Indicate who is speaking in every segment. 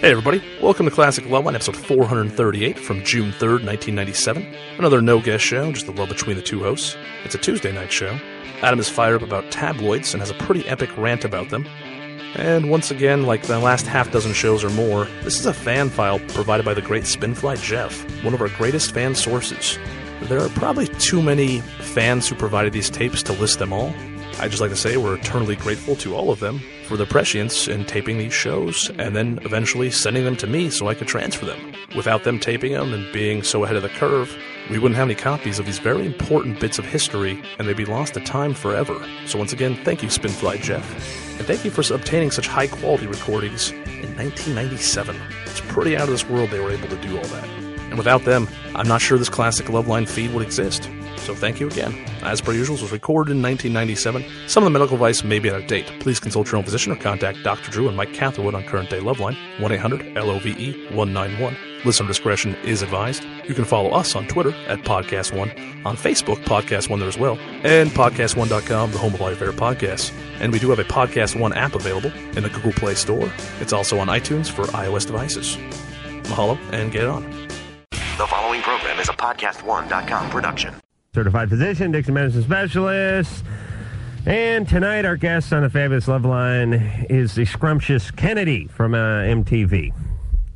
Speaker 1: Hey, everybody. Welcome to Classic Lowline, episode 438 from June 3rd, 1997. Another no guest show, just the love between the two hosts. It's a Tuesday night show. Adam is fired up about tabloids and has a pretty epic rant about them. And once again, like the last half dozen shows or more, this is a fan file provided by the great Spinfly Jeff, one of our greatest fan sources. There are probably too many fans who provided these tapes to list them all. I'd just like to say we're eternally grateful to all of them for their prescience in taping these shows and then eventually sending them to me so I could transfer them. Without them taping them and being so ahead of the curve, we wouldn't have any copies of these very important bits of history and they'd be lost to time forever. So, once again, thank you, Spinfly Jeff. And thank you for obtaining such high quality recordings in 1997. It's pretty out of this world they were able to do all that. And without them, I'm not sure this classic Loveline feed would exist. So thank you again. As per usual, it was recorded in 1997. Some of the medical advice may be out of date. Please consult your own physician or contact Dr. Drew and Mike Catherwood on Current Day Loveline, 1 800 LOVE 191. Listener discretion is advised. You can follow us on Twitter at Podcast One, on Facebook, Podcast One there as well, and Podcast1.com, the home of all your favorite podcasts. And we do have a Podcast One app available in the Google Play Store. It's also on iTunes for iOS devices. Mahalo and get it on.
Speaker 2: The following program is a podcast1.com production.
Speaker 3: certified physician, addiction medicine specialist. And tonight, our guest on the Fabulous Love Line is the scrumptious Kennedy from uh, MTV.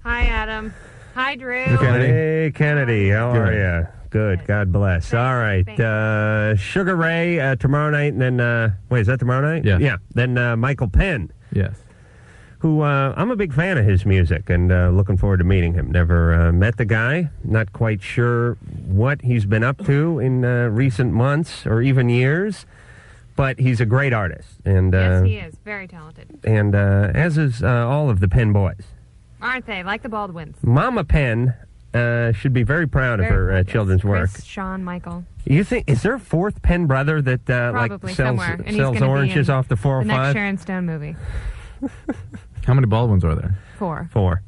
Speaker 4: Hi, Adam. Hi, Drew.
Speaker 3: Hey, Kennedy, how are you? Good, God bless. All right,
Speaker 4: Thanks.
Speaker 3: uh, Sugar Ray uh, tomorrow night, and then uh, wait, is that tomorrow night?
Speaker 5: Yeah.
Speaker 3: yeah. Then uh, Michael Penn,
Speaker 5: Yes.
Speaker 3: who uh, I'm a big fan of his music, and uh, looking forward to meeting him. Never uh, met the guy. Not quite sure what he's been up to in uh, recent months or even years, but he's a great artist, and
Speaker 4: Yes,
Speaker 3: uh,
Speaker 4: he is. Very talented.
Speaker 3: and uh, as is uh, all of the Penn boys.
Speaker 4: Aren't they? Like the Baldwins.
Speaker 3: Mama Penn uh, should be very proud of
Speaker 4: Very
Speaker 3: her uh,
Speaker 4: talented.
Speaker 3: children's work.
Speaker 4: Chris, Sean, Michael.
Speaker 3: You think is there a fourth Penn brother that uh,
Speaker 4: Probably
Speaker 3: like sells
Speaker 4: somewhere. And he's
Speaker 3: sells
Speaker 4: gonna be
Speaker 3: oranges
Speaker 4: in
Speaker 3: off the four
Speaker 4: The
Speaker 3: or
Speaker 4: next
Speaker 3: five?
Speaker 4: Sharon Stone movie.
Speaker 5: How many Baldwins are there?
Speaker 4: Four. Mm-hmm.
Speaker 3: Four.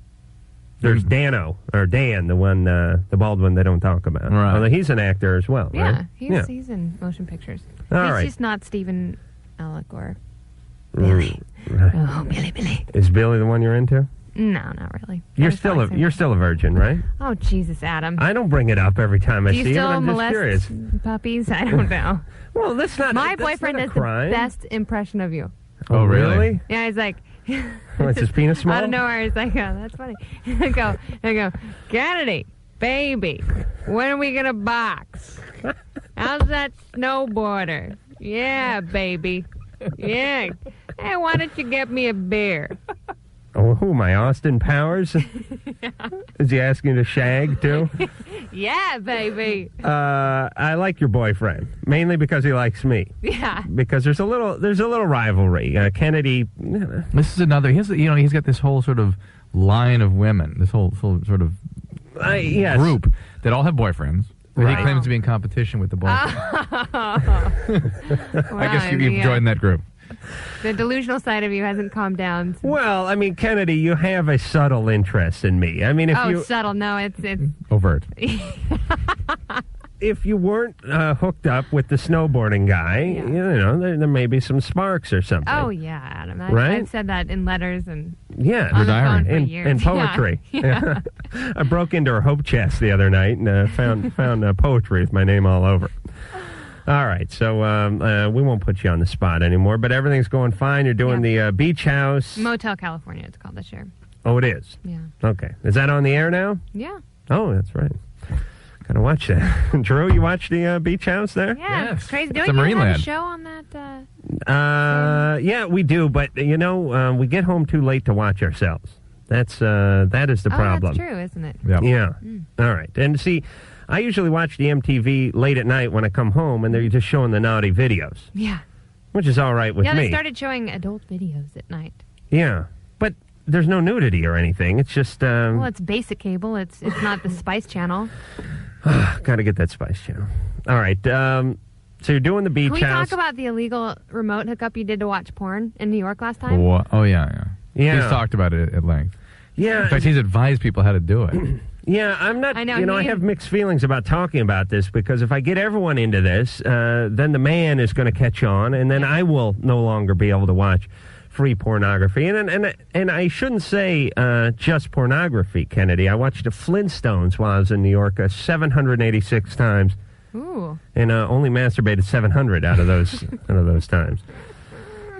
Speaker 3: There's Dano or Dan, the one uh, the bald one they don't talk about.
Speaker 5: Right.
Speaker 3: Although he's an actor as well.
Speaker 4: Yeah,
Speaker 3: right?
Speaker 4: he's,
Speaker 3: yeah.
Speaker 4: he's in motion pictures.
Speaker 3: All
Speaker 4: he's
Speaker 3: right.
Speaker 4: just not Stephen Alec or Billy. Oh, Billy, Billy.
Speaker 3: Mm. Is Billy the one you're into?
Speaker 4: No, not really.
Speaker 3: You're
Speaker 4: That was
Speaker 3: still
Speaker 4: Alex
Speaker 3: a
Speaker 4: and-
Speaker 3: you're still a virgin, right?
Speaker 4: Oh, Jesus, Adam.
Speaker 3: I don't bring it up every time I
Speaker 4: Do you
Speaker 3: see it.
Speaker 4: still
Speaker 3: I'm just
Speaker 4: molest
Speaker 3: curious.
Speaker 4: puppies? I don't know.
Speaker 3: Well, that's not
Speaker 4: My
Speaker 3: that's not
Speaker 4: boyfriend
Speaker 3: a
Speaker 4: does
Speaker 3: crime.
Speaker 4: the best impression of you.
Speaker 3: Oh,
Speaker 5: Oh, really?
Speaker 3: really?
Speaker 4: Yeah, he's like.
Speaker 3: What's his penis small?
Speaker 4: I don't know where he's like, oh, that's funny. I go, I go, Kennedy, baby, when are we gonna box? How's that snowboarder? Yeah, baby. Yeah. Hey, why don't you get me a beer?
Speaker 3: Oh, who am I, Austin Powers? Is he asking to shag too?
Speaker 4: Yeah, baby.
Speaker 3: Uh, I like your boyfriend mainly because he likes me.
Speaker 4: Yeah.
Speaker 3: Because there's a little there's a little rivalry. Uh, Kennedy,
Speaker 5: This is another. He's you know he's got this whole sort of line of women. This whole, whole sort of
Speaker 3: I, Uh, yes,
Speaker 5: group that all have boyfriends. That
Speaker 3: Right.
Speaker 5: he claims to be in competition with the boyfriend.
Speaker 4: Oh.
Speaker 5: I guess you,
Speaker 4: Wow,
Speaker 5: you've
Speaker 4: yeah.
Speaker 5: joined that group.
Speaker 4: The delusional side of you hasn't calmed down. since-
Speaker 3: Well, I mean, Kennedy, you have a subtle interest in me. I mean, if
Speaker 4: oh,
Speaker 3: you
Speaker 4: it's subtle. No, it's it's.
Speaker 5: Overt.
Speaker 3: if you weren't uh, hooked up with the snowboarding guy,
Speaker 4: Yeah.
Speaker 3: you know, there, there may be some sparks or something.
Speaker 4: Oh yeah, Adam. I,
Speaker 3: Right?
Speaker 4: I've said that in letters and
Speaker 3: yeah,
Speaker 4: on the phone
Speaker 5: diary.
Speaker 4: for
Speaker 3: and,
Speaker 4: years.
Speaker 3: and
Speaker 4: Yeah.
Speaker 3: poetry. I broke into her hope chest the other night and uh, found found uh, poetry with my name all over. All right, so um, uh, we won't put you on the spot anymore, but everything's going fine. You're doing the uh, beach house.
Speaker 4: Motel California, it's called this year.
Speaker 3: oh, it is.
Speaker 4: Yeah.
Speaker 3: Okay, is that on the air now?
Speaker 4: Yeah.
Speaker 3: Oh, that's right. Gotta watch that. Drew, you watch the uh, beach house there?
Speaker 4: Yeah,
Speaker 5: Yes.
Speaker 4: it's crazy.
Speaker 5: It's a
Speaker 4: Don't you
Speaker 5: marine
Speaker 4: have a
Speaker 5: land.
Speaker 4: show on that? Uh,
Speaker 3: Uh, yeah, we do, but you know, uh, we get home too late to watch ourselves. That's uh, that is the
Speaker 4: oh,
Speaker 3: problem.
Speaker 4: that's true, isn't it? Mm.
Speaker 5: Yeah.
Speaker 3: Yeah. All right. And see, I usually watch the MTV late at night when I come home, and they're just showing the naughty videos,
Speaker 4: Yeah.
Speaker 3: which is all right with
Speaker 4: Yeah,
Speaker 3: me.
Speaker 4: they started showing adult videos at night.
Speaker 3: yeah, but there's no nudity or anything. It's just um,
Speaker 4: Well, it's basic cable. It's it's not the Spice Channel.
Speaker 3: gotta get that Spice Channel. All right. Um, so you're doing the beach
Speaker 4: Can we
Speaker 3: house.
Speaker 4: talk about the illegal remote hookup you did to watch porn in New York last time?
Speaker 5: Wha- Oh yeah, yeah.
Speaker 3: Yeah.
Speaker 5: He's talked about it at length. In
Speaker 3: yeah,
Speaker 5: fact, he's advised people how to do it.
Speaker 3: yeah. I'm not.
Speaker 4: I know,
Speaker 3: you know, I
Speaker 4: he-
Speaker 3: have mixed feelings about talking about this because if I get everyone into this, uh, then the man is going to catch on, and then I will no longer be able to watch free pornography, and and and, and I shouldn't say uh, just pornography, Kennedy. I watched the Flintstones while I was in New York uh, 786 times,
Speaker 4: Ooh.
Speaker 3: and uh, only masturbated 700 out of those out of those times.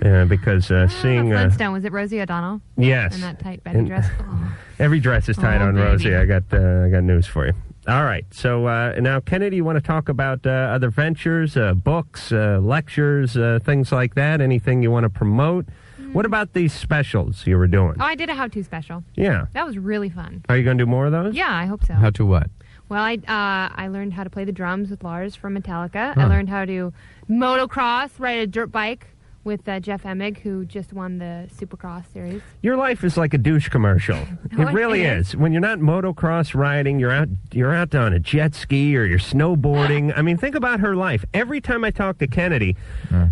Speaker 3: Uh, because uh,
Speaker 4: Ah,
Speaker 3: seeing uh,
Speaker 4: Flintstone. Was it Rosie O'Donnell?
Speaker 3: yes,
Speaker 4: In that tight baby
Speaker 3: And-
Speaker 4: dress? Oh.
Speaker 3: Every dress is tied
Speaker 4: Oh,
Speaker 3: on
Speaker 4: baby.
Speaker 3: Rosie. I got uh, I got news for you. All right. So uh, now, Kennedy, you want to talk about uh, other ventures, uh, books, uh, lectures, uh, things like that? Anything you want to promote? What about these specials you were doing?
Speaker 4: Mm. oh, I did a how to special.
Speaker 3: yeah.
Speaker 4: That was really fun.
Speaker 3: Are you going to do more of those?
Speaker 4: Yeah, I hope so.
Speaker 5: How to what?
Speaker 4: Well, I uh, I learned how to play the drums with Lars from Metallica. I
Speaker 5: Huh.
Speaker 4: learned how to motocross, ride a dirt bike with uh, Jeff Emig, who just won the Supercross series.
Speaker 3: Your life is like a douche commercial.
Speaker 4: No,
Speaker 3: it
Speaker 4: it
Speaker 3: really is.
Speaker 4: is.
Speaker 3: When you're not motocross riding, you're out you're out on a jet ski or you're snowboarding. I mean, think about her life. Every time I talk to Kennedy,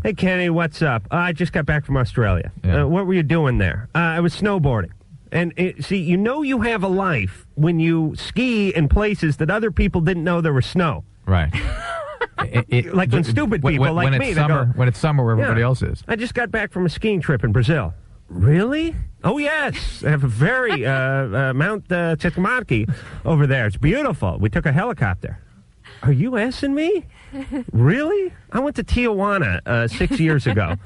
Speaker 3: hey Kennedy, what's up? "Uh, I just got back from Australia.
Speaker 5: Yeah.
Speaker 3: Uh, what were you doing there? Uh, I was snowboarding. And it, see, you know you have a life when you ski in places that other people didn't know there was snow.
Speaker 5: Right. It- it-
Speaker 3: Like when
Speaker 5: ju-
Speaker 3: stupid
Speaker 5: when,
Speaker 3: people
Speaker 5: when,
Speaker 3: like
Speaker 5: when
Speaker 3: me,
Speaker 5: It's
Speaker 3: they
Speaker 5: summer,
Speaker 3: go-
Speaker 5: when it's summer where everybody
Speaker 3: Yeah.
Speaker 5: else is.
Speaker 3: I just got back from a skiing trip in Brazil. Really? Oh yes, I have a very uh, uh, Mount uh, Chickamauga over there. It's beautiful. We took a helicopter. Are you asking me? Really? I went to Tijuana uh, six years ago.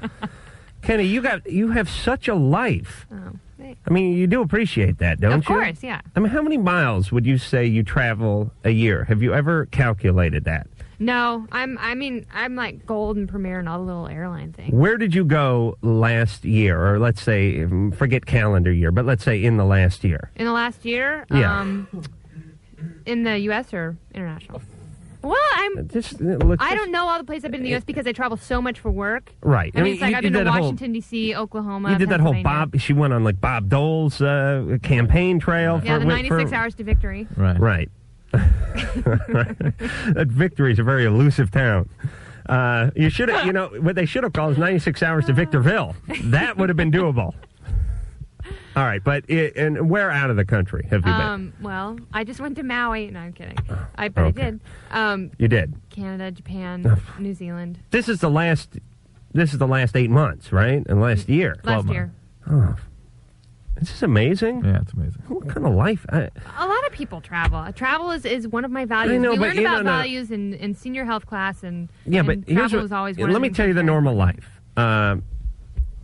Speaker 3: Kenny, you got you have such a life.
Speaker 4: Oh, thanks.
Speaker 3: I mean, you do appreciate that, don't you?
Speaker 4: of course, yeah.
Speaker 3: I mean, how many miles would you say you travel a year? Have you ever calculated that?
Speaker 4: No, I'm. I mean, I'm like gold and premier and all the little airline things.
Speaker 3: Where did you go last year, or let's say, um, forget calendar year, but let's say in the last year?
Speaker 4: In the last year,
Speaker 3: Yeah.
Speaker 4: um, in the U.S. or international? Well, I'm.
Speaker 3: Just uh, look.
Speaker 4: I don't know all the places I've been in the U.S. because I travel so much for work.
Speaker 3: Right.
Speaker 4: I mean, it's like
Speaker 3: you
Speaker 4: I've
Speaker 3: did
Speaker 4: been to
Speaker 3: that whole-
Speaker 4: Washington D.C., Oklahoma.
Speaker 3: you did that whole
Speaker 4: Pennsylvania.
Speaker 3: Bob. She went on like Bob Dole's uh, campaign trail.
Speaker 4: Yeah, the
Speaker 3: for, for-
Speaker 4: 96 hours to victory.
Speaker 5: Right.
Speaker 3: Right. that victory's a very elusive town. Uh, you should have, you know, what they should have called is 96 hours to Victorville. That would have been doable. All right, but it, and where out of the country have you been?
Speaker 4: Um, well, I just went to Maui. No, I'm kidding. I but
Speaker 3: okay.
Speaker 4: I did. Um,
Speaker 3: You did.
Speaker 4: Canada, Japan, New Zealand.
Speaker 3: This is the last. This is the last eight months, right? And last year. Oh,
Speaker 4: Last
Speaker 5: months.
Speaker 4: year,
Speaker 3: This is amazing.
Speaker 5: Yeah, it's amazing.
Speaker 3: What kind of life? I,
Speaker 4: a lot of people travel. Travel is, is one of my values.
Speaker 3: I know,
Speaker 4: we
Speaker 3: but
Speaker 4: learned
Speaker 3: you
Speaker 4: about
Speaker 3: don't know-
Speaker 4: values in, in senior health class, and
Speaker 3: yeah,
Speaker 4: and
Speaker 3: but here's
Speaker 4: travel
Speaker 3: what,
Speaker 4: is always one. of
Speaker 3: let me
Speaker 4: things
Speaker 3: tell you
Speaker 4: I
Speaker 3: the
Speaker 4: care
Speaker 3: normal life. Um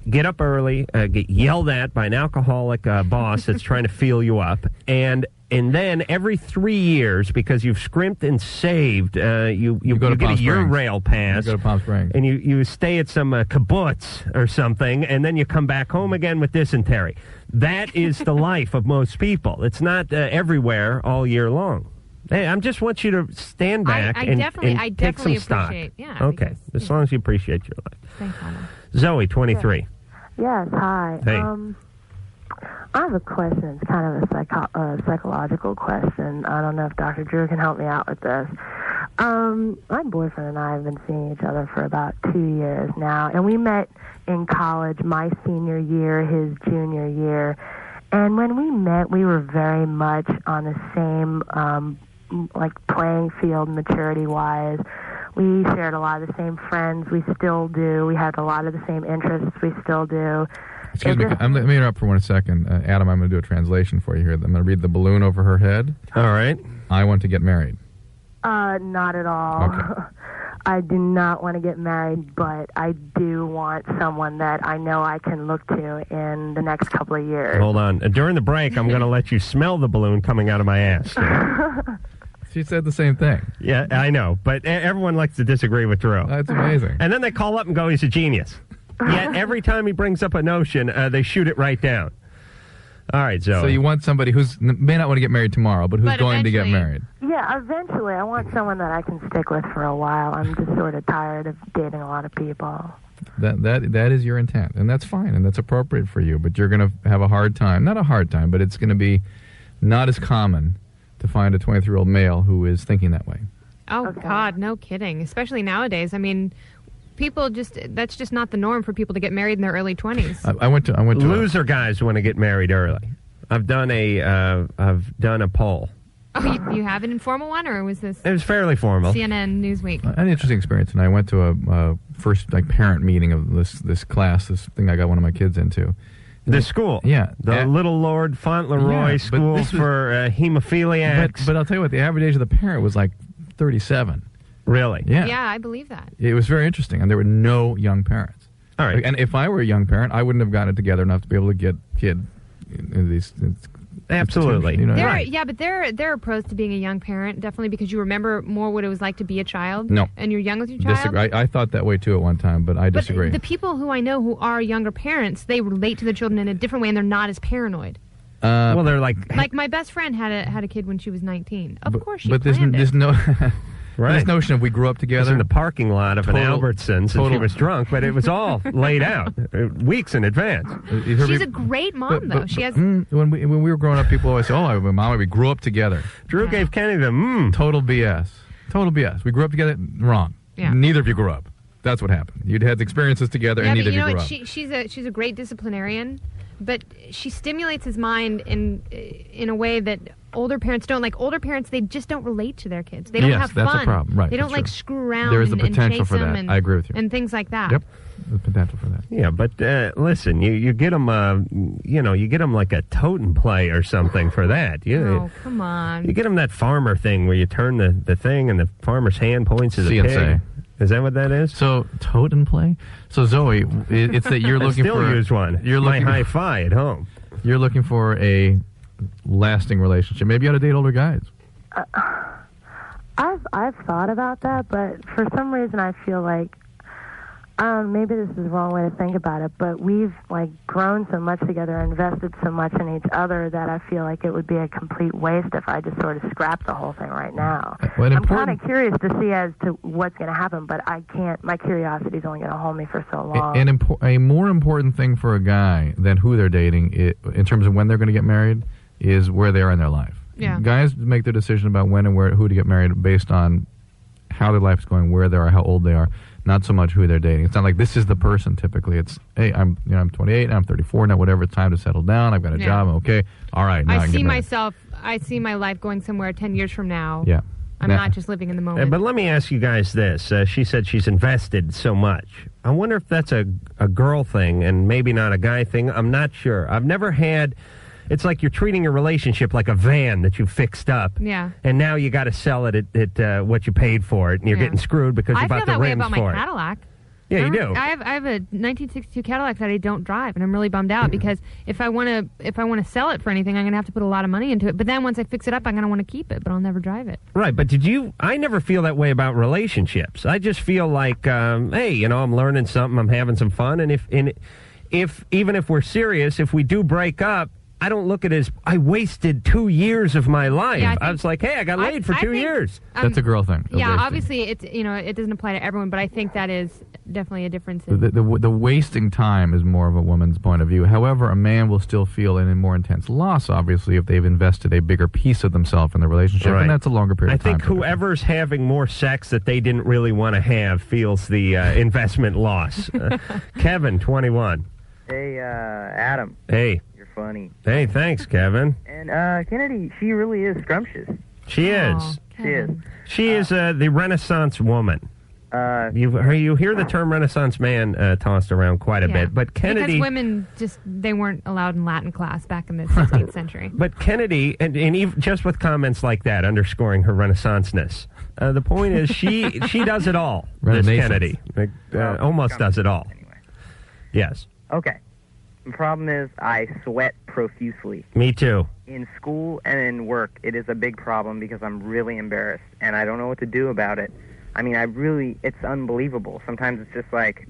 Speaker 3: get up early, uh, get yelled at by an alcoholic uh, boss that's trying to feel you up, and and then every three years, because you've scrimped and saved, uh, you you,
Speaker 5: You go to
Speaker 3: get
Speaker 5: Palm
Speaker 3: a year
Speaker 5: Springs.
Speaker 3: rail pass.
Speaker 5: You go to Palm Springs.
Speaker 3: and you you stay at some uh, kibbutz or something, and then you come back home again with dysentery. That is the life of most people. It's not uh, everywhere all year long. Hey, I'm just want you to stand
Speaker 4: I-
Speaker 3: back
Speaker 4: I
Speaker 3: and,
Speaker 4: definitely-
Speaker 3: and
Speaker 4: I
Speaker 3: take some
Speaker 4: definitely
Speaker 3: stock.
Speaker 4: appreciate- yeah,
Speaker 3: okay,
Speaker 4: because,
Speaker 3: as long as you appreciate your life.
Speaker 4: Thanks, Anna.
Speaker 3: Zoe, 23.
Speaker 6: Yes, hi.
Speaker 3: Hey.
Speaker 6: Um, I have a question. It's kind of a psycho- uh, psychological question. I don't know if Dr. Drew can help me out with this. Um, my boyfriend and I have been seeing each other for about two years now, and we met in college, my senior year, his junior year. And when we met, we were very much on the same, um, m- like, playing field maturity wise. We shared a lot of the same friends. We still do. We had a lot of the same interests. We still do.
Speaker 5: Excuse
Speaker 6: It
Speaker 5: me.
Speaker 6: just-
Speaker 5: I'm, let me interrupt for one second. Uh, Adam, I'm going to do a translation for you here. I'm going to read the balloon over her head.
Speaker 3: All right.
Speaker 5: I want to get married.
Speaker 6: Uh, not at all.
Speaker 5: Okay.
Speaker 6: I do not want to get married, but I do want someone that I know I can look to in the next couple of years.
Speaker 3: Hold on. Uh, During the break, I'm going to let you smell the balloon coming out of my ass.
Speaker 5: She said the same thing.
Speaker 3: yeah, I know, but e- everyone likes to disagree with Drew.
Speaker 5: That's amazing.
Speaker 3: And then they call up and go, he's a genius. Yet every time he brings up a notion, uh, they shoot it right down. All right, Zoe.
Speaker 5: So you want somebody who's may not want to get married tomorrow, but who's
Speaker 4: But
Speaker 5: going to get
Speaker 4: eventually-
Speaker 5: married.
Speaker 6: Yeah, eventually I want someone that I can stick with for a while. I'm just sort of tired of dating a lot of people.
Speaker 5: That that that is your intent, and that's fine, and that's appropriate for you. But you're going to have a hard time. Not a hard time, but it's going to be not as common to find a 23 year old male who is thinking that way.
Speaker 4: Oh God, no kidding. Especially nowadays. I mean, people just that's just not the norm for people to get married in their early 20s.
Speaker 3: Uh,
Speaker 5: I, I went to I went to a-
Speaker 3: Loser guys want to get married early. I've done a, uh, I've done a poll
Speaker 4: Oh, you, you have an informal one, or was this
Speaker 3: It was fairly formal.
Speaker 4: CNN Newsweek?
Speaker 5: an interesting experience, and I went to a, a first like parent meeting of this this class, this thing I got one of my kids into.
Speaker 3: The school.
Speaker 5: Yeah.
Speaker 3: The
Speaker 5: Yeah.
Speaker 3: Little Lord Fauntleroy
Speaker 5: Yeah, but
Speaker 3: School
Speaker 5: this was-
Speaker 3: for uh,
Speaker 5: But,
Speaker 3: Hemophiliacs.
Speaker 5: but I'll tell you what, the average age of the parent was like thirty seven.
Speaker 3: really?
Speaker 5: Yeah.
Speaker 4: Yeah, I believe that.
Speaker 5: It was very interesting, and there were no young parents.
Speaker 3: All right.
Speaker 5: And if I were a young parent, I wouldn't have gotten it together enough to be able to get kid in, in these. in-
Speaker 3: Absolutely.
Speaker 5: You know,
Speaker 4: There,
Speaker 3: Right.
Speaker 4: yeah, but there there are pros to being a young parent, definitely because you remember more what it was like to be a child.
Speaker 5: No.
Speaker 4: and you're young with your child.
Speaker 5: disagree. I, I thought that way too at one time, but I
Speaker 4: But
Speaker 5: disagree.
Speaker 4: the people who I know who are younger parents, they relate to the children in a different way, and they're not as paranoid.
Speaker 5: Uh,
Speaker 3: well, they're like,
Speaker 4: Like my best friend had a had a kid when she was 19. Of
Speaker 5: but,
Speaker 4: course, she
Speaker 5: but there's,
Speaker 4: planned
Speaker 5: there's
Speaker 4: it.
Speaker 5: no
Speaker 3: Right.
Speaker 5: this notion of we grew up
Speaker 3: was
Speaker 5: together.
Speaker 3: in the parking lot of an
Speaker 5: Total-
Speaker 3: Albertsons and she
Speaker 5: total-
Speaker 3: was drunk, but it was all laid out uh, weeks in advance.
Speaker 5: Uh, You heard
Speaker 4: She's
Speaker 5: me-
Speaker 4: a great mom,
Speaker 5: but-
Speaker 4: though.
Speaker 5: but-
Speaker 4: she
Speaker 5: but,
Speaker 4: has.
Speaker 5: mm, when we when we were growing up, people always say, "Oh, I- my mom, we grew up together."
Speaker 3: Drew gave Kenny the mmm.
Speaker 5: Total BS. Total BS. We grew up together. Wrong.
Speaker 4: Yeah.
Speaker 5: Neither of you grew up. That's what happened. You'd had experiences together,
Speaker 4: Yeah,
Speaker 5: and
Speaker 4: but
Speaker 5: neither
Speaker 4: you know
Speaker 5: of you grew
Speaker 4: what?
Speaker 5: up.
Speaker 4: She, she's a she's a great disciplinarian, but she stimulates his mind in in a way that older parents don't. Like older parents, they just don't relate to their kids. They don't
Speaker 5: Yes,
Speaker 4: have
Speaker 5: that's a
Speaker 4: fun.
Speaker 5: problem. Right,
Speaker 4: They don't
Speaker 5: that's
Speaker 4: like
Speaker 5: true.
Speaker 4: screw around.
Speaker 5: There is the
Speaker 4: and- and
Speaker 5: potential
Speaker 4: chase
Speaker 5: for
Speaker 4: them
Speaker 5: that.
Speaker 4: And,
Speaker 5: I agree with you.
Speaker 4: And things like that.
Speaker 5: Yep. The potential for that.
Speaker 3: Yeah, but uh, listen, you, you get them, uh, you know, you get them like a totem play or something for that. You,
Speaker 4: Oh come on.
Speaker 3: you get them that farmer thing where you turn the, the thing and the farmer's hand points to the
Speaker 5: CNC.
Speaker 3: pig. Is that what that is?
Speaker 5: So totem play. So Zoe, Oh, it, it's that you're
Speaker 3: I
Speaker 5: looking
Speaker 3: still
Speaker 5: for
Speaker 3: use one.
Speaker 5: You're
Speaker 3: My
Speaker 5: looking
Speaker 3: high fi at home.
Speaker 5: you're looking for a lasting relationship. Maybe you ought to date older guys.
Speaker 6: Uh, I've I've thought about that, but for some reason I feel like um, maybe this is the wrong way to think about it, but we've like grown so much together, invested so much in each other that I feel like it would be a complete waste if I just sort of scrapped the whole thing right now.
Speaker 5: Well, an
Speaker 6: I'm kind
Speaker 5: important-
Speaker 6: of curious to see as to what's going to happen, but I can't. My curiosity's only going to hold me for so
Speaker 5: A-
Speaker 6: long.
Speaker 5: An impor- a more important thing for a guy than who they're dating, i in terms of when they're going to get married, is where they are in their life.
Speaker 4: Yeah.
Speaker 5: Guys make their decision about when and where who to get married based on how their life's going, where they are, how old they are, not so much who they're dating. It's not like this is the person typically. It's hey, I'm you know I'm 28, I'm 34 now, whatever. It's time to settle down. I've got a
Speaker 4: Yeah.
Speaker 5: job. I'm okay. All right. Now I,
Speaker 4: I
Speaker 5: can
Speaker 4: see
Speaker 5: get married.
Speaker 4: myself. I see my life going somewhere ten years from now.
Speaker 5: Yeah.
Speaker 4: I'm
Speaker 5: Nah.
Speaker 4: not just living in the
Speaker 3: Uh,
Speaker 4: moment.
Speaker 3: but let me ask you guys this. Uh, she said she's invested so much. I wonder if that's a, a girl thing and maybe not a guy thing. I'm not sure. I've never had. It's like you're treating your relationship like a van that you fixed up.
Speaker 4: Yeah.
Speaker 3: And now you got to sell it at, at uh, what you paid for it, and you're
Speaker 4: Yeah.
Speaker 3: getting screwed because you
Speaker 4: I
Speaker 3: bought
Speaker 4: feel that
Speaker 3: the
Speaker 4: way
Speaker 3: rims
Speaker 4: about my
Speaker 3: for it.
Speaker 4: Cadillac.
Speaker 3: Yeah, you
Speaker 4: I
Speaker 3: do.
Speaker 4: don't- I have I have a 1962 Cadillac that I don't drive, and I'm really bummed
Speaker 3: Mm-hmm.
Speaker 4: out because if I want to if I want to sell it for anything, I'm gonna have to put a lot of money into it. But then once I fix it up, I'm gonna want to keep it, but I'll never drive it.
Speaker 3: Right, but did you? I never feel that way about relationships. I just feel like, um, hey, you know, I'm learning something, I'm having some fun, and if, and if even if we're serious, if we do break up, I don't look at it as I wasted two years of my life.
Speaker 4: Yeah, I
Speaker 3: I,
Speaker 4: think-
Speaker 3: was like, hey, I got laid for
Speaker 4: I
Speaker 3: two
Speaker 4: think-
Speaker 3: years.
Speaker 4: um,
Speaker 5: That's a girl thing. a
Speaker 4: Yeah,
Speaker 5: waste thing.
Speaker 4: obviously it's you know it doesn't apply to everyone, but I think that is definitely a difference. In,
Speaker 5: the, the, the wasting time is more of a woman's point of view. However, a man will still feel an, a more intense loss, obviously, if they've invested a bigger piece of themselves in the relationship,
Speaker 3: Right.
Speaker 5: and that's a longer period
Speaker 3: I
Speaker 5: of time.
Speaker 3: think
Speaker 5: typically.
Speaker 3: whoever's having more sex that they didn't really want to have feels the uh, investment loss. Uh, Kevin, twenty-one.
Speaker 7: Hey, uh, Adam,
Speaker 3: Hey,
Speaker 7: you're funny.
Speaker 3: hey, thanks, Kevin.
Speaker 7: And uh, Kennedy, she really is scrumptious.
Speaker 3: She
Speaker 4: Aw,
Speaker 3: is.
Speaker 7: She is.
Speaker 4: Kevin.
Speaker 3: She is uh, the Renaissance woman.
Speaker 7: Uh,
Speaker 3: You you hear the term Renaissance man uh, tossed around quite a
Speaker 4: Yeah.
Speaker 3: bit, but Kennedy,
Speaker 4: because women just they weren't allowed in Latin class back in the 16th century.
Speaker 3: but Kennedy, and, and even just with comments like that, underscoring her Renaissance ness. Uh, the point is, she she does it all. This
Speaker 5: Renaissance.
Speaker 3: Kennedy Like, uh, almost does it all.
Speaker 7: anyway.
Speaker 3: Yes,
Speaker 7: Okay. The problem is I sweat profusely
Speaker 3: me too.
Speaker 7: in school and in work. It is a big problem because I'm really embarrassed and I don't know what to do about it. I mean, I really, it's unbelievable. Sometimes it's just like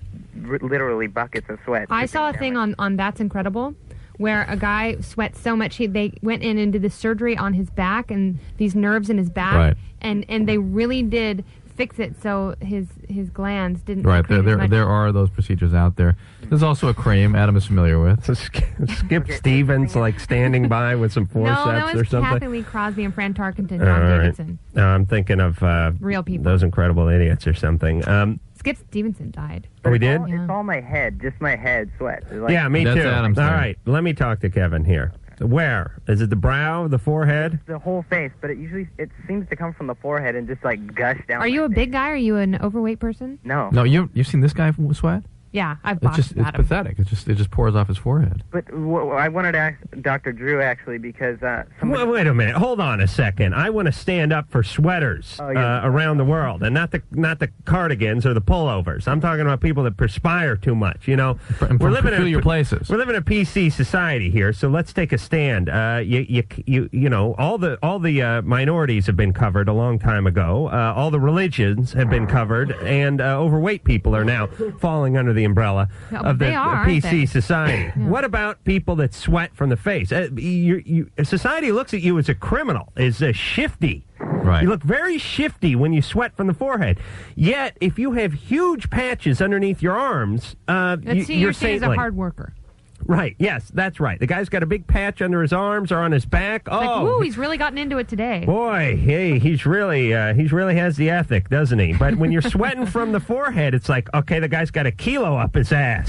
Speaker 7: r- literally buckets of sweat.
Speaker 4: I
Speaker 7: dripping
Speaker 4: saw a
Speaker 7: down
Speaker 4: thing
Speaker 7: my-
Speaker 4: on, on That's Incredible where a guy sweats so much he they went in and did the surgery on his back and these nerves in his back
Speaker 5: Right.
Speaker 4: and, and they really did fix it so his his glands didn't
Speaker 5: Right, there,
Speaker 4: secrete as
Speaker 5: there,
Speaker 4: much.
Speaker 5: there are those procedures out there. There's also a cream Adam is familiar with.
Speaker 3: So Sk- Skip Stevens like standing by with some
Speaker 4: no
Speaker 3: forceps
Speaker 4: that
Speaker 3: or
Speaker 4: was
Speaker 3: something.
Speaker 4: Kathy Lee Crosby and Fran Tarkenton
Speaker 3: All
Speaker 4: John
Speaker 3: right.
Speaker 4: Davidson
Speaker 3: No, I'm thinking of uh,
Speaker 4: Real people.
Speaker 3: those incredible idiots or something. Um,
Speaker 4: Skip Stevenson died
Speaker 7: It's
Speaker 3: we Oh, did.
Speaker 7: all- It's all my head, just my head sweat. It's like-
Speaker 3: yeah, me
Speaker 5: That's
Speaker 3: too.
Speaker 5: Adam's
Speaker 3: All
Speaker 5: thing.
Speaker 3: right, let me talk to Kevin here. Where? Is it the brow, the forehead?
Speaker 7: The whole face, but it usually it seems to come from the forehead and just like gush down.
Speaker 4: Are you a big guy? Are you an overweight person?
Speaker 7: No.
Speaker 5: No, you you've seen this guy w- sweat?
Speaker 4: Yeah, I've
Speaker 5: It's
Speaker 4: boxed
Speaker 5: just it's
Speaker 4: at him.
Speaker 5: pathetic. It just it just pours off his forehead.
Speaker 7: But wh- wh- I wanted to ask Dr. Drew actually because uh,
Speaker 3: Wait, wait a minute. Hold on a second. I want to stand up for sweaters uh, around the world, and not the not the cardigans or the pullovers. I'm talking about people that perspire too much. You know,
Speaker 5: and from peculiar places.
Speaker 3: We're living in a PC society here, so let's take a stand. Uh, you, you, you, you know, all the all the uh, minorities have been covered a long time ago. Uh, all the religions have been covered, and uh, overweight people are now falling under the umbrella
Speaker 4: Yeah,
Speaker 3: of the
Speaker 4: they are,
Speaker 3: uh,
Speaker 4: aren't
Speaker 3: PC
Speaker 4: they?
Speaker 3: society. What about people that sweat from the face? Uh, you, you, society looks at you as a criminal, as a shifty.
Speaker 5: Right.
Speaker 3: You look very shifty when you sweat from the forehead. Yet, if you have huge patches underneath your arms, uh, you,
Speaker 4: That's you,
Speaker 3: you're
Speaker 4: are saying he's a
Speaker 3: saintly.
Speaker 4: hard worker.
Speaker 3: Right. Yes, that's right. The guy's got a big patch under his arms or on his back.
Speaker 4: Like,
Speaker 3: oh,
Speaker 4: woo, he's really gotten into it today.
Speaker 3: boy, hey, he's really uh, he's really has the ethic, doesn't he? But when you're sweating from the forehead, it's like, okay, the guy's got a kilo up his ass.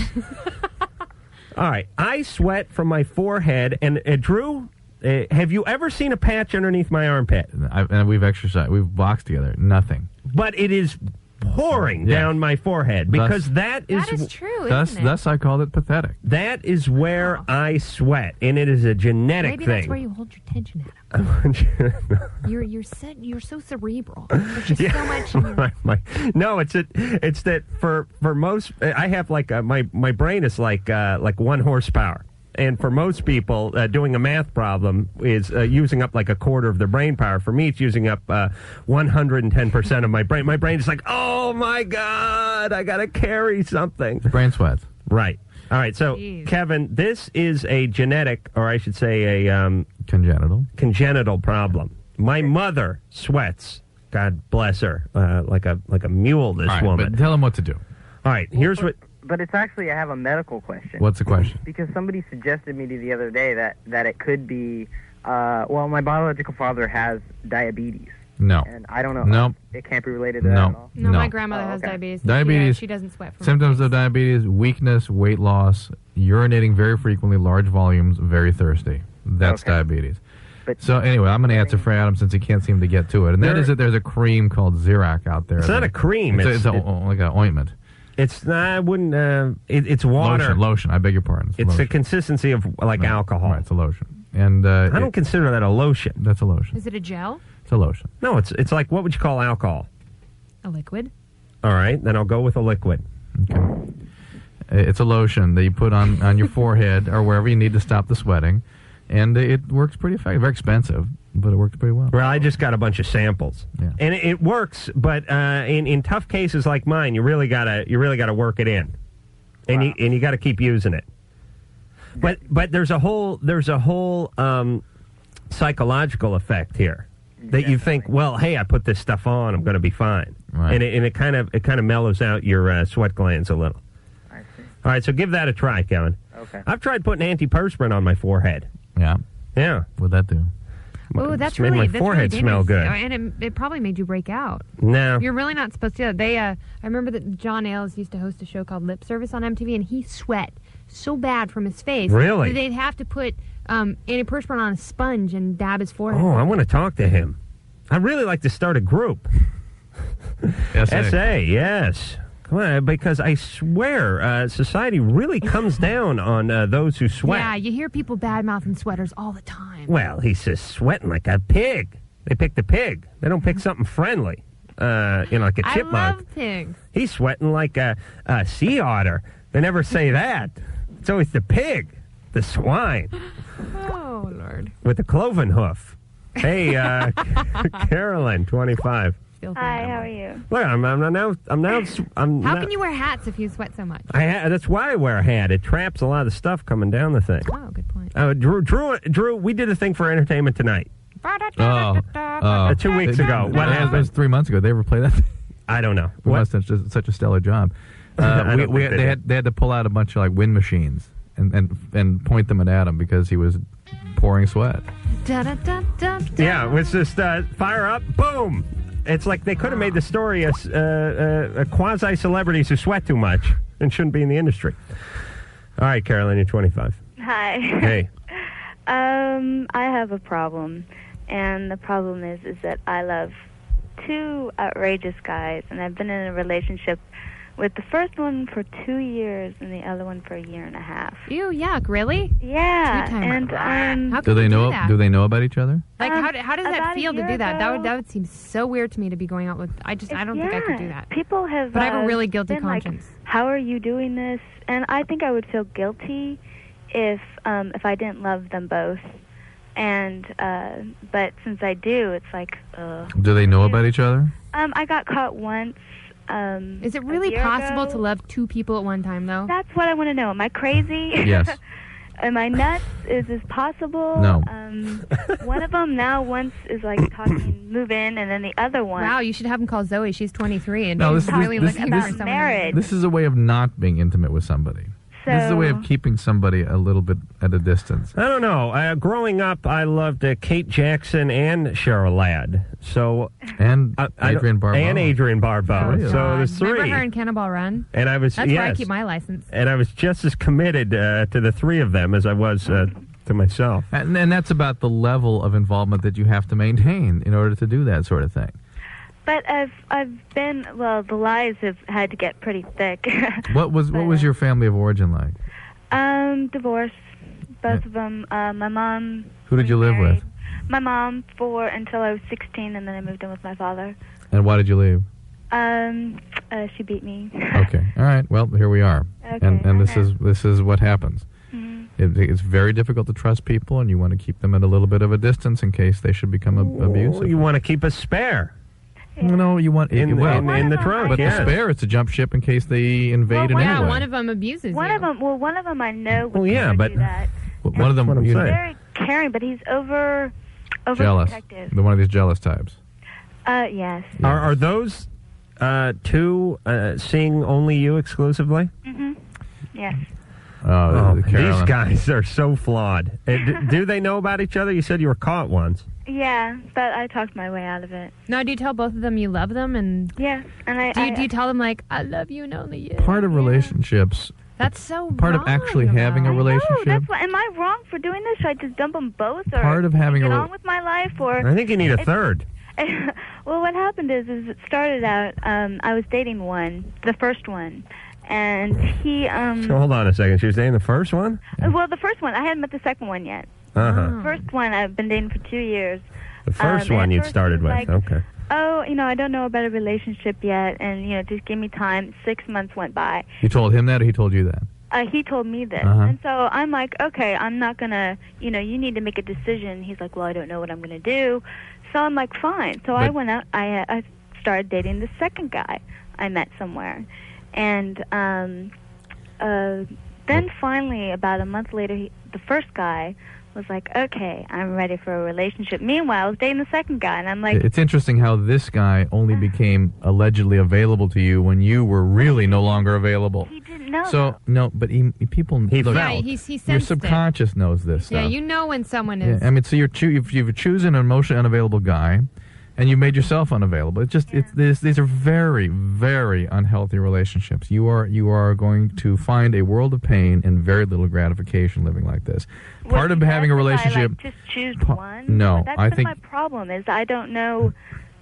Speaker 3: All right, I sweat from my forehead, and uh, Drew, uh, have you ever seen a patch underneath my armpit?
Speaker 5: And I, and we've exercised, we've boxed together. Nothing.
Speaker 3: But it is pouring
Speaker 5: Yeah.
Speaker 3: down my forehead because that is
Speaker 4: that is true,
Speaker 5: Thus,
Speaker 4: isn't it?
Speaker 5: thus I called it pathetic.
Speaker 3: that is where I sweat, and it is a genetic
Speaker 4: Maybe
Speaker 3: thing.
Speaker 4: that's where you hold your tension at. You're you're set, you're so cerebral. There's just so much. In your,
Speaker 3: my, my, no, it's it. It's that for for most, I have like uh my my brain is like uh, like one horsepower, and for most people, uh, doing a math problem is uh, using up like a quarter of their brain power. For me, it's using up uh, one hundred and ten percent of my brain. My brain is like, oh my god, I gotta carry something.
Speaker 5: Brain sweats.
Speaker 3: Right. All right. So,
Speaker 4: Jeez.
Speaker 3: Kevin, this is a genetic, or I should say, a um,
Speaker 5: Congenital.
Speaker 3: congenital problem. My mother sweats. God bless her, uh, like a like a mule. This
Speaker 5: All right,
Speaker 3: woman.
Speaker 5: but tell him what to do.
Speaker 3: All right, here's what.
Speaker 7: But it's actually I have a medical question.
Speaker 5: What's the question?
Speaker 7: because somebody suggested me to the other day that that it could be uh, well my biological father has diabetes
Speaker 5: No.
Speaker 7: and I don't know
Speaker 5: Nope.
Speaker 7: it can't be related to that at
Speaker 5: No.
Speaker 7: all.
Speaker 4: no, my
Speaker 5: No.
Speaker 4: grandmother has
Speaker 7: Oh, okay.
Speaker 4: diabetes.
Speaker 5: Diabetes-
Speaker 4: She, she doesn't sweat. From
Speaker 5: Symptoms of diabetes: weakness, weight loss, urinating very frequently, large volumes, very thirsty. That's
Speaker 7: Okay.
Speaker 5: diabetes.
Speaker 7: But-
Speaker 5: so anyway, I'm going to answer Fred Adams since he can't seem to get to it, and that
Speaker 3: There-
Speaker 5: is that there's a cream called Xerac out there.
Speaker 3: It's not
Speaker 5: that-
Speaker 3: a cream,
Speaker 5: It's, a-
Speaker 3: it's-
Speaker 5: it's a- oh, like an ointment.
Speaker 3: It's not. I wouldn't. Uh, it, it's water.
Speaker 5: Lotion, lotion. I beg your pardon.
Speaker 3: It's
Speaker 5: lotion.
Speaker 3: the consistency of like alcohol.
Speaker 5: Right, it's a lotion, and uh,
Speaker 3: I don't
Speaker 5: it-
Speaker 3: consider that a lotion.
Speaker 5: that's a lotion.
Speaker 4: Is it a gel?
Speaker 5: It's a lotion.
Speaker 3: No, it's it's like what would you call alcohol?
Speaker 4: A liquid?
Speaker 3: All right, then I'll go with a liquid.
Speaker 5: Uh, It's a lotion that you put on on your forehead or wherever you need to stop the sweating, and it works pretty effective. Very expensive, but it works pretty well.
Speaker 3: Well, I just got a bunch of samples,
Speaker 5: Yeah.
Speaker 3: and it, it works. But uh, in in tough cases like mine, you really gotta you really gotta work it in, and you and you gotta keep using it. But but there's a whole there's a whole um, psychological effect here that you think, well, hey, I put this stuff on, I'm gonna be fine,
Speaker 5: Right.
Speaker 3: and it, and it kind of it kind of mellows out your uh, sweat glands a little.
Speaker 7: I see.
Speaker 3: All right, so give that a try, Kevin.
Speaker 7: Okay.
Speaker 3: I've tried putting antiperspirant on my forehead.
Speaker 5: Yeah,
Speaker 3: Yeah.
Speaker 5: what'd that do?
Speaker 4: Oh,
Speaker 3: It's
Speaker 4: that's
Speaker 3: made
Speaker 4: really
Speaker 3: my
Speaker 4: that's
Speaker 3: forehead
Speaker 4: really
Speaker 3: smell
Speaker 4: dangerous.
Speaker 3: good.
Speaker 4: Oh, and it, it probably made you break out.
Speaker 3: No.
Speaker 4: You're really not supposed to. They, uh, I remember that John Ailes used to host a show called Lip Service on MTV, and he sweat so bad from his face.
Speaker 3: Really?
Speaker 4: that they'd have to put um, antiperspirant on a sponge and dab his forehead.
Speaker 3: Oh, I want to talk to him. I really like to start a group. SA, yes. Come on, because I swear, uh, society really comes down on uh, those who sweat.
Speaker 4: Yeah, you hear people bad mouthing sweaters all the time.
Speaker 3: Well, he's just sweating like a pig. They pick the pig. They don't pick something friendly. Uh, you know, like a
Speaker 4: Mm-hmm. I
Speaker 3: chipmunk.
Speaker 4: love pigs.
Speaker 3: He's sweating like a, a sea otter. They never say that. It's always the pig, the swine
Speaker 4: Oh Lord,
Speaker 3: with the cloven hoof. Hey, uh, Carolyn, twenty-five.
Speaker 4: filthy.
Speaker 8: Hi, how
Speaker 4: animal.
Speaker 8: are you?
Speaker 3: Look, I'm, I'm now. I'm now. I'm
Speaker 4: How
Speaker 3: now-
Speaker 4: can you wear hats if you sweat so much?
Speaker 3: I ha- that's why I wear a hat. It traps a lot of the stuff coming down the thing.
Speaker 4: Oh, good point.
Speaker 3: Uh, Drew, Drew, Drew, we did a thing for entertainment tonight.
Speaker 5: Oh,
Speaker 3: Uh,
Speaker 5: oh.
Speaker 3: two weeks ago, what
Speaker 5: that
Speaker 3: happened?
Speaker 5: was three months ago. They ever played that?
Speaker 3: I don't know.
Speaker 5: We
Speaker 3: What?
Speaker 5: must have just such a stellar job. Uh,
Speaker 3: I
Speaker 5: we,
Speaker 3: don't
Speaker 5: we,
Speaker 3: think they
Speaker 5: they,
Speaker 3: did.
Speaker 5: had they had to pull out a bunch of like wind machines and and, and point them at Adam because he was pouring sweat.
Speaker 3: Yeah, it was just uh, fire up, boom. It's like they could have made the story a, s- uh, uh, a quasi celebrities who sweat too much and shouldn't be in the industry. All right, Carolyn, you're 25.
Speaker 8: Hi.
Speaker 3: Hey,
Speaker 8: Um, I have a problem, and the problem is is that I love two outrageous guys, and I've been in a relationship with the first one for two years and the other one for a year and a half.
Speaker 4: Ew, yuck, really?
Speaker 8: Yeah,
Speaker 4: Two-timer.
Speaker 8: and um,
Speaker 4: How
Speaker 5: Do
Speaker 4: could
Speaker 5: they
Speaker 4: you
Speaker 5: know?
Speaker 4: do that?
Speaker 5: do they know about each other?
Speaker 4: Like, how, d- how does
Speaker 8: about
Speaker 4: that
Speaker 8: a
Speaker 4: feel to
Speaker 8: year
Speaker 4: do that? That would
Speaker 8: ago-
Speaker 4: that would seem so weird to me to be going out with. I just I don't
Speaker 8: yeah,
Speaker 4: think I could do that.
Speaker 8: People have,
Speaker 4: But I have a
Speaker 8: uh,
Speaker 4: really guilty
Speaker 8: been like,
Speaker 4: conscience.
Speaker 8: How are you doing this? And I think I would feel guilty if um, if I didn't love them both. And uh, but since I do, it's like, ugh.
Speaker 5: Do they know about each other?
Speaker 8: Um, I got caught once. Um,
Speaker 4: Is it
Speaker 8: a
Speaker 4: really
Speaker 8: year
Speaker 4: possible
Speaker 8: ago.
Speaker 4: to love two people at one time though?
Speaker 8: That's what I want to know. Am I crazy?
Speaker 5: Yes.
Speaker 8: Am I nuts? Is this possible?
Speaker 5: No.
Speaker 8: Um, one of them now once is like talking, move in, and then the other one
Speaker 4: Wow, you should have him call Zoe. She's 23 and
Speaker 5: No,
Speaker 4: she's
Speaker 5: this-
Speaker 4: really
Speaker 5: this-
Speaker 4: looking
Speaker 5: this-
Speaker 4: for
Speaker 5: this-
Speaker 4: someone.
Speaker 8: marriage.
Speaker 5: This is a way of not being intimate with somebody. this is a way of
Speaker 8: So-
Speaker 5: keeping somebody a little bit at a distance.
Speaker 3: I don't know. Uh, growing up, I loved uh, Kate Jackson and Cheryl Ladd. So
Speaker 5: And
Speaker 3: I- I don't-
Speaker 5: Adrian Barbeau.
Speaker 3: and Adrian Barbeau.
Speaker 5: Oh,
Speaker 3: so
Speaker 4: God.
Speaker 3: there's
Speaker 4: Remember
Speaker 3: three,
Speaker 4: her in Cannonball Run?
Speaker 3: and I was
Speaker 4: That's
Speaker 3: yes,
Speaker 4: where I keep my license.
Speaker 3: and I was just as committed uh, to the three of them as I was uh, to myself.
Speaker 5: And, and that's about the level of involvement that you have to maintain in order to do that sort of thing.
Speaker 8: But I've I've been well. The lies have had to get pretty thick.
Speaker 5: What was what was your family of origin like?
Speaker 8: um, divorce, both of them. Uh, my mom.
Speaker 5: Who did you live
Speaker 8: remarried.
Speaker 5: with?
Speaker 8: My mom for until I was 16, and then I moved in with my father.
Speaker 5: And why did you leave?
Speaker 8: Um, uh, she beat me.
Speaker 5: Okay. All right. Well, here we are. And
Speaker 8: Okay,
Speaker 5: and this
Speaker 8: okay.
Speaker 5: is this is what happens. It, it's very difficult to trust people, and you want to keep them at a little bit of a distance in case they should become ab- abusive.
Speaker 3: You want to keep a spare
Speaker 5: no, you want
Speaker 3: in,
Speaker 5: well,
Speaker 3: in, in the trunk,
Speaker 5: but
Speaker 3: yes.
Speaker 5: the spare is to jump ship in case they invade in
Speaker 8: Well,
Speaker 5: any
Speaker 4: Yeah,
Speaker 5: way.
Speaker 4: one of them abuses
Speaker 8: One
Speaker 4: you.
Speaker 8: of them. Well, one of them I know would
Speaker 3: Well, yeah,
Speaker 8: never
Speaker 3: but-
Speaker 8: do that.
Speaker 5: Oh, But one of them
Speaker 3: That's what I'm
Speaker 5: you know,
Speaker 3: saying.
Speaker 8: Very caring, but he's over.
Speaker 5: jealous.
Speaker 8: Overprotective.
Speaker 5: The one of these jealous types.
Speaker 8: Uh, yes.
Speaker 3: Are, are those uh, two uh, seeing only you exclusively?
Speaker 8: Yes.
Speaker 5: Oh, Carolyn.
Speaker 3: these guys are so flawed. Uh, d- do they know about each other? You said you were caught once.
Speaker 8: Yeah, but I talked my way out of it.
Speaker 4: Now, do you tell both of them you love them, and
Speaker 8: Yeah, and I.
Speaker 4: do you,
Speaker 8: I-
Speaker 4: do you tell them like I love you and only you?
Speaker 5: Part of relationships
Speaker 4: That's so
Speaker 5: part of
Speaker 4: wrong,
Speaker 5: actually having a
Speaker 4: though.
Speaker 5: rela- relationship?
Speaker 8: No, Oh, that's
Speaker 4: Oh,
Speaker 8: why. Am I wrong for doing this? Should I just dump them both, or
Speaker 5: Part of having a
Speaker 8: get
Speaker 5: rel-
Speaker 8: on with my life, or?
Speaker 3: I think you need a third.
Speaker 8: well, what happened is, is it started out. Um, I was dating one, the first one, and he. Um, uh,
Speaker 3: So hold on a second. She was dating the first one?
Speaker 8: Well, the first one. I hadn't met the second one yet.
Speaker 3: Uh huh.
Speaker 8: First one, I've been dating for two years.
Speaker 3: The first
Speaker 8: Um, at
Speaker 3: one you'd
Speaker 8: first
Speaker 3: started
Speaker 8: it
Speaker 3: with.
Speaker 8: was like-
Speaker 3: okay.
Speaker 8: Oh, you know, I don't know about a relationship yet, and you know, just give me time. Six months went by.
Speaker 5: You told him that, or he told you that.
Speaker 8: uh, he told me this.
Speaker 5: Uh-huh.
Speaker 8: And so I'm like, okay, I'm not going to, you know, you need to make a decision. He's like, well, I don't know what I'm going to do. So I'm like, fine. So I
Speaker 5: But-
Speaker 8: went out, I, uh, I started dating the second guy I met somewhere. And um, uh, then finally, about a month later, he, the first guy was like, okay, I'm ready for a relationship. Meanwhile, I was dating the second guy, and I'm like,
Speaker 5: It's interesting how this guy
Speaker 4: Uh-huh.
Speaker 5: only became allegedly available to you when you were really no longer available.
Speaker 8: he didn't know.
Speaker 5: So no, but he, people
Speaker 3: He
Speaker 5: look,
Speaker 3: felt.
Speaker 4: Yeah, he, he
Speaker 5: your
Speaker 4: sensed it.
Speaker 5: subconscious knows this
Speaker 4: Yeah,
Speaker 5: stuff.
Speaker 4: you know when someone
Speaker 5: Yeah,
Speaker 4: is.
Speaker 5: I mean, so you're choo- you've, you've chosen an emotionally unavailable guy, and you made yourself unavailable. It's just it's this, these are very very unhealthy relationships. You are you are going to find a world of pain and very little gratification living like this.
Speaker 8: What
Speaker 5: Part of
Speaker 8: he
Speaker 5: having a
Speaker 8: does is I,
Speaker 5: relationship.
Speaker 8: like, just choose
Speaker 5: Pa-
Speaker 8: one.
Speaker 5: no,
Speaker 8: that's
Speaker 5: I
Speaker 8: been
Speaker 5: think-
Speaker 8: my problem is I don't know,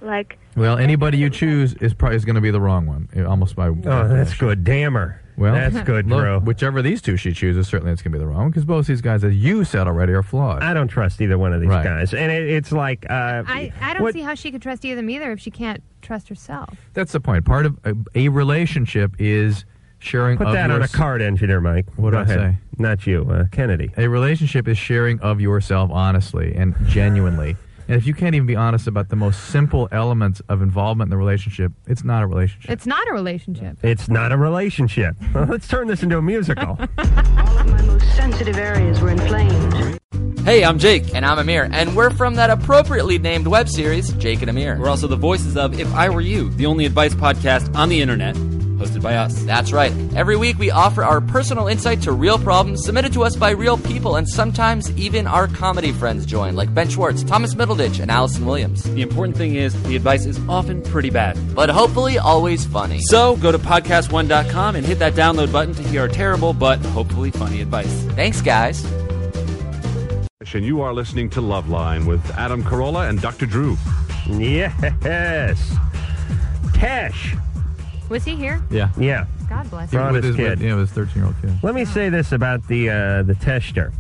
Speaker 8: like.
Speaker 5: Well, anybody you choose is probably is going to be the wrong one, eh, almost by.
Speaker 3: Oh, that's good. Damn her.
Speaker 5: Well,
Speaker 3: that's good,
Speaker 5: look,
Speaker 3: Drew.
Speaker 5: Whichever of these two she chooses, certainly it's going to be the wrong one because both these guys, as you said already, are flawed.
Speaker 3: I don't trust either one of these
Speaker 5: Right.
Speaker 3: guys. And it, it's like. Uh,
Speaker 4: I, I don't
Speaker 3: what-
Speaker 4: see how she could trust either of them either if she can't trust herself.
Speaker 5: That's the point. Part of a, a relationship is sharing.
Speaker 3: Put
Speaker 5: of
Speaker 3: that
Speaker 5: your
Speaker 3: on a
Speaker 5: s-
Speaker 3: card engineer, Mike.
Speaker 5: What
Speaker 3: Go
Speaker 5: did I
Speaker 3: ahead.
Speaker 5: say?
Speaker 3: Not you, uh, Kennedy.
Speaker 5: A relationship is sharing of yourself honestly and genuinely. And if you can't even be honest about the most simple elements of involvement in the relationship, it's not a relationship.
Speaker 4: It's not a relationship.
Speaker 3: It's not a relationship. Well, let's turn this into a
Speaker 9: All
Speaker 3: musical.
Speaker 9: of my most sensitive areas were inflamed.
Speaker 10: Hey, I'm Jake. And I'm Amir. And we're from that appropriately named web series, Jake and Amir. We're also the voices of If I Were You, the only advice podcast on the internet hosted by us. That's right. Every week we offer our personal insight to real problems submitted to us by real people, and sometimes even our comedy friends join, like Ben Schwartz, Thomas Middleditch, and Allison Williams. The important thing is, the advice is often pretty bad, but hopefully always funny. So go to podcast1.com and hit that download button to hear our terrible but hopefully funny advice. Thanks, guys.
Speaker 11: Rich, and you are listening to Loveline with Adam Carolla and Dr. Drew.
Speaker 3: Yes. Cash.
Speaker 4: Was he here?
Speaker 5: Yeah.
Speaker 3: Yeah.
Speaker 4: God bless
Speaker 3: Brought
Speaker 4: him.
Speaker 3: his kid.
Speaker 5: Yeah, his 13 year old kid.
Speaker 3: Let me say this about the uh, the tester.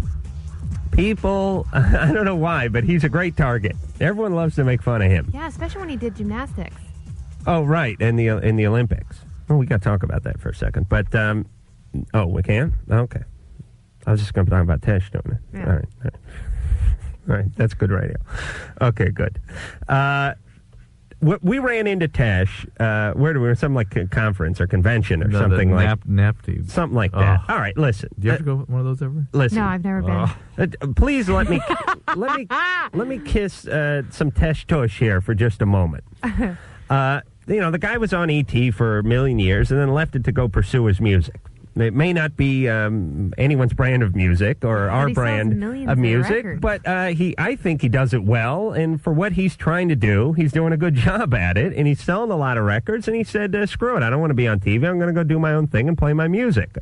Speaker 3: People, I don't know why, but he's a great target. Everyone loves to make fun of him.
Speaker 4: Yeah, especially when he did gymnastics.
Speaker 3: Oh, right, in the in the Olympics. Well, we got to talk about that for a second. But um, oh, we can. Okay, I was just going to talk about Tesh doing it.
Speaker 12: Yeah.
Speaker 3: All right, all right, all right. That's good radio. Okay, good. Uh, we, we ran into Tesh. Uh, where do we? we were Some like a conference or convention or
Speaker 5: No, the
Speaker 3: something like
Speaker 5: nap- napty.
Speaker 3: something like that. All right, listen.
Speaker 5: Do you have to go one of those ever?
Speaker 3: Listen.
Speaker 4: No, I've never been.
Speaker 3: Uh, uh, please let me let me let me kiss uh, some Tesh Tush here for just a moment. Uh, you know, the guy was on ET for a million years and then left it to go pursue his music. It may not be um, anyone's brand of music or our
Speaker 12: he sells
Speaker 3: brand
Speaker 12: millions
Speaker 3: of
Speaker 12: of
Speaker 3: music,
Speaker 12: records.
Speaker 3: but uh, he, I think he does it well. And for what he's trying to do, he's doing a good job at it. And he's selling a lot of records. And he said, uh, "Screw it! I don't want to be on TV. I'm going to go do my own thing and play my music."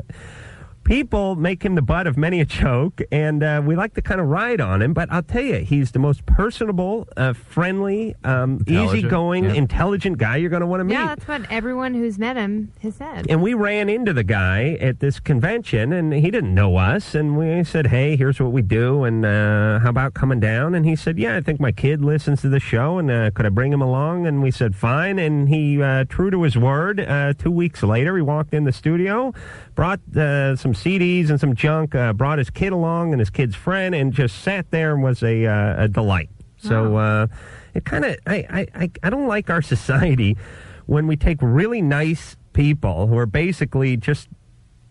Speaker 3: People make him the butt of many a joke, and uh, we like to kind of ride on him. But I'll tell you, he's the most personable, uh, friendly, um,
Speaker 12: Intelligent,
Speaker 3: easygoing,
Speaker 12: yeah.
Speaker 3: intelligent guy you're going to want to meet.
Speaker 4: Yeah, that's what everyone who's met him has said.
Speaker 3: And we ran into the guy at this convention, and he didn't know us. And we said, "Hey, here's what we do, and uh, how about coming down?" And he said, "Yeah, I think my kid listens to the show, and uh, could I bring him along?" And we said, "Fine." And he, uh, true to his word, uh, two weeks later, he walked in the studio, brought uh, some CDs and some junk, uh, brought his kid along and his kid's friend, and just sat there and was a, uh, a delight. So uh, it kind of I, I I I don't like our society when we take really nice people who are basically just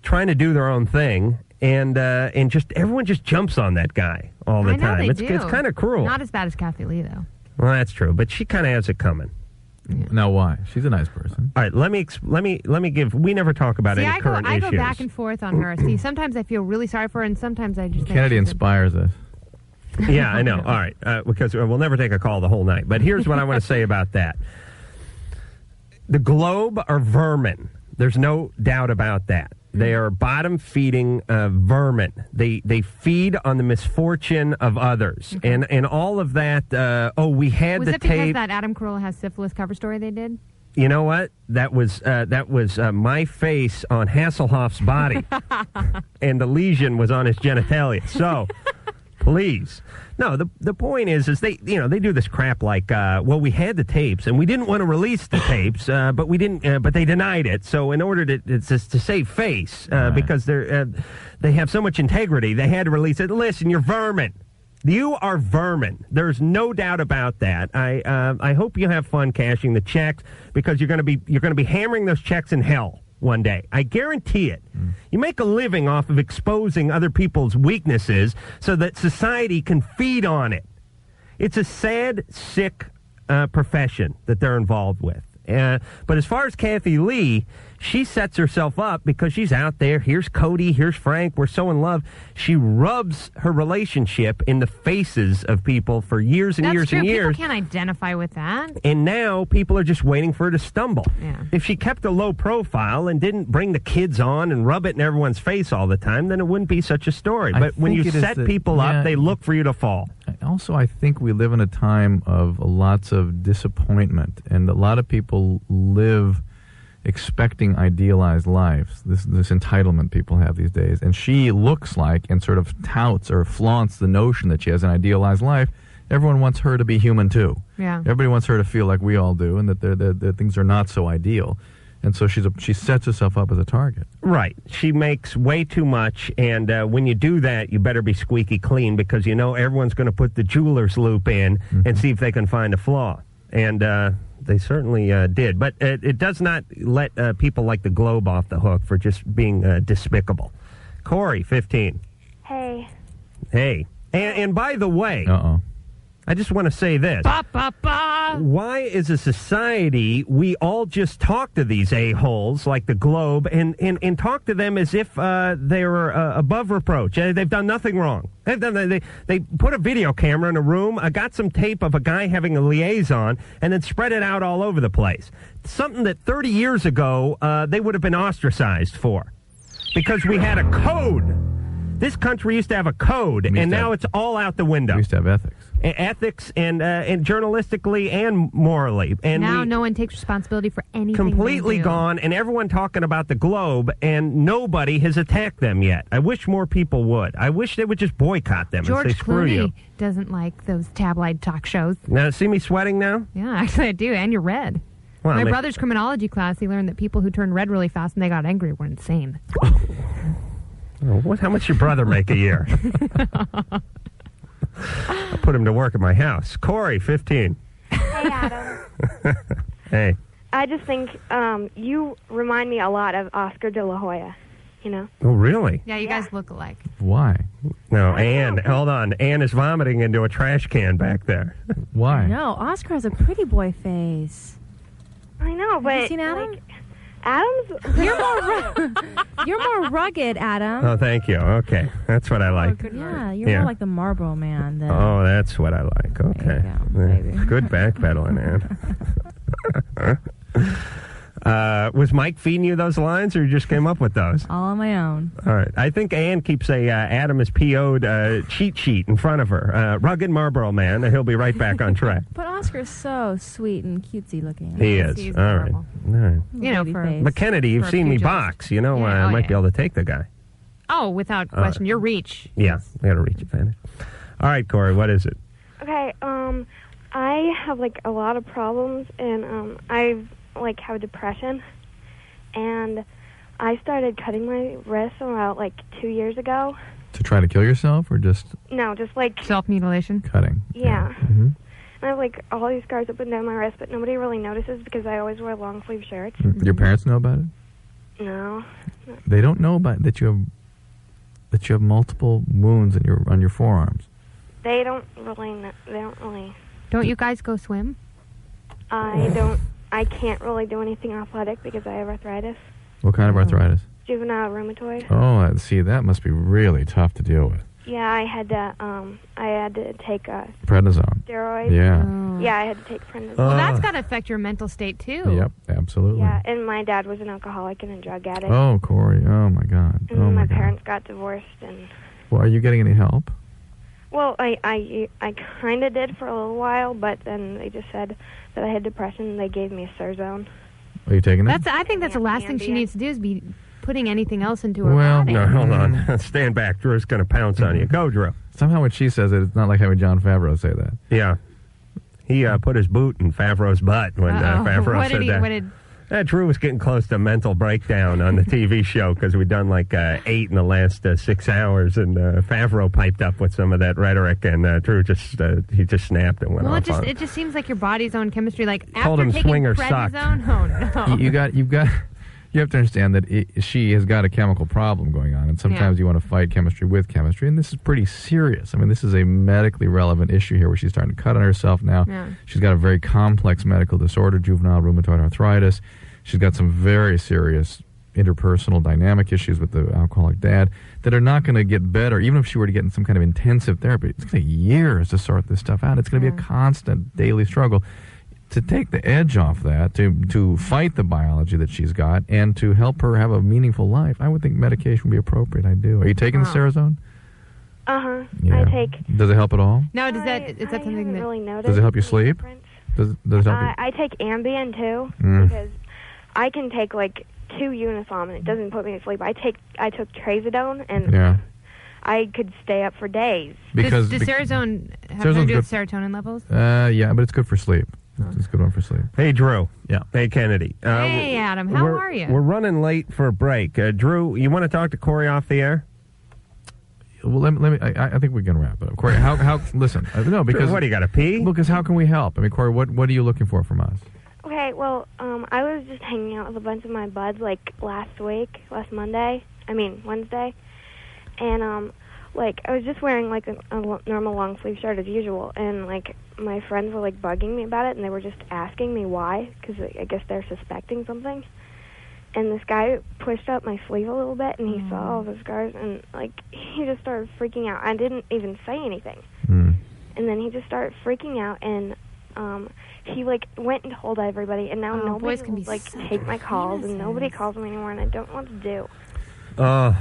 Speaker 3: trying to do their own thing and uh, and just everyone just jumps on that guy all the
Speaker 4: I know
Speaker 3: time.
Speaker 4: they
Speaker 3: it's
Speaker 4: do.
Speaker 3: it's kind of cruel.
Speaker 4: Not as bad as Kathy Lee though.
Speaker 3: well, that's true, but she kind of has it coming.
Speaker 5: Now, why? She's a nice person.
Speaker 3: All right, let me exp- let me let me give. We never talk about
Speaker 4: See,
Speaker 3: any
Speaker 4: I go,
Speaker 3: current
Speaker 4: I go
Speaker 3: issues.
Speaker 4: back and forth on her. See, sometimes I feel really sorry for her, and sometimes I just think
Speaker 5: Kennedy
Speaker 4: she's a-
Speaker 5: inspires us.
Speaker 3: yeah, I know. All right, uh, because we'll never take a call the whole night. But here's what I want to say about that: the Globe are vermin. There's no doubt about that. They are bottom feeding uh, vermin. They they feed on the misfortune of others, and and all of that. Uh, oh, we had
Speaker 4: Was
Speaker 3: the
Speaker 4: it because
Speaker 3: tape.
Speaker 4: that Adam Carolla has syphilis cover story they did?
Speaker 3: you know what? That was uh, that was uh, my face on Hasselhoff's body, and the lesion was on his genitalia. So, please, no. The the point is, is they you know they do this crap like, uh, well, we had the tapes and we didn't want to release the tapes, uh, but we didn't, uh, but they denied it. So, in order to it's just to save face, uh, because they're uh, they have so much integrity, they had to release it. Listen, you're vermin. You are vermin. There's no doubt about that. I uh, I hope you have fun cashing the checks because you're going to be you're going to be hammering those checks in hell one day. I guarantee it. You make a living off of exposing other people's weaknesses so that society can feed on it. It's a sad, sick uh, profession that they're involved with. Uh, but as far as Kathy Lee, she sets herself up because she's out there. Here's Cody. Here's Frank. We're so in love. She rubs her relationship in the faces of people for years and
Speaker 4: That's
Speaker 3: years
Speaker 4: true.
Speaker 3: and
Speaker 4: People
Speaker 3: years.
Speaker 4: can't identify with that.
Speaker 3: And now people are just waiting for her to stumble.
Speaker 4: Yeah.
Speaker 3: If she kept a low profile and didn't bring the kids on and rub it in everyone's face all the time, then it wouldn't be such a story.
Speaker 5: I
Speaker 3: but when
Speaker 5: think
Speaker 3: you
Speaker 5: it is
Speaker 3: set
Speaker 5: the-
Speaker 3: people
Speaker 5: yeah.
Speaker 3: up, they look for you to fall.
Speaker 5: Also, I think we live in a time of lots of disappointment, and a lot of people live expecting idealized lives. This this entitlement people have these days, and she looks like and sort of touts or flaunts the notion that she has an idealized life. Everyone wants her to be human too.
Speaker 12: Yeah.
Speaker 5: Everybody wants her to feel like we all do, and that they're, that that things are not so ideal, and so she's a, she sets herself up as a target.
Speaker 3: Right. She makes way too much, and uh, when you do that, you better be squeaky clean because you know everyone's going to put the jeweler's loop in and see if they can find a flaw. And uh, they certainly uh, did. But it, it does not let uh, people like the Globe off the hook for just being uh, despicable. Corey, 15.
Speaker 8: Hey.
Speaker 3: Hey. And, and by the way,
Speaker 5: Uh-oh.
Speaker 3: I just want to say this. Why, as a society, we all just talk to these a-holes like the Globe and, and, and talk to them as if uh, they were uh, above reproach. Uh, They've done nothing wrong. They've done, they, they put a video camera in a room, uh, got some tape of a guy having a liaison, and then spread it out all over the place. Something that 30 years ago uh, they would have been ostracized for because we had a code This country used to have a code,
Speaker 5: used
Speaker 3: and
Speaker 5: to
Speaker 3: now
Speaker 5: have-
Speaker 3: it's all out the window. We used
Speaker 5: to have ethics.
Speaker 3: ethics and, uh, and journalistically and morally. And
Speaker 4: now
Speaker 3: we-
Speaker 4: no one takes responsibility for anything. they
Speaker 3: completely
Speaker 4: do.
Speaker 3: gone and everyone talking about the globe and nobody has attacked them yet. I wish more people would. I wish they would just boycott them
Speaker 4: George
Speaker 3: and say screw
Speaker 4: Clooney
Speaker 3: you.
Speaker 4: doesn't like those tabloid talk shows.
Speaker 3: Now see me sweating now?
Speaker 4: Yeah, actually I do, and you're red.
Speaker 3: Well,
Speaker 4: My
Speaker 3: I mean-
Speaker 4: brother's criminology class, he learned that people who turned red really fast and they got angry were insane.
Speaker 3: Oh, What, how much your brother make a year? I'll put him to work at my house. Corey, 15.
Speaker 12: Hey, Adam.
Speaker 3: Hey.
Speaker 12: I just think um, you remind me a lot of Oscar de la Hoya, you know?
Speaker 3: Oh, really?
Speaker 4: Yeah, you guys look alike.
Speaker 3: Why? No, Anne, hold on. Anne is vomiting into a trash can back there. Why?
Speaker 13: No, Oscar has a pretty boy face.
Speaker 12: I know, but.
Speaker 13: Have you seen Adam?
Speaker 12: Adam's.
Speaker 13: You're more, ru- you're more rugged, Adam.
Speaker 3: Oh, thank you. Okay. That's what I like.
Speaker 13: yeah, you're more like the Marlboro man than
Speaker 3: Oh, that's what I like. Okay. Yeah. Good backpedaling, Ann. uh, was Mike feeding you those lines, or you just came up with those?
Speaker 13: all on my own.
Speaker 3: All right. I think Ann keeps a uh, Adam is PO'd uh, cheat sheet in front of her. Uh, rugged Marlboro man. He'll be right back on track.
Speaker 13: But Oscar's so sweet and cutesy looking.
Speaker 3: he is. All right. All right.
Speaker 4: You know, for
Speaker 3: But Kennedy, you've
Speaker 4: For a
Speaker 3: seen me
Speaker 4: pugilist.
Speaker 3: box. You know, uh, I might be able to take the guy.
Speaker 4: Oh, without
Speaker 3: All right.
Speaker 4: question, your reach.
Speaker 3: Yeah, I got to reach advantage. All right, Corey, what is it?
Speaker 12: Okay, um, I have, like, a lot of problems, and um, I, like, have depression. And I started cutting my wrist about, like, two years ago.
Speaker 5: To try to kill yourself or just
Speaker 12: No, just, like,
Speaker 4: self mutilation?
Speaker 5: cutting?
Speaker 12: yeah.
Speaker 5: Mm-hmm.
Speaker 12: And I have, like, all these scars up and down my wrist, but nobody really notices because I always wear long sleeve shirts.
Speaker 5: Your parents know about it?
Speaker 12: No.
Speaker 5: They don't know about that you have that you have multiple wounds in your on your forearms.
Speaker 12: They don't really. Know, they don't really.
Speaker 4: Don't you guys go swim?
Speaker 12: I don't. I can't really do anything athletic because I have arthritis,
Speaker 5: What kind
Speaker 12: Oh.
Speaker 5: of arthritis?
Speaker 12: juvenile rheumatoid.
Speaker 5: Oh, I see, that must be really tough to deal with.
Speaker 12: Yeah, I had to. Um, I had to take uh,
Speaker 5: Prednisone.
Speaker 12: steroids.
Speaker 5: Yeah. Ah.
Speaker 12: Yeah, I had to take prednisone.
Speaker 4: Well, that's got to affect your mental state, too.
Speaker 5: Yep, absolutely.
Speaker 12: Mm. Yeah, and my dad was an alcoholic and a drug addict.
Speaker 5: Oh, Corey. Oh my God.
Speaker 12: And
Speaker 5: oh
Speaker 12: my,
Speaker 5: my
Speaker 12: parents got divorced, and
Speaker 5: God. Well, are you getting any help?
Speaker 12: well, I I I kind of did for a little while, but then they just said that I had depression. and They gave me Surzone.
Speaker 5: Are you taking it?
Speaker 4: That's. I think that's the last thing she needs to do is be putting anything else into her body.
Speaker 3: no, hold on. Stand back. Drew's going to pounce on you. Go, Drew.
Speaker 5: Mm-hmm. Somehow when she says it, it's not like having John Favreau say that.
Speaker 3: Yeah. He uh, put his boot in Favreau's butt when uh,
Speaker 4: Uh-oh.
Speaker 3: Favreau
Speaker 4: What
Speaker 3: said
Speaker 4: did he-
Speaker 3: that.
Speaker 4: what did-
Speaker 3: Uh, Drew was getting close to mental breakdown on the TV show because we'd done like uh, eight in the last uh, six hours, and uh, Favreau piped up with some of that rhetoric, and uh, Drew just uh, he just snapped and went
Speaker 4: Well,
Speaker 3: off
Speaker 4: it just
Speaker 3: on.
Speaker 4: it just seems like your body's own chemistry. Like after
Speaker 3: Told him
Speaker 4: taking
Speaker 3: swingers
Speaker 4: prednisone,
Speaker 3: sucked.
Speaker 4: oh no,
Speaker 5: you, you got you've got you have to understand that it, she has got a chemical problem going on and sometimes
Speaker 4: Yeah.
Speaker 5: you want to fight chemistry with chemistry and this is pretty serious i mean this is a medically relevant issue here where she's starting to cut on herself now
Speaker 14: Yeah.
Speaker 5: she's got a very complex medical disorder juvenile rheumatoid arthritis she's got some very serious interpersonal dynamic issues with the alcoholic dad that are not going to get better even if she were to get in some kind of intensive therapy it's going to take years to sort this stuff out it's going to be a constant daily struggle to take the edge off that, to to fight the biology that she's got, and to help her have a meaningful life, I would think medication would be appropriate. I do. Are you taking the
Speaker 12: Wow.
Speaker 5: Cerazone?
Speaker 12: Uh huh.
Speaker 5: Yeah.
Speaker 12: I take.
Speaker 5: Does it help at all?
Speaker 4: no. Does that is that something that
Speaker 12: Really noticed. Uh,
Speaker 5: Does it help you sleep? Does does it help
Speaker 12: I, I take Ambien too
Speaker 5: Mm.
Speaker 12: because I can take like two Unisom and it doesn't put me to sleep. I take I took Trazodone
Speaker 5: you?
Speaker 12: and
Speaker 5: Yeah.
Speaker 12: I could stay up for days.
Speaker 5: Because
Speaker 4: does,
Speaker 5: bec-
Speaker 4: does Cerazone have
Speaker 5: Cerazone's
Speaker 4: to do
Speaker 5: good-
Speaker 4: with serotonin levels?
Speaker 5: Uh, yeah, but it's good for sleep. It's a good one for sleep.
Speaker 3: Hey, Drew.
Speaker 5: Yeah.
Speaker 3: Hey, Kennedy. Uh,
Speaker 4: hey, Adam, how
Speaker 3: we're,
Speaker 4: are you?
Speaker 3: We're running late for a break. Uh, Drew, you want to talk to Corey off the air?
Speaker 5: Well, let me. Let me I, I think we can wrap it up. Corey, how how listen? uh, No, because
Speaker 3: What, do you got to pee?
Speaker 5: Well, because how can we help? I mean, Corey, what what are you looking for from us?
Speaker 12: Okay, well, um, I was just hanging out with a bunch of my buds like last week, last Monday. I mean Wednesday, and um, like I was just wearing like a, a lo- normal long sleeve shirt as usual, and like my friends were like bugging me about it, and they were just asking me why, because I guess they're suspecting something. And this guy pushed up my sleeve a little bit, and he saw all the scars, and like he just started freaking out. I didn't even say anything, and then he just started freaking out, and um, he like went and told everybody, and now
Speaker 4: Oh,
Speaker 12: nobody
Speaker 4: boys can
Speaker 12: will,
Speaker 4: be
Speaker 12: like
Speaker 4: so
Speaker 12: take my calls, and nobody calls me anymore, and I don't know what to do.
Speaker 3: Uh,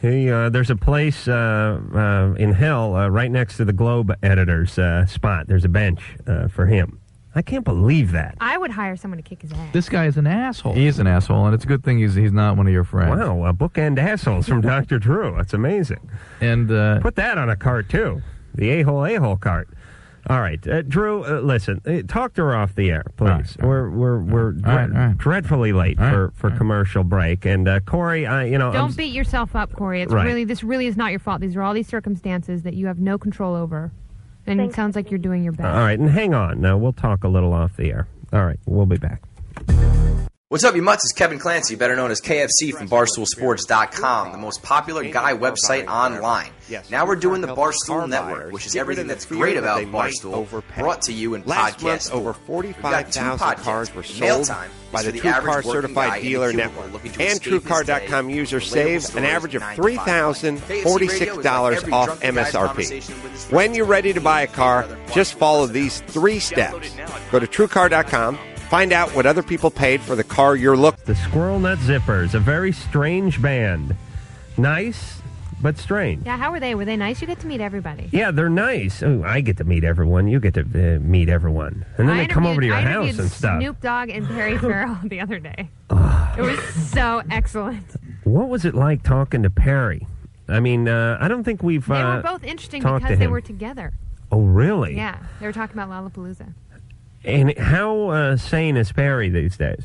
Speaker 3: He, uh, there's a place uh, uh, in hell uh, right next to the Globe editor's uh, spot. There's a bench uh, for him. I can't believe that.
Speaker 4: I would hire someone to kick his ass.
Speaker 5: This guy is an asshole. He is an asshole, and it's a good thing he's he's not one of your friends.
Speaker 3: Wow, a bookend assholes from Dr. Drew. That's amazing.
Speaker 5: And uh,
Speaker 3: put that on a cart too, the a hole a hole cart. All right, uh, Drew. Uh, listen, uh, talk to her off the air, please. We're we're we're
Speaker 5: All right,
Speaker 3: dre- dreadfully late for, for commercial break. And uh, Corey, I you know I'm
Speaker 4: Don't
Speaker 3: s-
Speaker 4: beat yourself up, Corey. It's
Speaker 3: Right.
Speaker 4: really this really is not your fault. These are all these circumstances that you have no control over, and it sounds like you're doing your best.
Speaker 3: All right, and hang on. Now we'll talk a little off the air. All right, we'll be back.
Speaker 14: What's up, you mutts? It's Kevin Clancy, better known as KFC from BarstoolSports.com, the most popular guy website online. Now we're doing the Barstool Network, which is everything that's great about Barstool, brought to you in
Speaker 15: Last month,
Speaker 14: podcast.
Speaker 15: over
Speaker 14: We've got
Speaker 15: 45,000
Speaker 14: two podcasts.
Speaker 15: cars were
Speaker 14: Mail
Speaker 15: sold
Speaker 14: Time
Speaker 15: by
Speaker 14: is
Speaker 15: the
Speaker 14: for the
Speaker 15: TrueCar
Speaker 14: average working guy
Speaker 15: Certified
Speaker 14: in the
Speaker 15: Dealer
Speaker 14: cubicle
Speaker 15: Network.
Speaker 14: looking to
Speaker 15: And
Speaker 14: escape his
Speaker 15: TrueCar.com users save an average of
Speaker 14: KFC
Speaker 15: $3,046
Speaker 14: Radio is like
Speaker 15: off
Speaker 14: every drunken guy
Speaker 15: MSRP. When you're ready to buy a car, just follow these three steps. Go to TrueCar.com, find out what other people paid for the car you're looking
Speaker 3: The Squirrel Nut Zippers, a very strange band. Nice, but strange.
Speaker 4: Yeah, how were they? Were they nice? You get to meet everybody.
Speaker 3: Yeah, they're nice. Ooh, I get to meet everyone. You get to uh, meet everyone, and then
Speaker 4: I
Speaker 3: they come over to your
Speaker 4: interviewed- I
Speaker 3: house
Speaker 4: interviewed
Speaker 3: and stuff.
Speaker 4: Snoop Dogg and Perry Farrell the other day. it was so excellent.
Speaker 3: What was it like talking to Perry? I mean, uh, I don't think we've.
Speaker 4: They
Speaker 3: uh,
Speaker 4: were both interesting
Speaker 3: talked to
Speaker 4: because they
Speaker 3: him.
Speaker 4: were together.
Speaker 3: Oh, really?
Speaker 4: Yeah, they were talking about Lollapalooza.
Speaker 3: And how uh, sane is Perry these days?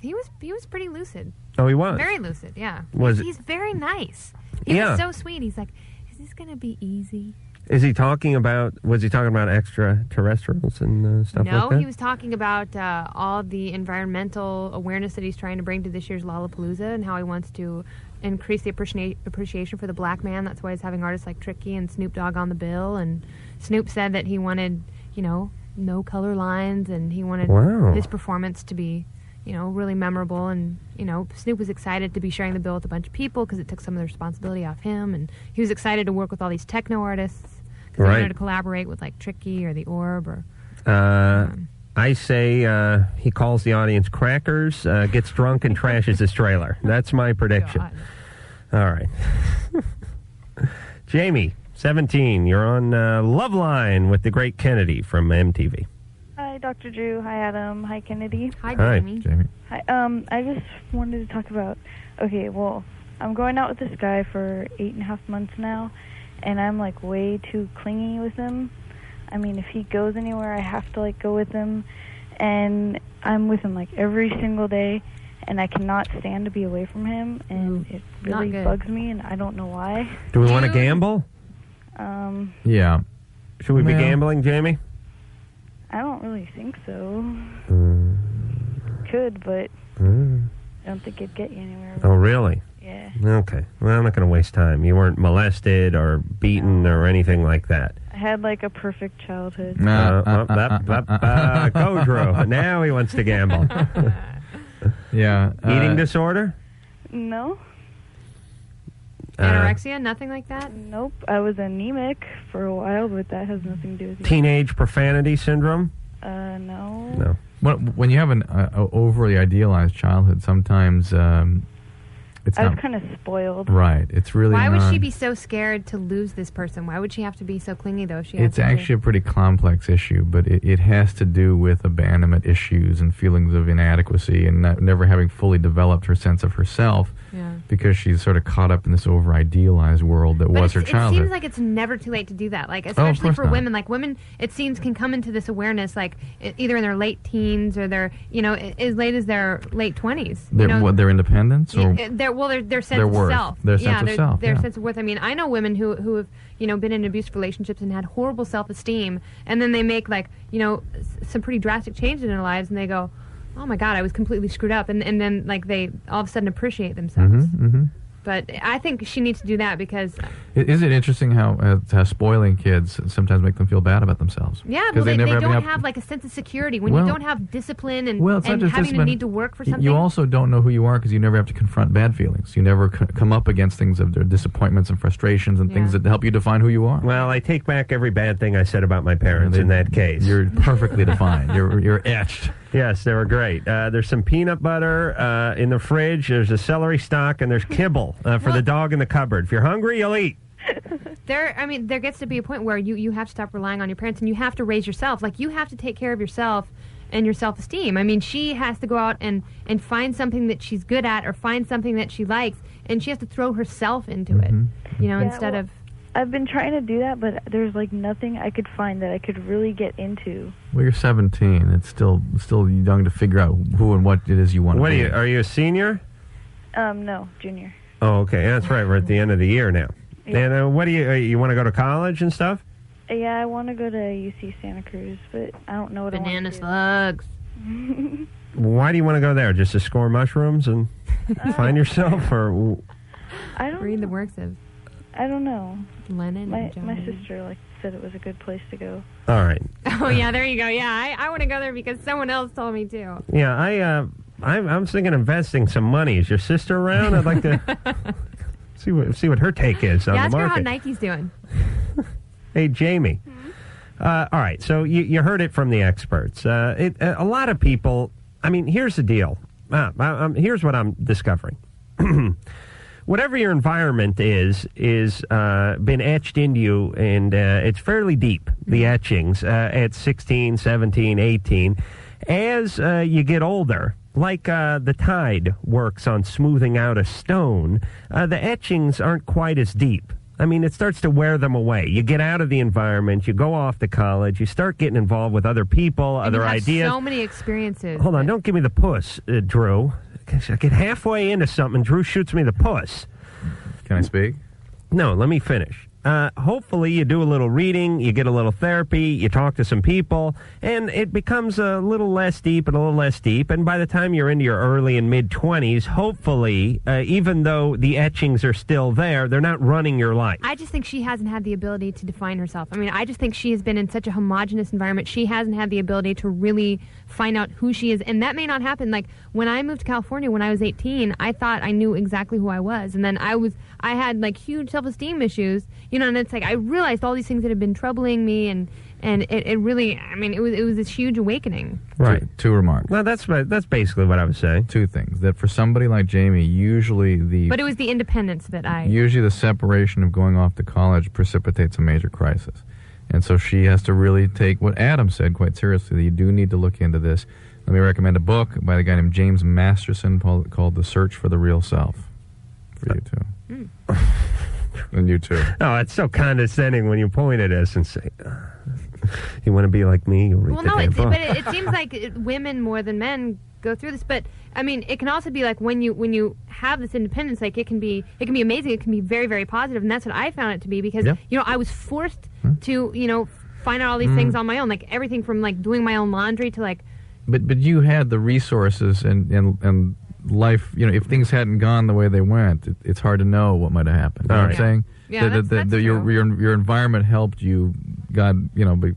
Speaker 4: He was he was pretty lucid.
Speaker 3: Oh, he was.
Speaker 4: very lucid. Yeah,
Speaker 3: Was it-
Speaker 4: he's very nice. He
Speaker 3: Yeah.
Speaker 4: was so sweet. He's like, is this gonna be easy?
Speaker 3: Is he talking about? Was he talking about extraterrestrials and uh, stuff
Speaker 4: no,
Speaker 3: like that?
Speaker 4: he was talking about uh, all the environmental awareness that he's trying to bring to this year's Lollapalooza and how he wants to increase the appreciation appreciation for the black man. That's why he's having artists like Tricky and Snoop Dogg on the bill. And Snoop said that he wanted, you know, no color lines, and he wanted
Speaker 16: Wow.
Speaker 4: his performance to be. You know, really memorable, and you know, Snoop was excited to be sharing the bill with a bunch of people because it took some of the responsibility off him, and he was excited to work with all these techno artists because he
Speaker 3: Right.
Speaker 4: wanted to collaborate with like Tricky or the Orb or
Speaker 3: Uh, I say uh, he calls the audience crackers, uh, gets drunk, and trashes his trailer. That's my prediction. All right. Jamie, 17, you're on uh, Love Line with the great Kennedy from MTV.
Speaker 17: Hi, Dr. Drew. Hi, Adam. Hi, Kennedy.
Speaker 3: Hi. Jamie.
Speaker 17: Hi. Um, I just wanted to talk about. Okay, well, I'm going out with this guy for eight and a half months now, and I'm like way too clingy with him. I mean, if he goes anywhere, I have to like go with him, and I'm with him like every single day, and I cannot stand to be away from him, and it
Speaker 4: not
Speaker 17: really
Speaker 4: good.
Speaker 17: bugs me, and I don't know why.
Speaker 3: Do we want to gamble?
Speaker 17: Um,
Speaker 5: Yeah.
Speaker 3: Should we
Speaker 5: Well-
Speaker 3: be gambling, Jamie?
Speaker 17: I don't really think so.
Speaker 3: Hmm.
Speaker 17: Could, but I don't think it'd get you anywhere.
Speaker 3: Oh, really?
Speaker 17: Yeah.
Speaker 3: Okay. Well, I'm not going to waste time. You weren't molested or beaten or anything like that.
Speaker 17: I had like a perfect childhood.
Speaker 3: Uh, oh, blah, blah,
Speaker 5: uh,
Speaker 3: blah. Go, Drew. Now he wants to gamble.
Speaker 5: yeah.
Speaker 3: Eating
Speaker 5: uh,
Speaker 3: disorder?
Speaker 17: No,
Speaker 3: Uh,
Speaker 4: anorexia, nothing like that.
Speaker 17: Nope. I was anemic for a while, but that has nothing to do with me.
Speaker 3: teenage profanity syndrome?
Speaker 17: Uh, no.
Speaker 3: No.
Speaker 5: When, when you have an uh, o- overly idealized childhood, sometimes um, it's
Speaker 4: I was
Speaker 5: not
Speaker 4: kind
Speaker 17: of spoiled.
Speaker 5: right. It's really
Speaker 4: Why would
Speaker 5: not-
Speaker 4: she be so scared to lose this person? Why would she have to be so clingy though? if She
Speaker 5: It's
Speaker 4: has to be-
Speaker 5: actually a pretty complex issue, but it, it has to do with abandonment issues and feelings of inadequacy and not, never having fully developed her sense of herself
Speaker 4: Yeah.
Speaker 5: because she's sort of caught up in this over idealized world that
Speaker 4: But
Speaker 5: was her
Speaker 4: it's- It
Speaker 5: childhood. Oh,
Speaker 4: seems like it's never too late to do that. Like especially
Speaker 5: course
Speaker 4: for
Speaker 5: not.
Speaker 4: women, like women, it seems can come into this awareness like e- either in their late teens or their you know i- as late as their late twenties.
Speaker 5: their,
Speaker 4: you know,
Speaker 5: what, their independence? Or,
Speaker 4: Yeah, their well their their sense
Speaker 5: Their worth.
Speaker 4: of self
Speaker 5: Their
Speaker 4: yeah
Speaker 5: sense of
Speaker 4: their,
Speaker 5: self,
Speaker 4: their
Speaker 5: yeah.
Speaker 4: sense of worth i mean i know women who who have you know been in abusive relationships and had horrible self-esteem and then they make like you know s- some pretty drastic changes in their lives and they go oh my god i was completely screwed up and and then like they all of a sudden appreciate themselves
Speaker 5: Mhm, mhm.
Speaker 4: but i think she needs to do that because
Speaker 5: I- Is it interesting how, uh, how spoiling kids sometimes make them feel bad about themselves?
Speaker 4: yeah,
Speaker 5: 'Cause
Speaker 4: well, they,
Speaker 5: never
Speaker 4: they
Speaker 5: any
Speaker 4: don't
Speaker 5: opp-
Speaker 4: have like a sense of security when
Speaker 5: Well-
Speaker 4: you don't have discipline and,
Speaker 5: Well, it's
Speaker 4: and
Speaker 5: not just
Speaker 4: having
Speaker 5: discipline.
Speaker 4: a need to work for
Speaker 5: Y-
Speaker 4: something.
Speaker 5: You also don't know who you are because you never have to confront bad feelings. You never c- come up against things of their disappointments and frustrations and things
Speaker 4: Yeah.
Speaker 5: that help you define who you are.
Speaker 3: Well, I take back every bad thing I said about my parents in that case.
Speaker 5: You're perfectly defined. You're you're etched.
Speaker 3: Yes, they were great. Uh, there's some peanut butter uh, in the fridge. There's a celery stalk, and there's kibble uh, for the dog in the cupboard. If you're hungry, you'll eat.
Speaker 4: there i mean there gets to be a point where you you have to stop relying on your parents and you have to raise yourself like you have to take care of yourself and your self-esteem i mean she has to go out and and find something that she's good at or find something that she likes and she has to throw herself into
Speaker 3: Mm-hmm.
Speaker 4: it you know
Speaker 17: Yeah,
Speaker 4: instead
Speaker 17: well,
Speaker 4: of
Speaker 17: I've been trying to do that, but there's like nothing I could find that I could really get into.
Speaker 5: Well, you're 17. It's still still young to figure out who and what it is you want.
Speaker 3: What
Speaker 5: to
Speaker 3: are
Speaker 5: be.
Speaker 3: you? Are you a senior?
Speaker 17: Um, no, junior.
Speaker 3: Oh, okay. Yeah, That's right. We're at the end of the year now.
Speaker 17: Yeah.
Speaker 3: And uh, what do you? Uh, you want to go to college and stuff?
Speaker 17: Uh, Yeah, I want to go to UC Santa Cruz, but I don't know what
Speaker 4: banana slugs.
Speaker 3: Why do you want to go there? Just to score mushrooms and find yourself, or
Speaker 17: I don't
Speaker 4: read the works of
Speaker 17: I don't know.
Speaker 4: Lennon.
Speaker 17: My
Speaker 4: and
Speaker 17: my
Speaker 4: John.
Speaker 17: sister like said it was a good place to go.
Speaker 3: all right.
Speaker 4: oh yeah there you go yeah i, I want to go there because someone else told me to
Speaker 3: Yeah, I uh, I'm, I'm thinking of investing some money. Is your sister around? I'd like to see what see what her take is on
Speaker 4: yeah
Speaker 3: the
Speaker 4: ask her how
Speaker 3: market.
Speaker 4: nike's doing
Speaker 3: Hey, Jamie.
Speaker 4: Hmm?
Speaker 3: Uh, all right, so you, you heard it from the experts. Uh, it, uh, a lot of people. I mean, here's the deal. Uh, I, I'm- here's what I'm discovering. Whatever your environment is, is uh, been etched into you, and uh, it's fairly deep,
Speaker 4: Mm-hmm.
Speaker 3: the etchings, uh, at 16, 17, 18. As uh, you get older, like uh, the tide works on smoothing out a stone, uh, the etchings aren't quite as deep. I mean, it starts to wear them away. You get out of the environment, you go off to college, you start getting involved with other people,
Speaker 4: You
Speaker 3: other
Speaker 4: have
Speaker 3: ideas.
Speaker 4: so many experiences
Speaker 3: Hold on, don't give me the puss, uh, Drew. 'Cause I get halfway into something, Drew shoots me the puss.
Speaker 5: Can I speak?
Speaker 3: No, let me finish. Uh, hopefully, you do a little reading, you get a little therapy, you talk to some people, and it becomes a little less deep and a little less deep. And by the time you're into your early and mid 20s, hopefully, uh, even though the etchings are still there, they're not running your life.
Speaker 4: I just think she hasn't had the ability to define herself. I mean, I just think she has been in such a homogenous environment. She hasn't had the ability to really find out who she is. And that may not happen. Like when I moved to California when I was 18, I thought I knew exactly who I was. And then I was, I had like huge self esteem issues, you know, and it's like I realized all these things that had been troubling me. And, and it, it really, I mean, it was, it was this huge awakening.
Speaker 5: Right. Two, two remarks.
Speaker 3: No, that's that's basically what I was saying.
Speaker 5: Two things that for somebody like Jamie, usually the
Speaker 4: But it was the independence that I.
Speaker 5: usually the separation of going off to college precipitates a major crisis, and so she has to really take what Adam said quite seriously. That you do need to look into this. Let me recommend a book by the guy named James Masterson called, called "The Search for the Real Self." For you too, and you too.
Speaker 3: Oh, it's so condescending when you point at us and say, "Ugh, "You want to be like me? You'll read
Speaker 4: Well,
Speaker 3: the
Speaker 4: no,
Speaker 3: damn
Speaker 4: it's,
Speaker 3: book."
Speaker 4: but it, it seems like it- women more than men go through this. But I mean, it can also be like when you when you have this independence, like it can be it can be amazing. It can be very very positive, and that's what I found it to be because
Speaker 5: Yeah.
Speaker 4: you know I was forced
Speaker 3: Hmm?
Speaker 4: to you know find out all these
Speaker 5: Mm.
Speaker 4: things on my own, like everything from like doing my own laundry to like
Speaker 5: But but you had the resources and and and life. You know, if things hadn't gone the way they went, it, it's hard to know what might have happened. You know
Speaker 3: All
Speaker 5: what I'm
Speaker 3: right.
Speaker 5: saying?
Speaker 3: Yeah,
Speaker 5: That-
Speaker 3: that's-
Speaker 5: that- that
Speaker 3: that's
Speaker 5: your,
Speaker 3: true.
Speaker 5: your your environment helped you. God, you know, be,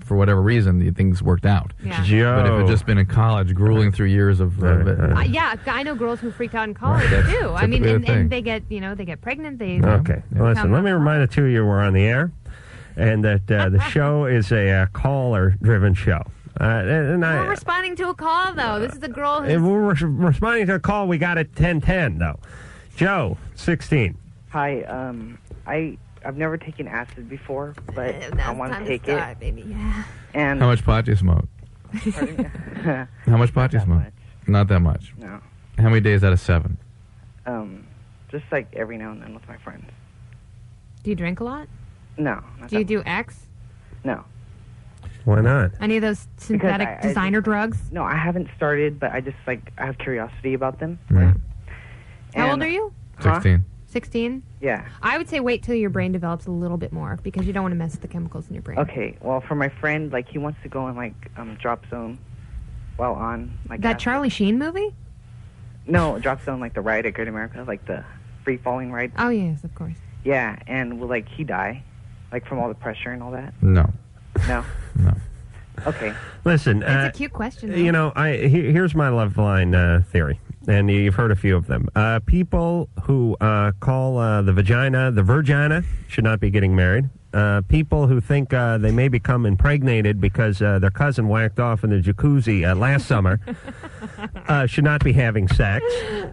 Speaker 5: for whatever reason, the things worked out.
Speaker 4: Yeah.
Speaker 5: But if
Speaker 3: Joe.
Speaker 5: it just been in college, grueling through years of, uh, of it-
Speaker 4: I yeah, I know girls who freak out in college
Speaker 5: Right, that's
Speaker 4: too. I mean,
Speaker 5: typically
Speaker 4: and,
Speaker 5: the thing.
Speaker 4: and they get you know they get pregnant. They
Speaker 3: Okay. Well,
Speaker 4: Come
Speaker 3: Listen, let me remind the two of you we're on the air and that uh, the show is a uh, caller driven show. Uh, and
Speaker 4: We're
Speaker 3: I,
Speaker 4: responding to a call though. This is a girl who's
Speaker 3: and we're res- responding to a call we got at 1010, though. Joe, 16.
Speaker 7: Hi, um, I I've never taken acid before, but I
Speaker 4: now's
Speaker 7: want
Speaker 4: time
Speaker 7: to
Speaker 4: to
Speaker 7: take
Speaker 4: start,
Speaker 7: it.
Speaker 4: baby. Yeah.
Speaker 7: And
Speaker 5: How much pot do you smoke? How much pot do you smoke? Not that much.
Speaker 7: no,
Speaker 5: How many days out of seven?
Speaker 7: um, just like every now and then with my friends.
Speaker 4: Do you drink a lot?
Speaker 7: No, not
Speaker 4: Do you
Speaker 7: that-
Speaker 4: do X?
Speaker 7: no.
Speaker 3: Why not?
Speaker 4: Any of those synthetic
Speaker 7: I- I
Speaker 4: designer drugs?
Speaker 7: No, I haven't started, but I just like I have curiosity about them.
Speaker 4: How old
Speaker 7: And-
Speaker 4: are you?
Speaker 7: Huh?
Speaker 5: 16.
Speaker 4: 16?
Speaker 7: Yeah.
Speaker 4: I would say wait till your brain develops a little bit more because you don't want to mess with the chemicals in your brain.
Speaker 7: Okay. Well, for my friend, like he wants to go in like um drop zone, while on like
Speaker 4: that
Speaker 7: acid.
Speaker 4: Charlie Sheen movie?
Speaker 7: No, drop zone like the ride at Great America, like the free falling ride.
Speaker 4: Oh, yes, of course.
Speaker 7: Yeah, and will like he die, like from all the pressure and all that?
Speaker 5: No.
Speaker 7: No. Okay.
Speaker 3: Listen, uh,
Speaker 4: It's a cute question. though.
Speaker 3: you know, I he- here's my love line uh, theory, and you've heard a few of them. Uh, people who uh, call uh, the vagina the virgina should not be getting married. uh, people who think uh, they may become impregnated because uh, their cousin whacked off in the jacuzzi uh, last summer uh, should not be having sex.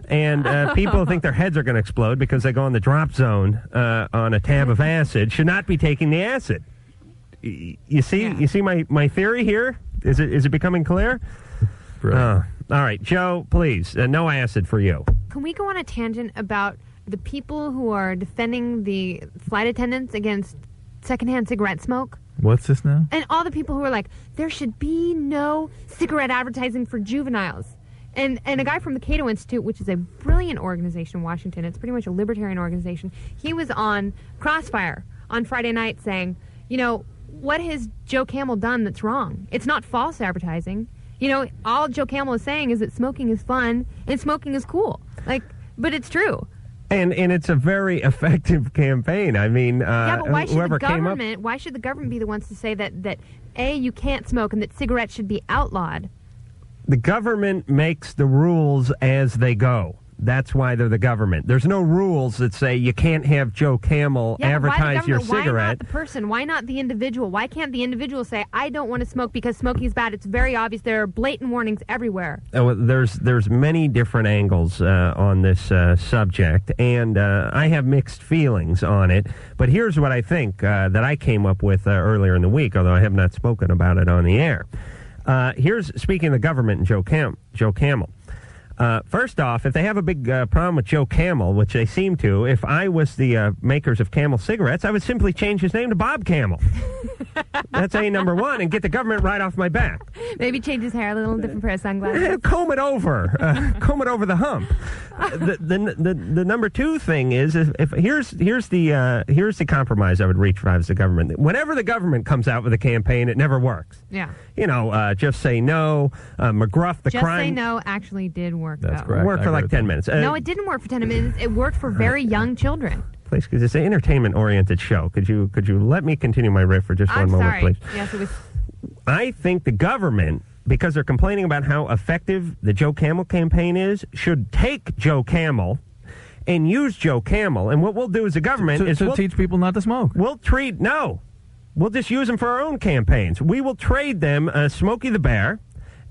Speaker 3: And uh, people who think their heads are going to explode because they go in the drop zone uh, on a tab of acid should not be taking the acid. Y- You see, you see my, my theory here. Is it is it becoming clear? Uh, all right, Joe, please, uh, no acid for you.
Speaker 4: Can we go on a tangent about the people who are defending the flight attendants against secondhand cigarette smoke?
Speaker 5: What's this now?
Speaker 4: And all the people who are like, there should be no cigarette advertising for juveniles. And, and a guy from the Cato Institute, which is a brilliant organization in Washington, it's pretty much a libertarian organization, he was on Crossfire on Friday night saying, you know, what has Joe Camel done that's wrong? It's not false advertising. You know, all Joe Camel is saying is that smoking is fun and smoking is cool. Like, but it's true.
Speaker 3: And and it's a very effective campaign. I mean, uh,
Speaker 4: yeah, but why should
Speaker 3: whoever
Speaker 4: the
Speaker 3: came up.
Speaker 4: government? Why should the government be the ones to say that that a you can't smoke and that cigarettes should be outlawed?
Speaker 3: The government makes the rules as they go. That's why they're the government. There's no rules that say you can't have Joe Camel
Speaker 4: Yeah, but why the
Speaker 3: advertise your
Speaker 4: government? Why not
Speaker 3: cigarette.
Speaker 4: the person? Why not the individual? Why can't the individual say I don't want to smoke because smoking is bad? It's very obvious. There are blatant warnings everywhere.
Speaker 3: Oh, well, there's there's many different angles uh, on this uh, subject, and uh, I have mixed feelings on it. But here's what I think uh, that I came up with uh, earlier in the week, although I have not spoken about it on the air. Uh, here's speaking of the government and Joe Cam Joe Camel. Uh, first off, if they have a big uh, problem with Joe Camel, which they seem to, if I was the uh, makers of Camel cigarettes, I would simply change his name to Bob Camel. That's a number one, and get the government right off my back.
Speaker 4: Maybe change his hair a little, different pair of sunglasses.
Speaker 3: comb it over, uh, comb it over the hump. Uh, the, the, the the number two thing is if, if here's here's the uh, here's the compromise I would reach for as the government. Whenever the government comes out with a campaign, it never works.
Speaker 4: Yeah.
Speaker 3: You know, uh, just say no. Uh, McGruff, the
Speaker 4: Just
Speaker 3: crime
Speaker 4: say no actually did work though.
Speaker 3: work for like ten minutes. Uh,
Speaker 4: no, it didn't work for ten minutes. It worked for very young children.
Speaker 3: please, because it's an entertainment-oriented show. Could you could you let me continue my riff for just
Speaker 4: I'm
Speaker 3: one moment,
Speaker 4: sorry.
Speaker 3: please?
Speaker 4: Yes, it was.
Speaker 3: I think the government, because they're complaining about how effective the Joe Camel campaign is, should take Joe Camel and use Joe Camel. And what we'll do as a government
Speaker 5: To-
Speaker 3: is
Speaker 5: to
Speaker 3: we'll,
Speaker 5: teach people not to smoke.
Speaker 3: We'll treat no. We'll just use them for our own campaigns. We will trade them uh, Smokey the Bear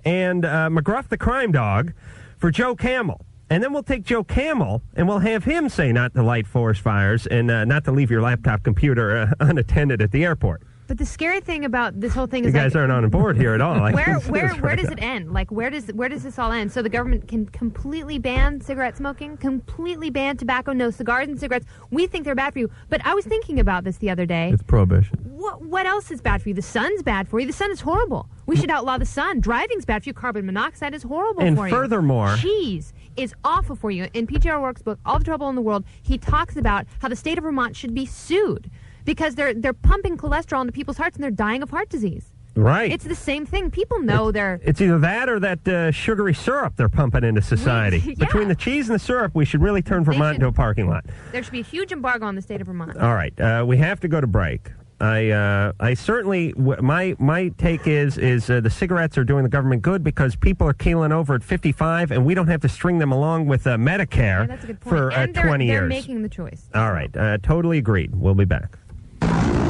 Speaker 3: and uh, McGruff the Crime Dog for Joe Camel. And then we'll take Joe Camel and we'll have him say not to light forest fires and uh, not to leave your laptop computer uh, unattended at the airport.
Speaker 4: But the scary thing about this whole thing
Speaker 3: You
Speaker 4: is
Speaker 3: guys
Speaker 4: like,
Speaker 3: aren't on board here at all. I
Speaker 4: where
Speaker 3: can see
Speaker 4: where where
Speaker 3: this right
Speaker 4: does
Speaker 3: now.
Speaker 4: it end? Like where does where does this all end? So the government can completely ban cigarette smoking, completely ban tobacco, no cigars and cigarettes. We think they're bad for you. But I was thinking about this the other day.
Speaker 5: It's prohibition.
Speaker 4: what what else is bad for you? The sun's bad for you. The sun is horrible. We should outlaw the sun. Driving's bad for you. Carbon monoxide is horrible
Speaker 3: And
Speaker 4: for you.
Speaker 3: furthermore-
Speaker 4: cheese is awful for you. In PGR Works book, All the Trouble in the World, he talks about how the state of Vermont should be sued because they're they're pumping cholesterol into people's hearts and they're dying of heart disease.
Speaker 3: Right.
Speaker 4: It's the same thing. People know they're
Speaker 3: It's either that or that uh, sugary syrup they're pumping into society.
Speaker 4: Yeah.
Speaker 3: Between the cheese and the syrup, we should really turn Vermont into a parking lot.
Speaker 4: there should be a huge embargo on the state of Vermont.
Speaker 3: All right, uh, we have to go to break. I uh, I certainly w- my my take is is uh, the cigarettes are doing the government good because people are keeling over at 55 and we don't have to string them along with uh, Medicare
Speaker 4: That's a good point.
Speaker 3: for uh,
Speaker 4: and they're,
Speaker 3: 20
Speaker 4: they're
Speaker 3: years.
Speaker 4: making the choice.
Speaker 3: All right, uh, totally agreed. We'll be back.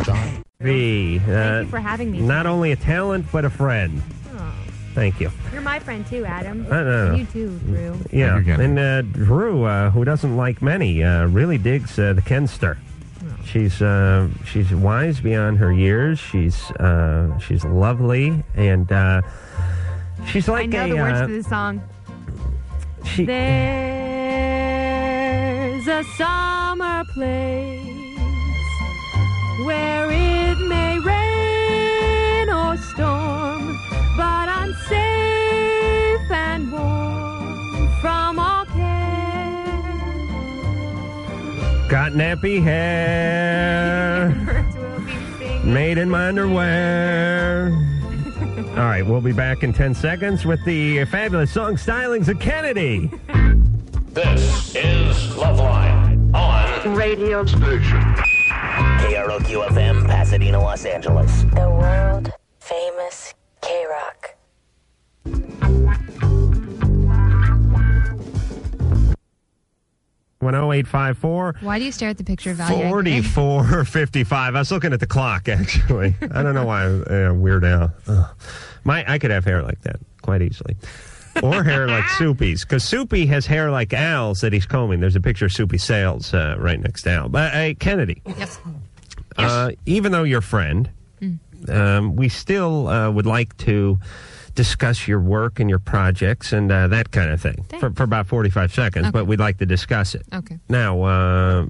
Speaker 3: John V. Uh, Thank
Speaker 4: you for having me.
Speaker 3: Not only a talent but a friend.
Speaker 4: Oh.
Speaker 3: Thank you.
Speaker 4: You're my friend too, Adam.
Speaker 3: I don't know.
Speaker 4: You too, Drew.
Speaker 3: Yeah, and uh, Drew, uh, who doesn't like many, uh, really digs uh, the Kenster. She's uh, she's wise beyond her years. She's uh, she's lovely, and uh, she's like
Speaker 4: I know
Speaker 3: a
Speaker 4: the words
Speaker 3: uh,
Speaker 4: to this song.
Speaker 3: She-
Speaker 4: There's a summer place where it may rain or storm, but I'm safe and warm from all care.
Speaker 3: got nappy hair,
Speaker 4: Birds will be singing.
Speaker 3: made in my underwear. All right, we'll be back in ten seconds with the fabulous song stylings of Kennedy.
Speaker 16: This is Loveline on Radio Station. KROQ FM, Pasadena, Los Angeles.
Speaker 18: The world famous K Rock.
Speaker 3: One oh 854
Speaker 4: Why do you stare at the picture of Value?
Speaker 3: 44 55. I was looking at the clock, actually. I don't know why. Uh, weird Al. Ugh. My, I could have hair like that quite easily. Or hair like Soupy's, because Soupy has hair like Al's that he's combing. There's a picture of Soupy Sales uh, right next to Al. But uh, Kennedy,
Speaker 4: Yes.
Speaker 3: uh, even though you're a friend,
Speaker 4: Mm.
Speaker 3: um, we still uh, would like to discuss your work and your projects and uh, that kind of thing for, for about 45 seconds,
Speaker 4: Okay.
Speaker 3: but we'd like to discuss it.
Speaker 4: Okay.
Speaker 3: Now, uh,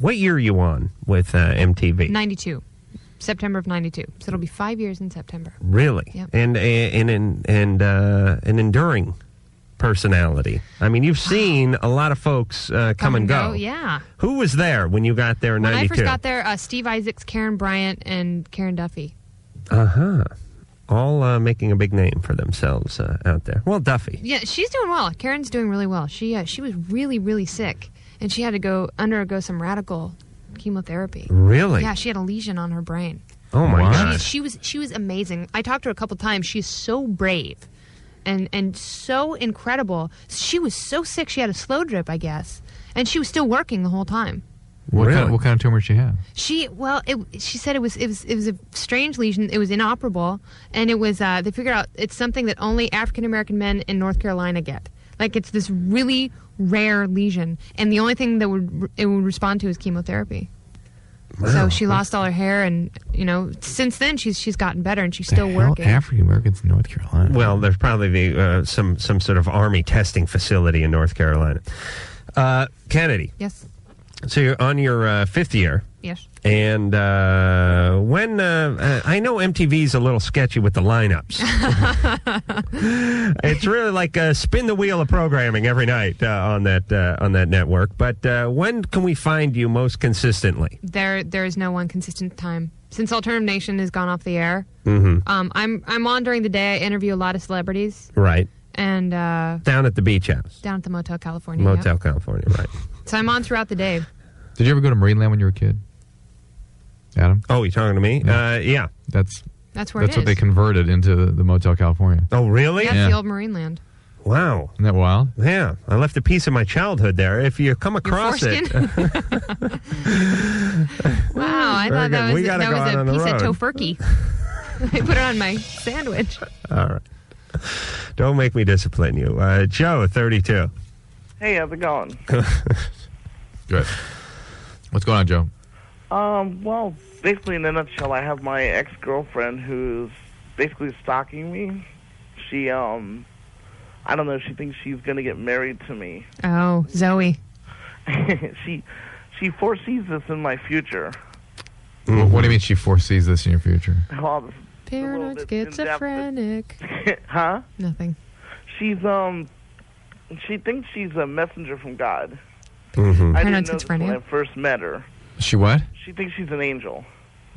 Speaker 3: what year are you on with uh, MTV?
Speaker 4: 92. September of 92. So it'll be five years in September.
Speaker 3: Really?
Speaker 4: Yep.
Speaker 3: And and and and uh, an enduring personality. I mean, you've seen a lot of folks uh, come, and go.
Speaker 4: Oh, yeah.
Speaker 3: Who was there when you got there in
Speaker 4: When I
Speaker 3: 92?
Speaker 4: first got there, uh, Steve Isaacs, Karen Bryant, and Karen Duffy.
Speaker 3: Uh-huh. All uh, making a big name for themselves uh, out there. Well, Duffy.
Speaker 4: Yeah, she's doing well. Karen's doing really well. She uh, she was really really sick, and she had to go undergo some radical chemotherapy.
Speaker 3: Really?
Speaker 4: Yeah, she had a lesion on her brain.
Speaker 3: Oh my
Speaker 4: She-
Speaker 3: God.
Speaker 4: She was she was amazing. I talked to her a couple times. She's so brave, and and so incredible. She was so sick. She had a slow drip, I guess, and she was still working the whole time.
Speaker 5: What, kind of, what kind of tumor she had?
Speaker 4: She well, it, she said it was it was it was a strange lesion. It was inoperable, and it was uh, they figured out it's something that only African American men in North Carolina get. Like it's this really rare lesion, and the only thing that would it would respond to is chemotherapy.
Speaker 5: Wow.
Speaker 4: So she lost all her hair, and you know, since then she's she's gotten better, and she's still
Speaker 5: Hell,
Speaker 4: working.
Speaker 5: African Americans in North Carolina.
Speaker 3: Well, there's probably the, uh, some some sort of army testing facility in North Carolina. Uh, Kennedy.
Speaker 4: yes,
Speaker 3: So you're on your uh, fifth year.
Speaker 4: yes.
Speaker 3: And uh, when uh, uh, I know MTV's a little sketchy with the lineups, it's really like uh, spin the wheel of programming every night uh, on that uh, on that network. But uh, when can we find you most consistently?
Speaker 4: There there is no one consistent time since Alternative Nation has gone off the air.
Speaker 3: Mm-hmm.
Speaker 4: Um, I'm I'm on during the day. I interview a lot of celebrities,
Speaker 3: Right
Speaker 4: and uh,
Speaker 3: down at the beach house,
Speaker 4: down at the Motel California. yep.
Speaker 3: Motel California, right?
Speaker 4: So I'm on throughout the day.
Speaker 5: Did you ever go to Marineland when you were a kid? Adam?
Speaker 3: Oh, you're talking to me? Yeah. Uh, yeah.
Speaker 5: That's
Speaker 4: That's where
Speaker 5: that's
Speaker 4: it
Speaker 5: what
Speaker 4: is.
Speaker 5: they converted into the, the Motel California.
Speaker 3: Oh, really?
Speaker 4: That's the old Marineland.
Speaker 3: Wow.
Speaker 5: Isn't that wild?
Speaker 3: Yeah. I left a piece of my childhood there. If you come across it,
Speaker 4: foreskin? Wow, I
Speaker 3: Very
Speaker 4: thought
Speaker 3: good.
Speaker 4: that was,
Speaker 3: We
Speaker 4: that
Speaker 3: gotta go out on the
Speaker 4: was a piece
Speaker 3: road.
Speaker 4: of tofurkey. I put it on my sandwich.
Speaker 3: all right. Don't make me discipline you. Uh, Joe, 32.
Speaker 19: Hey, how's it going?
Speaker 5: Good. What's going on, Joe?
Speaker 19: Um, well, basically in a nutshell, I have my ex-girlfriend who's basically stalking me. She, um, I don't know. She thinks she's gonna get married to me.
Speaker 4: Oh, Zoe.
Speaker 19: she, she foresees this in my future.
Speaker 5: Wh-
Speaker 3: Mm-hmm.
Speaker 5: What do you mean she foresees this in your future?
Speaker 19: Well, this-
Speaker 4: Paranoid schizophrenic.
Speaker 19: huh?
Speaker 4: Nothing.
Speaker 19: She's um, she thinks she's a messenger from God.
Speaker 5: Mm-hmm.
Speaker 19: I didn't know this when I first met her.
Speaker 5: She what?
Speaker 19: She thinks she's an angel.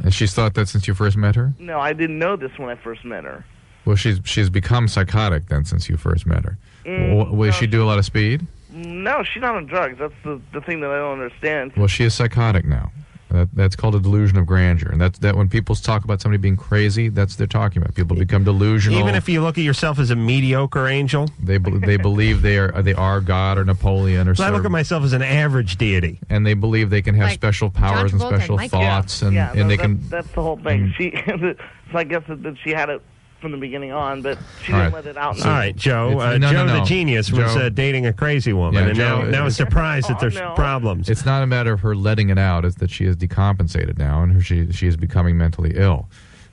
Speaker 5: And she's thought that since you first met her?
Speaker 19: No, I didn't know this when I first met her.
Speaker 5: Well, she's she's become psychotic then since you first met her.
Speaker 19: Mm,
Speaker 5: Wh- will she do a lot of speed?
Speaker 19: No, she's not on drugs. That's the the thing that I don't understand.
Speaker 5: Well, she is psychotic now. That, that's called a delusion of grandeur, and that's that when people talk about somebody being crazy, that's what they're talking about. People become delusional.
Speaker 3: Even if you look at yourself as a mediocre angel,
Speaker 5: they bel they believe they are they are God or Napoleon or.
Speaker 3: So I look
Speaker 5: Sir-
Speaker 3: at myself as an average deity,
Speaker 5: and they believe they can have special powers and
Speaker 19: Travolta and
Speaker 5: special
Speaker 19: Mike.
Speaker 5: thoughts, and,
Speaker 19: yeah,
Speaker 5: and
Speaker 19: no,
Speaker 5: they
Speaker 19: that,
Speaker 5: can.
Speaker 19: That's the whole thing. She, so I guess that, that she had it from the beginning on, but she
Speaker 5: All
Speaker 19: didn't
Speaker 5: right.
Speaker 19: let it out.
Speaker 5: So-
Speaker 3: All right, Joe.
Speaker 5: It's-
Speaker 3: Uh,
Speaker 5: no,
Speaker 3: Joe
Speaker 5: no,
Speaker 3: the
Speaker 5: no.
Speaker 3: genius was
Speaker 5: Joe-
Speaker 3: uh, dating a crazy woman,
Speaker 5: Yeah,
Speaker 3: and now
Speaker 5: Joe-
Speaker 3: now is surprised
Speaker 19: Oh,
Speaker 3: that there's problems.
Speaker 5: It's not a matter of her letting it out; it's that she is decompensated now, and her, she she is becoming mentally ill.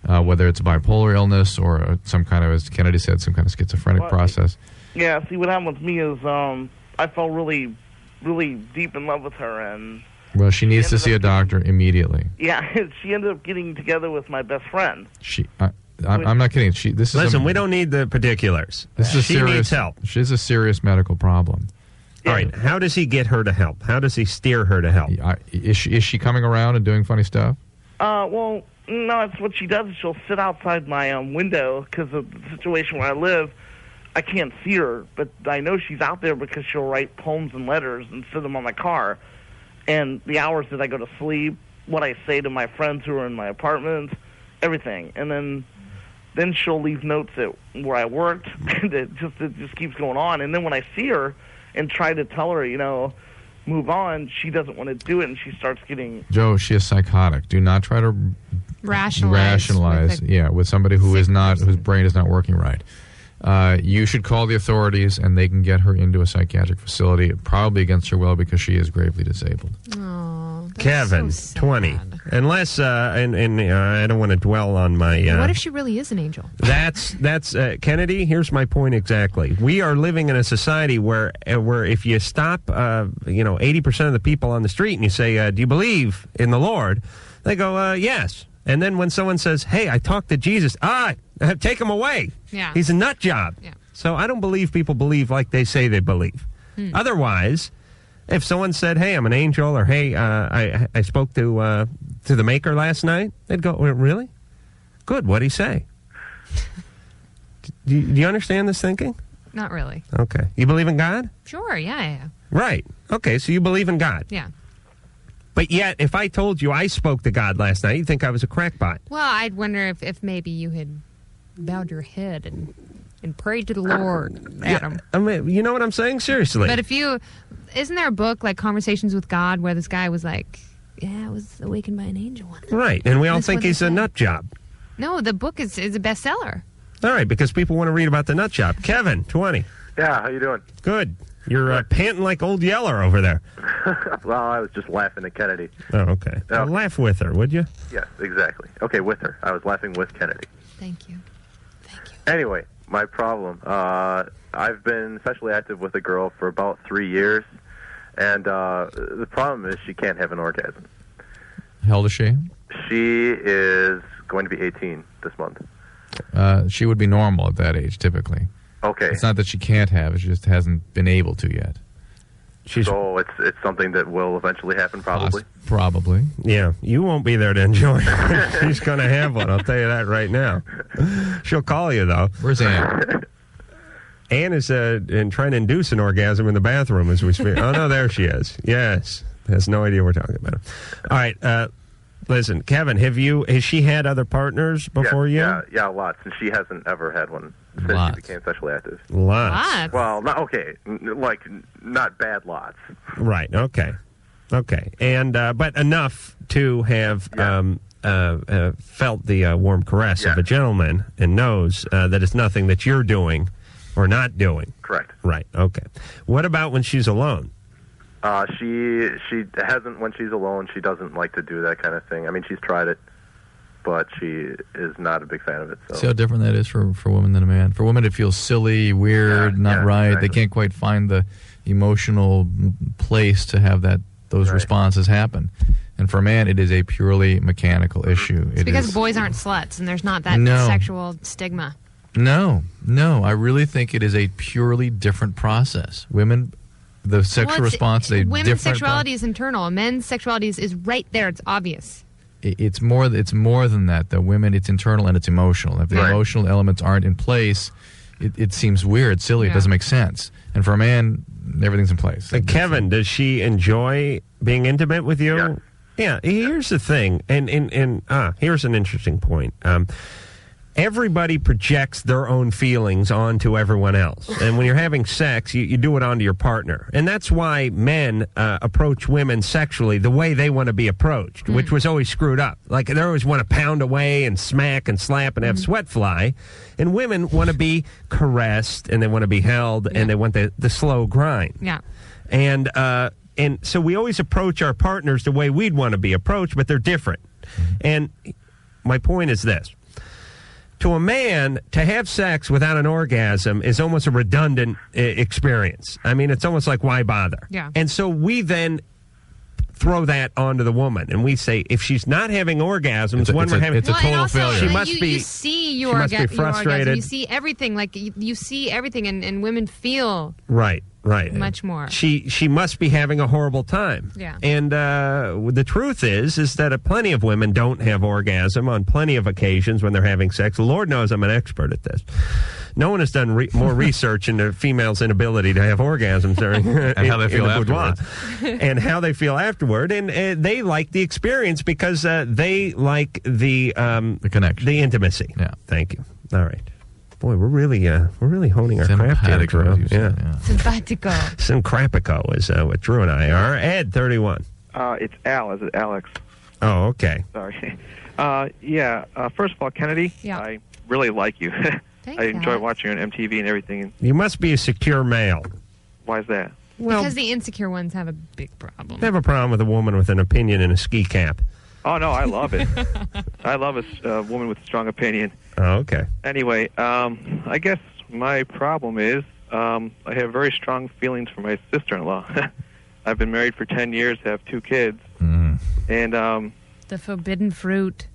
Speaker 5: Uh, whether it's bipolar illness or uh, some kind of, as Kennedy said, some kind of schizophrenic
Speaker 19: Well,
Speaker 5: process.
Speaker 19: Yeah. See, what happened with me is, um, I fell really, really deep in love with her, and
Speaker 5: Well, she needs to see a doctor immediately.
Speaker 19: yeah, she ended up getting together with my best friend.
Speaker 5: She, I, I, I'm not kidding. She, this is
Speaker 3: Listen,
Speaker 5: a,
Speaker 3: we don't need the particulars.
Speaker 5: This is a
Speaker 3: she
Speaker 5: serious,
Speaker 3: needs help.
Speaker 5: She has a serious medical problem.
Speaker 3: All right, how does he get her to help? How does he steer her to help?
Speaker 5: I, is she is she coming around and doing funny stuff?
Speaker 19: Uh, well, no, it's what she does. is She'll sit outside my um, window because of the situation where I live. I can't see her, but I know she's out there because she'll write poems and letters and send them on my car. And the hours that I go to sleep, what I say to my friends who are in my apartment, everything. And then, then she'll leave notes at where I worked. And it just it just keeps going on. And then when I see her and try to tell her, you know, move on, she doesn't want to do it, and she starts getting
Speaker 5: Joe, she is psychotic. Do not try to
Speaker 20: Rationalize.
Speaker 5: rationalize, yeah, with somebody who is not whose brain is not working right. Uh, you should call the authorities, and they can get her into a psychiatric facility, probably against her will, because she is gravely disabled.
Speaker 3: Kevin, 20. Unless, uh, and, and uh, I don't want to dwell on my. Uh,
Speaker 20: What if she really is an angel?
Speaker 3: That's that's uh, Kennedy. Here's my point exactly. We are living in a society where uh, where if you stop, uh, you know, eighty percent of the people on the street and you say, uh, "Do you believe in the Lord?" They go, uh, "Yes." And then when someone says, "Hey, I talked to Jesus," ah, take him away.
Speaker 16: Yeah.
Speaker 3: he's a nut job.
Speaker 16: Yeah.
Speaker 3: So I don't believe people believe like they say they believe.
Speaker 16: Hmm.
Speaker 3: Otherwise, if someone said, "Hey, I'm an angel," or "Hey, uh, I I spoke to uh, to the maker last night," they'd go, "Well, "Really? Good. What'd he say?" do, you, do you understand this thinking?
Speaker 20: Not really.
Speaker 3: Okay. You believe in God?
Speaker 20: Sure. Yeah. Yeah.
Speaker 3: Right. Okay, so you believe in God.
Speaker 20: Yeah.
Speaker 3: But yet, if I told you I spoke to God last night, you'd think I was a crackpot.
Speaker 20: Well, I'd wonder if, if maybe you had bowed your head and and prayed to the Lord, Adam.
Speaker 3: I mean, you know what I'm saying? Seriously.
Speaker 20: But if you, isn't there a book like Conversations with God where this guy was like, "Yeah, I was awakened by an angel." One.
Speaker 3: right, and we all
Speaker 20: That's
Speaker 3: think
Speaker 20: what they
Speaker 3: he's a
Speaker 20: said.
Speaker 3: nut job.
Speaker 20: No, the book is is a bestseller.
Speaker 3: All right, because people want to read about the nut job. Kevin, 20.
Speaker 13: Yeah, how you doing?
Speaker 3: Good. You're uh, panting like old Yeller over there.
Speaker 13: well, I was just laughing at Kennedy.
Speaker 3: Oh, okay. Now laugh with her, would you?
Speaker 13: Yes, exactly. Okay, with her. I was laughing with Kennedy.
Speaker 20: Thank you.
Speaker 13: Anyway, my problem. Uh, I've been sexually active with a girl for about three years, and uh, the problem is she can't have an orgasm.
Speaker 5: How old is she?
Speaker 13: She is going to be 18 this month.
Speaker 5: Uh, she would be normal at that age, typically.
Speaker 13: Okay.
Speaker 5: It's not that she can't have; it; she just hasn't been able to yet.
Speaker 13: so it's it's something that will eventually happen, probably.
Speaker 5: Probably.
Speaker 3: Yeah, you won't be there to enjoy it. She's going to have one. I'll tell you that right now. She'll call you, though.
Speaker 5: Where's Anne?
Speaker 3: Anne is uh, in, trying to induce an orgasm in the bathroom as we speak. oh, no, there she is. Yes. Has no idea we're talking about her. All right. Uh, listen, Kevin, have you, has she had other partners before
Speaker 13: yeah, Yeah,
Speaker 3: you?
Speaker 13: yeah, lots, and she hasn't ever had one since
Speaker 3: Lots.
Speaker 13: she became sexually active.
Speaker 3: Lots. Lots.
Speaker 13: Well, not, okay, n- like n- not bad lots.
Speaker 3: Right. Okay. Okay. And uh, but enough to have um, uh, uh, felt the uh, warm caress of a gentleman and knows uh, that it's nothing that you're doing or not doing.
Speaker 13: Correct.
Speaker 3: Right. Okay. What about when she's alone?
Speaker 13: Uh, she she hasn't when she's alone. She doesn't like to do that kind of thing. I mean, she's tried it, but she is not a big fan of it. So
Speaker 5: See how different that is for for women than a man. For women, it feels silly, weird, not
Speaker 13: yeah,
Speaker 5: right.
Speaker 13: exactly.
Speaker 5: They can't quite find the emotional m- place to have that those responses happen. And for a man, it is a purely mechanical issue.
Speaker 20: It's
Speaker 5: It
Speaker 20: because
Speaker 5: is-
Speaker 20: boys aren't sluts, and there's not that
Speaker 5: No.
Speaker 20: sexual stigma.
Speaker 5: no, no. I really think it is a purely different process. Women, the sexual
Speaker 20: Well, it's-
Speaker 5: response, is a
Speaker 20: Women's
Speaker 5: different
Speaker 20: sexuality is internal. Men's sexuality is, is right there. It's obvious.
Speaker 5: it- it's more it's more than that though women it's internal and it's emotional if the
Speaker 13: Right.
Speaker 5: emotional elements aren't in place it, it seems weird silly
Speaker 3: Yeah.
Speaker 5: it doesn't make sense and for a man everything's in place
Speaker 3: Uh, Kevin, does she enjoy being intimate with you? Yeah. Here's the thing, and and and ah, here's an interesting point. Um, everybody projects their own feelings onto everyone else, and when you're having sex, you, you do it onto your partner, and that's why men uh, approach women sexually the way they want to be approached, which was always screwed up. Like they always want to pound away and smack and slap and have sweat fly, and women want to be caressed and they want to be held and they want the, the slow grind
Speaker 20: Yeah.
Speaker 3: and uh, and so we always approach our partners the way we'd want to be approached, but they're different. And my point is this: to a man, to have sex without an orgasm is almost a redundant uh, experience. I mean, it's almost like why bother?
Speaker 16: Yeah.
Speaker 3: And so we then throw that onto the woman, and we say if she's not having orgasms,
Speaker 5: It's a-
Speaker 3: when
Speaker 5: it's
Speaker 3: we're
Speaker 5: a-
Speaker 3: having
Speaker 5: it's a Well, and total also, failure.
Speaker 3: She
Speaker 5: uh,
Speaker 3: must
Speaker 20: you,
Speaker 3: be.
Speaker 20: you see your,
Speaker 3: she must
Speaker 20: orga-
Speaker 3: be
Speaker 20: your orgasm.
Speaker 3: frustrated.
Speaker 20: You see everything. Like you, you see everything, and, and women feel
Speaker 3: Right,
Speaker 5: Eh,
Speaker 3: right.
Speaker 20: Much more.
Speaker 3: She she must be having a horrible time.
Speaker 20: Yeah.
Speaker 3: And uh, the truth is, is that uh, plenty of women don't have orgasm on plenty of occasions when they're having sex. Lord knows I'm an expert at this. No one has done re- more research into females' inability to have orgasms during
Speaker 5: And how they
Speaker 3: in- in
Speaker 5: feel
Speaker 3: the boudoir.
Speaker 5: afterwards.
Speaker 3: and how they feel afterward, and uh, they like the experience because uh, they like the um, the
Speaker 5: connection,
Speaker 3: the intimacy.
Speaker 5: Yeah,
Speaker 3: thank you. All right, Boy, we're really uh, we're really honing our craft here,
Speaker 5: Simpatico,
Speaker 3: Drew.
Speaker 5: as you
Speaker 3: Yeah.
Speaker 20: Sabbatical.
Speaker 3: Syncrapico is uh, what Drew and I are. Ed, thirty-one.
Speaker 21: Uh, it's Al. Is it Alex?
Speaker 3: Oh, okay.
Speaker 21: Sorry. Uh, yeah. Uh, first of all, Kennedy.
Speaker 20: Yeah.
Speaker 21: I really like you. I enjoy watching you on MTV and everything.
Speaker 3: You must be a secure male.
Speaker 21: Why is that?
Speaker 20: because the insecure ones have a big problem.
Speaker 3: Never a problem with a woman with an opinion and a ski cap.
Speaker 21: Oh no, I love it. I love a s- uh, woman with a strong opinion.
Speaker 3: Oh, okay.
Speaker 21: Anyway, um, I guess my problem is um, I have very strong feelings for my sister-in-law. I've been married for ten years, have two kids, and um,
Speaker 20: The forbidden fruit.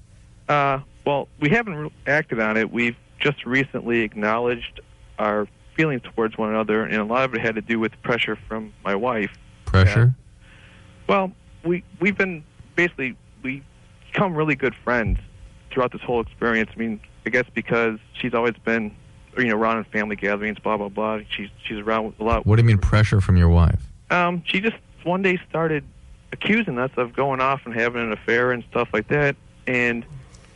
Speaker 21: Uh, well, we haven't re- acted on it. We've just recently acknowledged our feelings towards one another, and a lot of it had to do with pressure from my wife.
Speaker 5: Pressure?
Speaker 21: Well, we we've been basically we become really good friends throughout this whole experience. I mean, I guess because she's always been, you know, around in family gatherings, blah blah blah. She's she's around a lot.
Speaker 5: What do you mean pressure from your wife?
Speaker 21: Um, she just one day started accusing us of going off and having an affair and stuff like that, and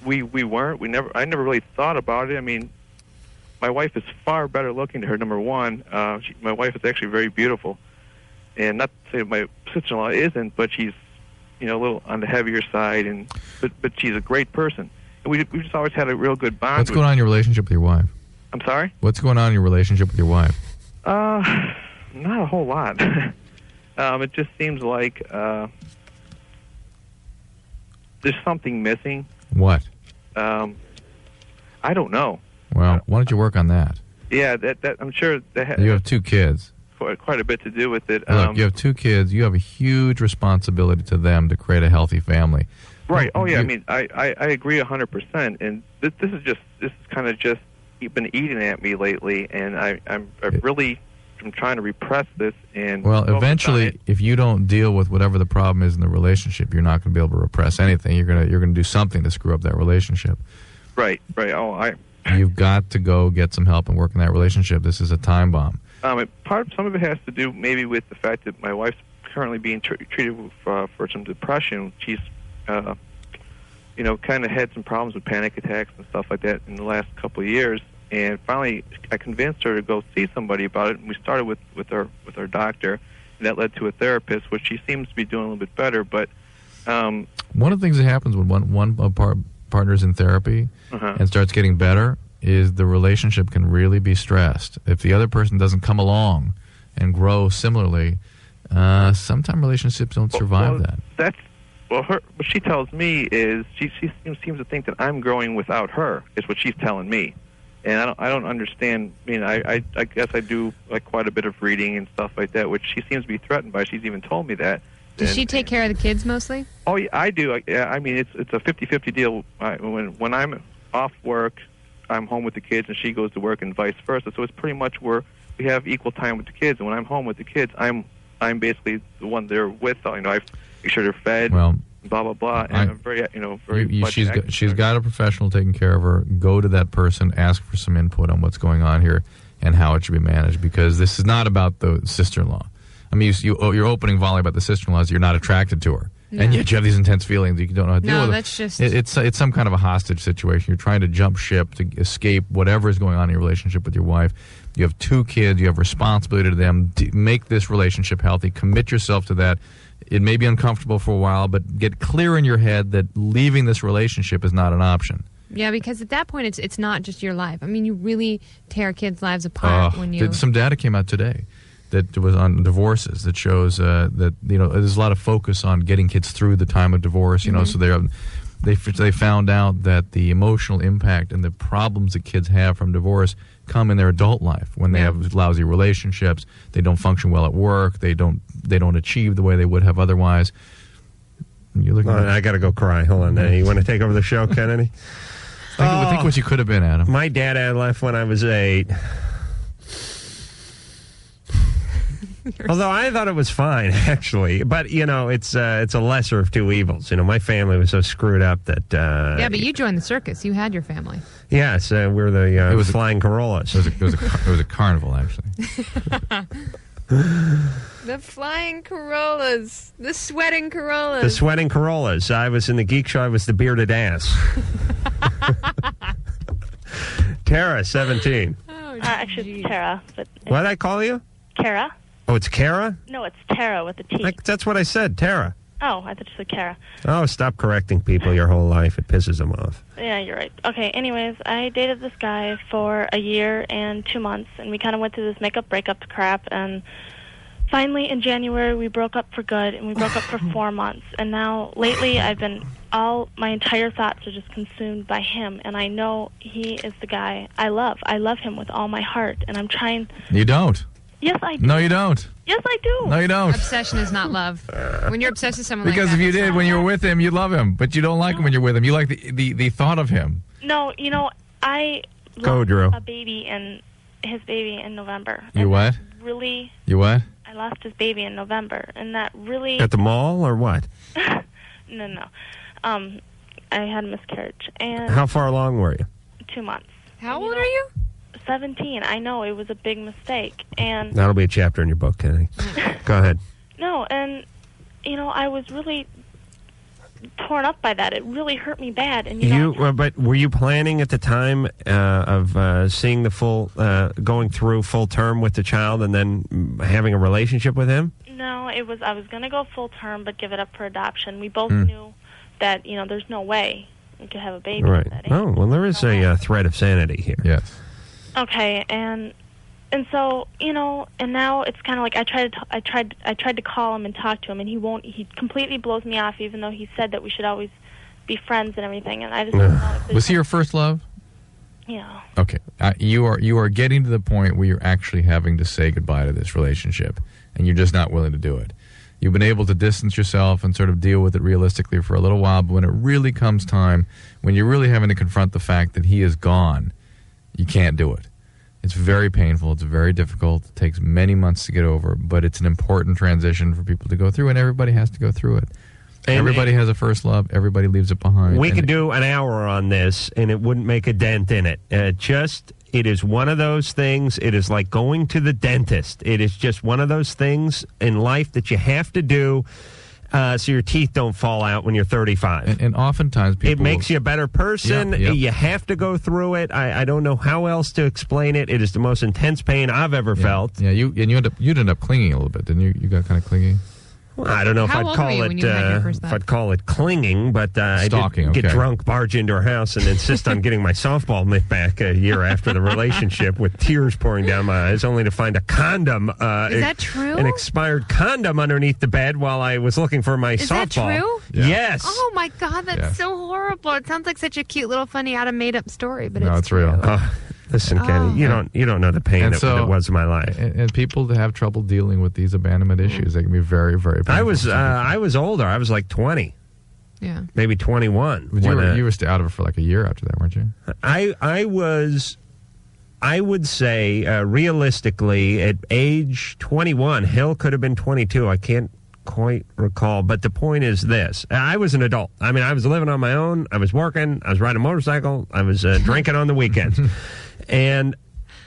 Speaker 21: we we weren't. We never. I never really thought about it. I mean, my wife is far better looking to her. Number one, uh, she, my wife is actually very beautiful, and not to say that my sister-in-law isn't, but she's you know a little on the heavier side, and but but she's a great person. And we we just always had a real good bond.
Speaker 5: What's
Speaker 21: with-
Speaker 5: going on in your relationship with your wife?
Speaker 21: I'm sorry.
Speaker 5: What's going on in your relationship with your wife?
Speaker 21: Uh, not a whole lot. um, it just seems like uh, there's something missing.
Speaker 5: What?
Speaker 21: Um, I don't know. Uh,
Speaker 5: Well, why don't you work on that?
Speaker 21: Yeah, that, that I'm sure that has
Speaker 5: You have two kids.
Speaker 21: quite, quite a bit to do with it. Um,
Speaker 5: Look, you have two kids. You have a huge responsibility to them to create a healthy family.
Speaker 21: right. Oh yeah. I mean, I, I, I agree 100. percent And this, this is just this is kind of just been eating at me lately, and I I'm I really I'm trying to repress this and
Speaker 5: Well,
Speaker 21: focus on it.
Speaker 5: eventually, if you don't deal with whatever the problem is in the relationship, you're not going to be able to repress anything. You're gonna you're gonna do something to screw up that relationship.
Speaker 21: Right. Right. Oh, I
Speaker 5: You've got to go get some help and work in that relationship. This is a time bomb.
Speaker 21: Um, it, part some of it has to do maybe with the fact that my wife's currently being tr- treated for, uh, for some depression. She's, uh, you know, kind of had some problems with panic attacks and stuff like that in the last couple of years. And finally, I convinced her to go see somebody about it. And we started with with our with our doctor, and that led to a therapist, which she seems to be doing a little bit better. But um,
Speaker 5: One of the things that happens when one one of par- partner's in therapy
Speaker 21: Uh-huh.
Speaker 5: and starts getting better is the relationship can really be stressed. If the other person doesn't come along and grow similarly, uh, sometimes relationships don't survive
Speaker 21: well,
Speaker 5: that.
Speaker 21: That's well, her, what she tells me is she she seems, seems to think that I'm growing without her. Is what she's telling me, and I don't I don't understand. I mean, I I, I guess I do like quite a bit of reading and stuff like that, which she seems to be threatened by. She's even told me that.
Speaker 20: Does
Speaker 21: And-
Speaker 20: she take care of the kids mostly?
Speaker 21: Oh, yeah, I do. I, yeah, I mean, it's it's a fifty fifty deal. I, when when I'm off work, I'm home with the kids, and she goes to work, and vice versa. So it's pretty much where we have equal time with the kids. And when I'm home with the kids, I'm I'm basically the one they're with. You know, I make sure they're fed.
Speaker 5: Well,
Speaker 21: blah blah blah. And
Speaker 5: I-
Speaker 21: I, am very you know very
Speaker 5: You- you-
Speaker 21: much.
Speaker 5: she's
Speaker 21: active.
Speaker 5: got, she's got a professional taking care of her. Go to that person, ask for some input on what's going on here and how it should be managed because this is not about the sister-in-law. I mean, you, you, oh, your opening volley about the sister-in-law is you're not attracted to her, and
Speaker 20: No.
Speaker 5: yet you have these intense feelings. You don't know how to deal
Speaker 20: No,
Speaker 5: with it.
Speaker 20: that's just-
Speaker 5: It- it's it's some kind of a hostage situation. You're trying to jump ship to escape whatever is going on in your relationship with your wife. You have two kids. You have responsibility to them. D- make this relationship healthy. Commit yourself to that. It may be uncomfortable for a while, but get clear in your head that leaving this relationship is not an option.
Speaker 20: Yeah, because at that point it's it's not just your life. I mean, you really tear kids' lives apart
Speaker 5: Oh,
Speaker 20: when you.
Speaker 5: did- some data came out today that was on divorces that shows uh, that you know there's a lot of focus on getting kids through the time of divorce. You know,
Speaker 22: Mhm.
Speaker 5: so they're. They, f- they found out that the emotional impact and the problems that kids have from divorce come in their adult life when they have lousy relationships they don't function well at work they don't they don't achieve the way they would have otherwise you look
Speaker 3: Hold on, I got to go cry. Hold on. Uh, you want to take over the show, Kennedy?
Speaker 5: Think- think what you could have been, Adam.
Speaker 3: My dad had left when I was eight. Although I thought it was fine, actually, but you know, it's uh, it's a lesser of two evils. You know, my family was so screwed up that uh,
Speaker 20: yeah, but you joined the circus. You had your family.
Speaker 3: yes, uh, we're the uh,
Speaker 5: It was a-
Speaker 3: flying Corollas. It was,
Speaker 5: a, it, was a, it was a carnival, actually.
Speaker 20: The flying Corollas, the sweating Corollas.
Speaker 3: The sweating Corollas. I was in the geek show. I was the bearded ass. Tara, 17.
Speaker 23: uh, actually, it's Tara, but
Speaker 3: What did I call you?
Speaker 23: Kara.
Speaker 3: Oh, it's Kara?
Speaker 23: No, it's Tara with a T.
Speaker 3: Like, that's what I said, Tara.
Speaker 23: Oh, I thought you said Kara.
Speaker 3: Oh, stop correcting people your whole life. It pisses them off.
Speaker 23: Yeah, you're right. Okay, anyways, I dated this guy for a year and two months, and we kind of went through this makeup breakup crap, and finally in January we broke up for good, and we broke up for four months, and now lately I've been all my entire thoughts are just consumed by him, and I know he is the guy I love. I love him with all my heart, and I'm trying.
Speaker 5: You don't.
Speaker 23: Yes, I do.
Speaker 5: No, you don't.
Speaker 23: Yes, I do.
Speaker 5: No, you don't.
Speaker 4: Obsession is not love. When you're obsessed with someone
Speaker 5: Because
Speaker 4: like
Speaker 5: if
Speaker 4: that,
Speaker 5: you did, when you were with him, you love him, but you don't like him when you're with him. You like the the, the thought of him.
Speaker 23: No, you know I
Speaker 5: Go,
Speaker 23: lost
Speaker 5: Drew.
Speaker 23: a baby and his baby in November.
Speaker 5: You what?
Speaker 23: Really,
Speaker 5: You what?
Speaker 23: I lost his baby in November, and that really
Speaker 3: At the mall or what?
Speaker 23: no no. Um, I had a miscarriage and
Speaker 3: How far along were you?
Speaker 23: two months. How old are you? Seventeen. I know it was a big mistake, and
Speaker 3: That'll be a chapter in your book, Kenny. Go ahead.
Speaker 23: no, and you know I was really torn up by that. It really hurt me bad, and you know,
Speaker 3: You, uh, but were you planning at the time uh, of uh, seeing the full, uh, going through full term with the child, and then mm, having a relationship with him?
Speaker 23: No, it was I was going to go full term but give it up for adoption. We both
Speaker 5: Hmm.
Speaker 3: Mm.
Speaker 23: knew that, you know, there's no way we could have a baby.
Speaker 3: Right. Oh, well, there is a uh, thread of sanity here.
Speaker 5: Yes.
Speaker 23: Okay, and and so, you know, and now it's kind of like I tried to t- I tried I tried to call him and talk to him and he won't he completely blows me off even though he said that we should always be friends and everything and I just don't know if there's-
Speaker 5: Was he your first love?
Speaker 23: Yeah.
Speaker 5: Okay, uh, you are you are getting to the point where you're actually having to say goodbye to this relationship, and you're just not willing to do it. You've been able to distance yourself and sort of deal with it realistically for a little while, but when it really comes time, when you're really having to confront the fact that he is gone, you can't do it. It's very painful. It's very difficult. It takes many months to get over, but it's an important transition for people to go through, and everybody has to go through it.
Speaker 3: And-
Speaker 5: everybody has a first love. Everybody leaves it behind.
Speaker 3: We
Speaker 5: and
Speaker 3: could do an hour on this, and it wouldn't make a dent in it. Uh, just it is one of those things. It is like going to the dentist. It is just one of those things in life that you have to do. Uh, so your teeth don't fall out when you're 35. And,
Speaker 5: oftentimes
Speaker 3: it
Speaker 5: people-
Speaker 3: makes you a better person.
Speaker 5: Yeah, yeah.
Speaker 3: You have to go through it. I, I don't know how else to explain it. It is the most intense pain I've ever felt.
Speaker 5: Yeah, you and you end up you end up clinging a little bit, didn't you? You got kind of clingy.
Speaker 3: Well, I don't know if
Speaker 5: How
Speaker 3: I'd
Speaker 5: old were
Speaker 3: call
Speaker 5: you when
Speaker 3: it
Speaker 5: you had your
Speaker 3: uh,
Speaker 5: first
Speaker 3: if
Speaker 5: love?
Speaker 3: I'd call it clinging, but uh, I did
Speaker 5: Stalking,
Speaker 3: get
Speaker 5: okay.
Speaker 3: drunk, barge into her house, and insist on getting my softball mitt back a year after the relationship, with tears pouring down my eyes, only to find a condom. Uh,
Speaker 4: Is
Speaker 3: ex-
Speaker 4: that true?
Speaker 3: An expired condom underneath the bed while I was looking for my
Speaker 4: Is that
Speaker 3: softball.
Speaker 4: true?
Speaker 3: Yes.
Speaker 4: Oh my God, that's
Speaker 3: Yeah.
Speaker 4: so horrible! It sounds like such a cute little funny out of made up story, but it's
Speaker 3: real. listen,
Speaker 4: Oh.
Speaker 3: Kenny, you don't you don't know the pain
Speaker 5: And
Speaker 3: that,
Speaker 5: so-
Speaker 3: that was in my life.
Speaker 5: And, and people that have trouble dealing with these abandonment issues, they can be very, very. Painful.
Speaker 3: Mm. I was uh, I was older. I was like twenty,
Speaker 4: yeah.
Speaker 3: maybe twenty one.
Speaker 5: But you were, you were st- out of it for like a year after that, weren't you?
Speaker 3: I I was I would say uh, realistically at age 21 Hill could have been 22 I can't quite recall but the point is this I was an adult I mean I was living on my own I was working I was riding a motorcycle I was uh, drinking on the weekends and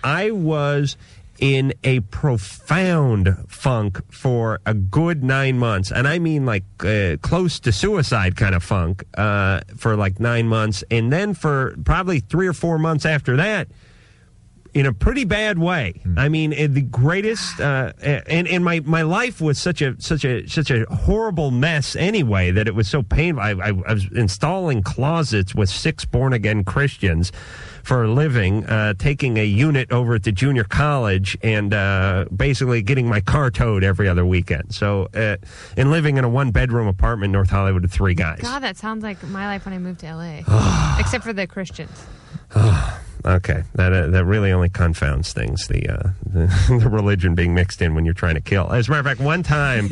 Speaker 3: I was in a profound funk for a good nine months, and I mean like uh, close to suicide kind of funk uh, for like nine months, and then for probably three or four months after that. In a pretty bad way. I mean, eh, the greatest, uh, eh, and and my, my life was such a such a such a horrible mess anyway that it was so painful. I, I, I was installing closets with six born again Christians for a living, uh, taking a unit over at the junior college and uh, basically getting my car towed every other weekend. So, uh, and living in a one bedroom apartment in North Hollywood with three guys.
Speaker 4: God, that sounds like my life when I moved to LA, except for the Christians.
Speaker 3: Okay, that uh, that really only confounds things. The, uh, the the religion being mixed in when you're trying to kill. As a matter of fact, one time,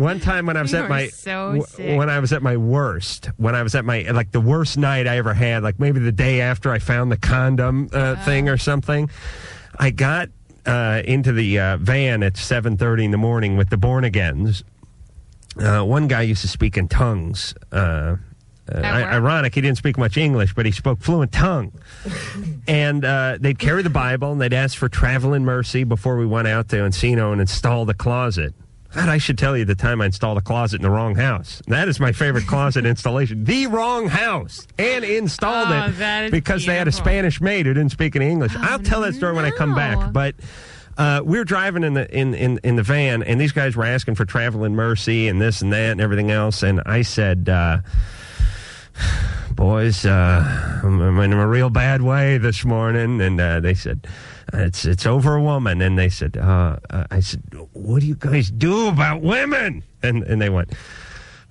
Speaker 3: one time when I was
Speaker 4: You
Speaker 3: at
Speaker 4: are
Speaker 3: my
Speaker 4: so
Speaker 3: w-
Speaker 4: sick.
Speaker 3: when I was at my worst, when I was at my like the worst night I ever had, like maybe the day after I found the condom uh,
Speaker 4: Uh-huh.
Speaker 3: thing or something, I got uh, into the uh, van at seven thirty in the morning with the born agains. Uh, one guy used to speak in tongues. Uh, uh, I- ironic, he didn't speak much English, but he spoke fluent tongue. and uh, they'd carry the Bible and they'd ask for travel and mercy before we went out to Encino and install the closet. God, I should tell you the time I installed a closet in the wrong house. That is my favorite closet installation. The wrong house. And installed
Speaker 24: Oh,
Speaker 3: it
Speaker 24: that is
Speaker 3: because they had a
Speaker 24: beautiful.
Speaker 3: Spanish maid who didn't speak any English. I'll tell that story when I come back. But uh, we were driving in the in, in, in the van, and these guys were asking for traveling mercy and this and that and everything else. And I said, uh, boys, uh, I'm, I'm in a real bad way this morning. And uh, they said, it's it's over a woman. And they said, uh, uh, I said, what do you guys do about women? And and they went,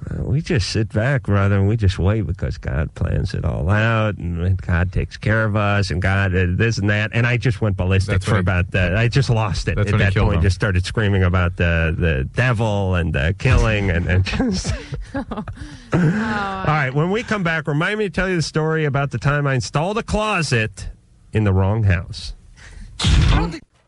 Speaker 3: "Uh, we just sit back, brother, and we just wait because God plans it all out, and God takes care of us, and God did this and that. And I just went ballistic for about that. I just lost it
Speaker 25: That's
Speaker 3: at
Speaker 25: when he
Speaker 3: that
Speaker 25: killed
Speaker 3: point.
Speaker 25: him.
Speaker 3: Just started screaming about the the devil and uh, killing and, and just. All right, when we come back, remind me to tell you the story about the time I installed a closet in the wrong house.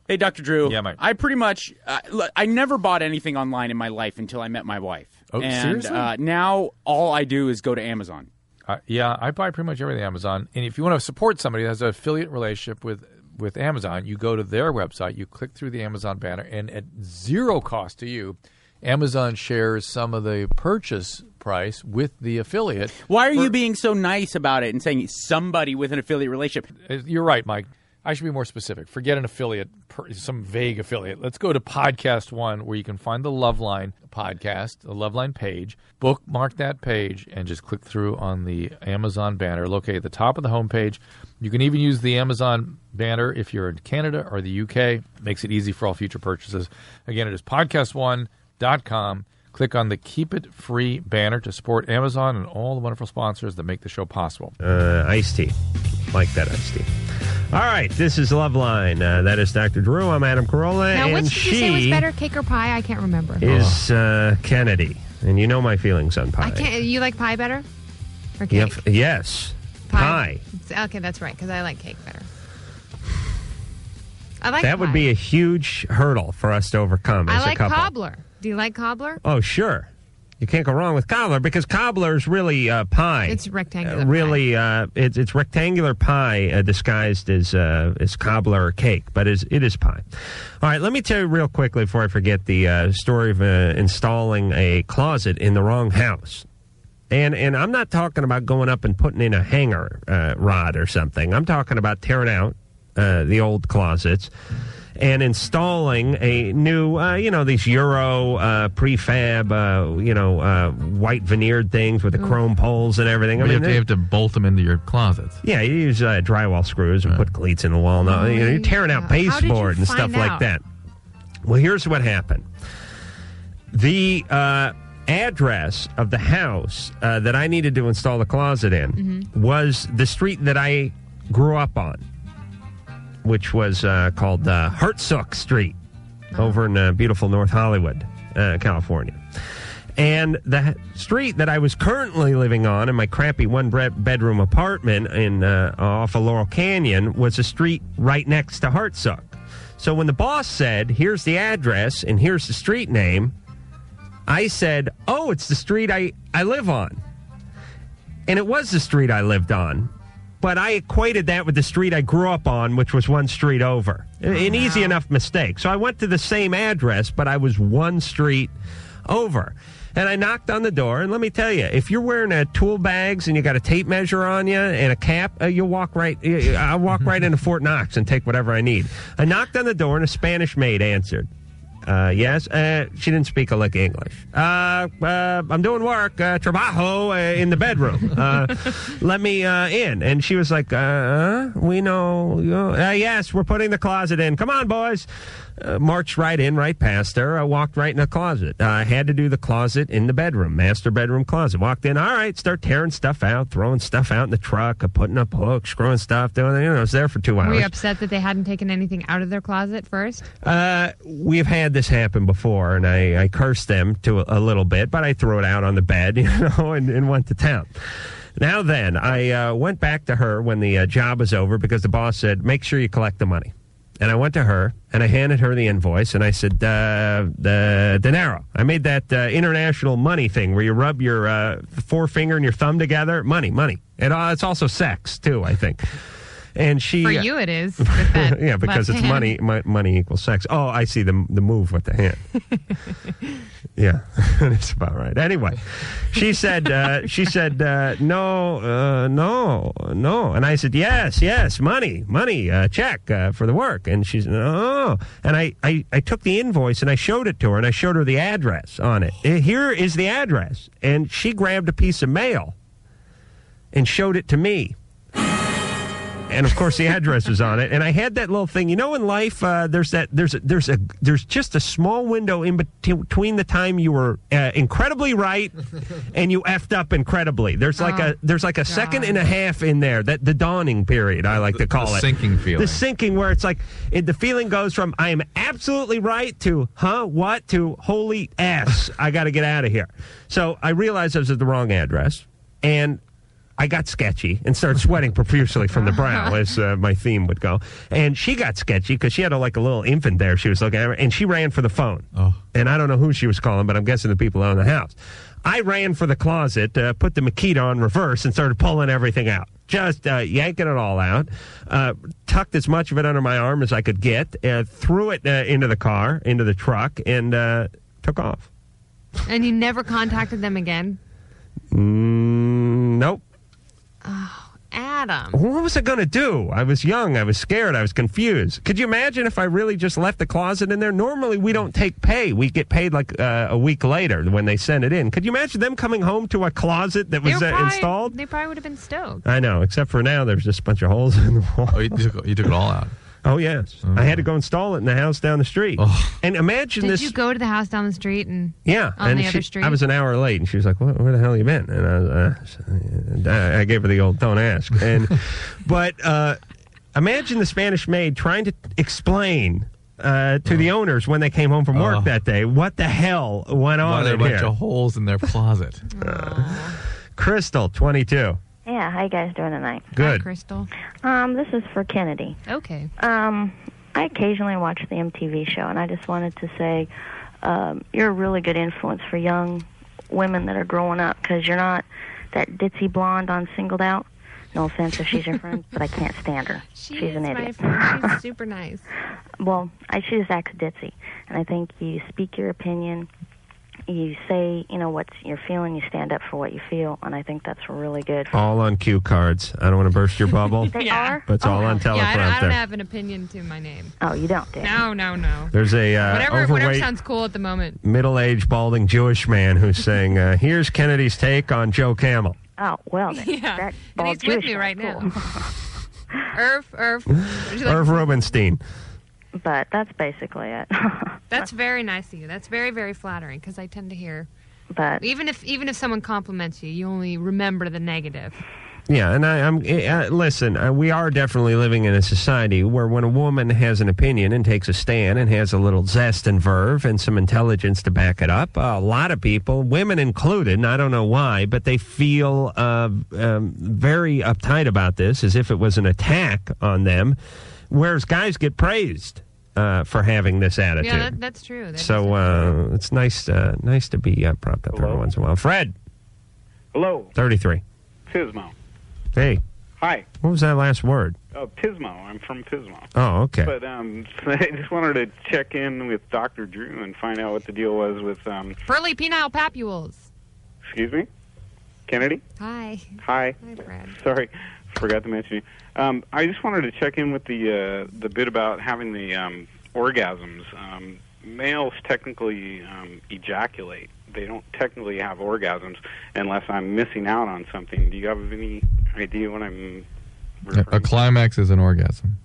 Speaker 2: Hey, Dr. Drew. Yeah, Mike. I pretty much, uh, look, I never bought anything online in my life until I met my wife.
Speaker 25: Oh,
Speaker 2: and,
Speaker 25: seriously?
Speaker 2: Uh, now all I do is go to Amazon.
Speaker 25: Uh, yeah, I buy pretty much everything Amazon. And if you want to support somebody that has an affiliate relationship with with Amazon, you go to their website, you click through the Amazon banner, and at zero cost to you, Amazon shares some of the purchase price with the affiliate.
Speaker 2: Why are you being so nice about it and saying somebody with an affiliate relationship?
Speaker 25: Uh, You're right, Mike. I should be more specific. Forget an affiliate, per- some vague affiliate. Let's go to Podcast One, where you can find the Loveline podcast, the Loveline page. Bookmark that page and just click through on the Amazon banner located at the top of the homepage. You can even use the Amazon banner if you're in Canada or the UK. Makes it easy for all future purchases. Again, it is podcastone.com. Click on the Keep It Free banner to support Amazon and all the wonderful sponsors that make the show possible.
Speaker 3: Uh, iced tea. Like that iced tea. All right, this is Loveline. Uh, that is Dr. Drew. I'm Adam Carolla.
Speaker 4: Now,
Speaker 3: and
Speaker 4: which did
Speaker 3: she
Speaker 4: you say was better, cake or pie? I can't remember.
Speaker 3: is uh, Kennedy. And you know my feelings on pie.
Speaker 4: I can't. You like pie better? Or cake?
Speaker 3: Yep, yes. Pie.
Speaker 4: Okay, that's right. Because I like cake better. I like
Speaker 3: that would
Speaker 4: pie.
Speaker 3: be a huge hurdle for us to overcome
Speaker 4: I
Speaker 3: as
Speaker 4: like
Speaker 3: a couple.
Speaker 4: cobbler. Do you like cobbler?
Speaker 3: Oh, sure. You can't go wrong with cobbler because cobbler is really uh, pie.
Speaker 4: It's rectangular
Speaker 3: Uh, really, Uh, it's, it's rectangular pie uh, disguised as uh, as cobbler or cake, but is it is pie. All right, let me tell you real quickly before I forget the uh, story of uh, installing a closet in the wrong house. And and I'm not talking about going up and putting in a hanger uh, rod or something. I'm talking about tearing out uh, the old closets and installing a new, uh, you know, these Euro uh, prefab, uh, you know, uh, white veneered things with the chrome poles and everything.
Speaker 25: Mm. But you, have to,
Speaker 3: they-
Speaker 25: you have to bolt them into your closets.
Speaker 3: yeah, you use uh, drywall screws and put cleats in the wall. No, you know, you're tearing out
Speaker 25: Oh, did you
Speaker 3: baseboard and stuff
Speaker 25: find
Speaker 3: like
Speaker 25: out?
Speaker 3: that. Well, here's what happened. The uh, address of the house uh, that I needed to install the closet in
Speaker 25: Mm-hmm.
Speaker 3: was the street that I grew up on, which was uh, called uh, Hartsook Street over in uh, beautiful North Hollywood, uh, California. And the h- street that I was currently living on in my crappy one bre- bedroom apartment in uh, off of Laurel Canyon was a street right next to Hartsook. So when the boss said, "Here's the address and here's the street name," I said, "Oh, it's the street I I live on." And it was the street I lived on. But I equated that with the street I grew up on, which was one street over. An an easy enough mistake. So I went to the same address, but I was one street over. And I knocked on the door, and let me tell you, if you're wearing uh, tool bags and you got a tape measure on you and a cap, uh, you'll walk right. Uh, I'll walk right into Fort Knox and take whatever I need. I knocked on the door, and a Spanish maid answered. Uh, yes, uh, she didn't speak a lick of English. Uh, uh, I'm doing work, uh, trabajo uh, in the bedroom. Uh, let me uh, in. And she was like, uh, uh, "We know. you- Uh, yes, we're putting the closet in. Come on, boys." Uh, marched right in, right past her. I walked right in the closet. I had to do the closet in the bedroom, master bedroom closet. Walked in. All right, start tearing stuff out, throwing stuff out in the truck, uh, putting up hooks, screwing stuff, doing. You know, I was there for two hours.
Speaker 4: Were you upset that they hadn't taken anything out of their closet first?
Speaker 3: Uh, we've had this happen before, and I, I cursed them to a, a little bit, but I threw it out on the bed, you know, and, and went to town. Now then, I uh, went back to her when the uh, job was over because the boss said, "Make sure you collect the money." And I went to her and I handed her the invoice and I said, uh, the dinero. I made that uh, international money thing where you rub your uh, forefinger and your thumb together. Money, money. And uh, it's also sex, too, I think. And she
Speaker 4: For you, it is. with that
Speaker 3: yeah,
Speaker 4: left
Speaker 3: because it's
Speaker 4: hand.
Speaker 3: money. Mo- money equals sex. Oh, I see the the move with the hand. yeah, that's about right. Anyway, she said uh, she said uh, no, uh, no, no, and I said yes, yes, money, money, uh, check uh, for the work. And she's no, and I, I I took the invoice and I showed it to her and I showed her the address on it. Eh, Here is the address, and she grabbed a piece of mail and showed it to me and of course the address is on it. And I had that little thing, you know, in life, uh, there's that there's a, there's a there's just a small window in bet- between the time you were uh, incredibly right and you effed up incredibly. There's like
Speaker 5: Oh,
Speaker 3: a there's like a second and a half in there that the dawning period I like to call
Speaker 5: the
Speaker 3: it
Speaker 5: sinking feeling.
Speaker 3: The sinking where it's like it, the feeling goes from I am absolutely right to huh what to holy ass I got to get out of here. So I realized I was at the wrong address and I got sketchy and started sweating profusely from the brow, as uh, my theme would go. And she got sketchy because she had a, like a little infant there. She was looking at her, and she ran for the phone.
Speaker 5: Oh.
Speaker 3: And I don't know who she was calling, but I'm guessing the people own the house. I ran for the closet, uh, put the Makita on reverse, and started pulling everything out. Just uh, yanking it all out, uh, tucked as much of it under my arm as I could get, uh, threw it uh, into the car, into the truck, and uh, took off.
Speaker 4: And you never contacted them again?
Speaker 3: Mm, nope.
Speaker 4: Adam.
Speaker 3: What was I going to do? I was young. I was scared. I was confused. Could you imagine if I really just left the closet in there? Normally, we don't take pay. We get paid like uh, a week later when they send it in. Could you imagine them coming home to a closet that
Speaker 4: They
Speaker 3: was
Speaker 4: were
Speaker 3: uh,
Speaker 4: probably-
Speaker 3: installed?
Speaker 4: They probably would have been stoked.
Speaker 3: I know, except for now there's just a bunch of holes in the wall. Oh, you took, you took it all out. Oh, yes. I had to go install it in the house down the street.
Speaker 5: Oh.
Speaker 3: And imagine
Speaker 4: Did
Speaker 3: this.
Speaker 4: you go to the house down the street and
Speaker 3: Yeah,
Speaker 4: on
Speaker 3: and
Speaker 4: the
Speaker 3: she-
Speaker 4: other street?
Speaker 3: I was an hour late, and she was like, "What? Where the hell you been?" And I, was, uh, I- I gave her the old "Don't ask." And but uh, imagine the Spanish maid trying to explain. Uh, to the owners when they came home from work that day, what the hell went
Speaker 5: Oh. Why
Speaker 3: on
Speaker 5: there are a
Speaker 3: in
Speaker 5: bunch
Speaker 3: here?
Speaker 5: of holes in their closet.
Speaker 3: Crystal, twenty-two,
Speaker 20: Yeah, how you guys doing tonight?
Speaker 3: good.
Speaker 4: Crystal.
Speaker 20: Um, this is for Kennedy.
Speaker 4: Okay.
Speaker 20: Um, I occasionally watch the MTV show, and I just wanted to say um, you're a really good influence for young women that are growing up because you're not that ditzy blonde on Singled Out. No offense if she's your friend, but I can't stand her.
Speaker 4: She
Speaker 20: she's
Speaker 4: is
Speaker 20: an
Speaker 4: my
Speaker 20: idiot.
Speaker 4: friend. She's super nice.
Speaker 20: Well, I she just acts ditzy, and I think you speak your opinion. You say, you know, what you're feeling. You stand up for what you feel, and I think that's really good.
Speaker 3: All on cue cards. I don't want to burst your bubble.
Speaker 20: They are?
Speaker 3: But it's all on teleprompter.
Speaker 4: Oh, Yeah, I don't, I don't have an opinion to my name.
Speaker 20: Oh, you don't, do you?
Speaker 4: No, no, no.
Speaker 3: There's a uh,
Speaker 4: whatever,
Speaker 3: overweight.
Speaker 4: whatever sounds cool at the moment.
Speaker 3: middle-aged balding Jewish man who's saying, uh, "Here's Kennedy's take on Joe Camel."
Speaker 20: Oh well, then.
Speaker 4: Yeah,
Speaker 20: that
Speaker 4: and
Speaker 20: bald
Speaker 4: he's with
Speaker 20: Jewish
Speaker 4: me
Speaker 20: guy's
Speaker 4: right now.
Speaker 20: cool.
Speaker 4: Irv, Irv. Would you like-
Speaker 3: Irv Rubenstein.
Speaker 20: But that's basically it.
Speaker 4: That's very nice of you. That's very, very flattering because I tend to hear.
Speaker 20: but
Speaker 4: Even if even if someone compliments you, you only remember the negative.
Speaker 3: Yeah, and I, I'm uh, listen. Uh, we are definitely living in a society where when a woman has an opinion and takes a stand and has a little zest and verve and some intelligence to back it up, uh, a lot of people, women included, and I don't know why, but they feel uh, um, very uptight about this, as if it was an attack on them. Whereas guys get praised uh, for having this attitude.
Speaker 4: Yeah, that, that's true. That
Speaker 3: so uh, it's nice, uh, nice to be uh, propped up every once in a while. Fred,
Speaker 22: Hello,
Speaker 3: thirty-three.
Speaker 22: Pismo.
Speaker 3: Hey,
Speaker 22: Hi.
Speaker 3: what was that last word?
Speaker 22: Oh, Pismo. I'm from Pismo.
Speaker 3: Oh, okay.
Speaker 22: But um, I just wanted to check in with Dr. Drew and find out what the deal was with, um,
Speaker 4: Pearly penile papules.
Speaker 22: excuse me, Kennedy?
Speaker 4: Hi.
Speaker 22: Hi.
Speaker 4: Hi, Brad.
Speaker 22: Sorry, forgot to mention you. Um, I just wanted to check in with the uh, the bit about having the um, orgasms. Um, males technically um, ejaculate; they don't technically have orgasms unless I'm missing out on something. Do you have any idea what I'm?
Speaker 5: A climax is an orgasm.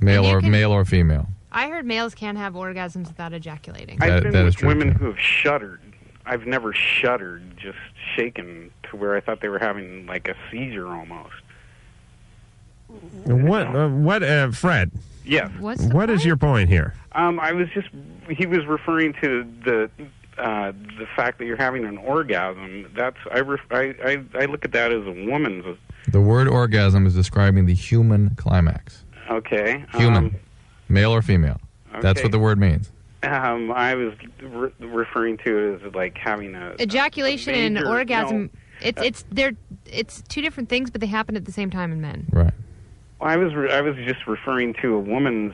Speaker 5: Male
Speaker 4: And you
Speaker 5: or
Speaker 4: can-
Speaker 5: male or female.
Speaker 4: I heard males can't have orgasms without ejaculating.
Speaker 5: That-
Speaker 22: I've been
Speaker 5: that is
Speaker 22: with
Speaker 5: true,
Speaker 22: women who have shuddered. I've never shuddered, just shaken to where I thought they were having like a seizure almost.
Speaker 3: What? Uh, what, uh, Fred?
Speaker 22: Yes.
Speaker 3: What is your point here?
Speaker 22: Um, I was just he was referring to the uh, the fact that you're having an orgasm. That's I, ref, I I I look at that as a woman's.
Speaker 5: The word orgasm is describing the human climax.
Speaker 22: Okay. Um,
Speaker 5: Human. male or female. That's
Speaker 22: okay.
Speaker 5: what the word means.
Speaker 22: Um, I was re- referring to it as like having a
Speaker 4: Ejaculation and
Speaker 22: Major-
Speaker 4: orgasm. It's it's they're it's two different things, but they happen at the same time in men.
Speaker 5: Right.
Speaker 22: Well, I was re- I was just referring to a woman's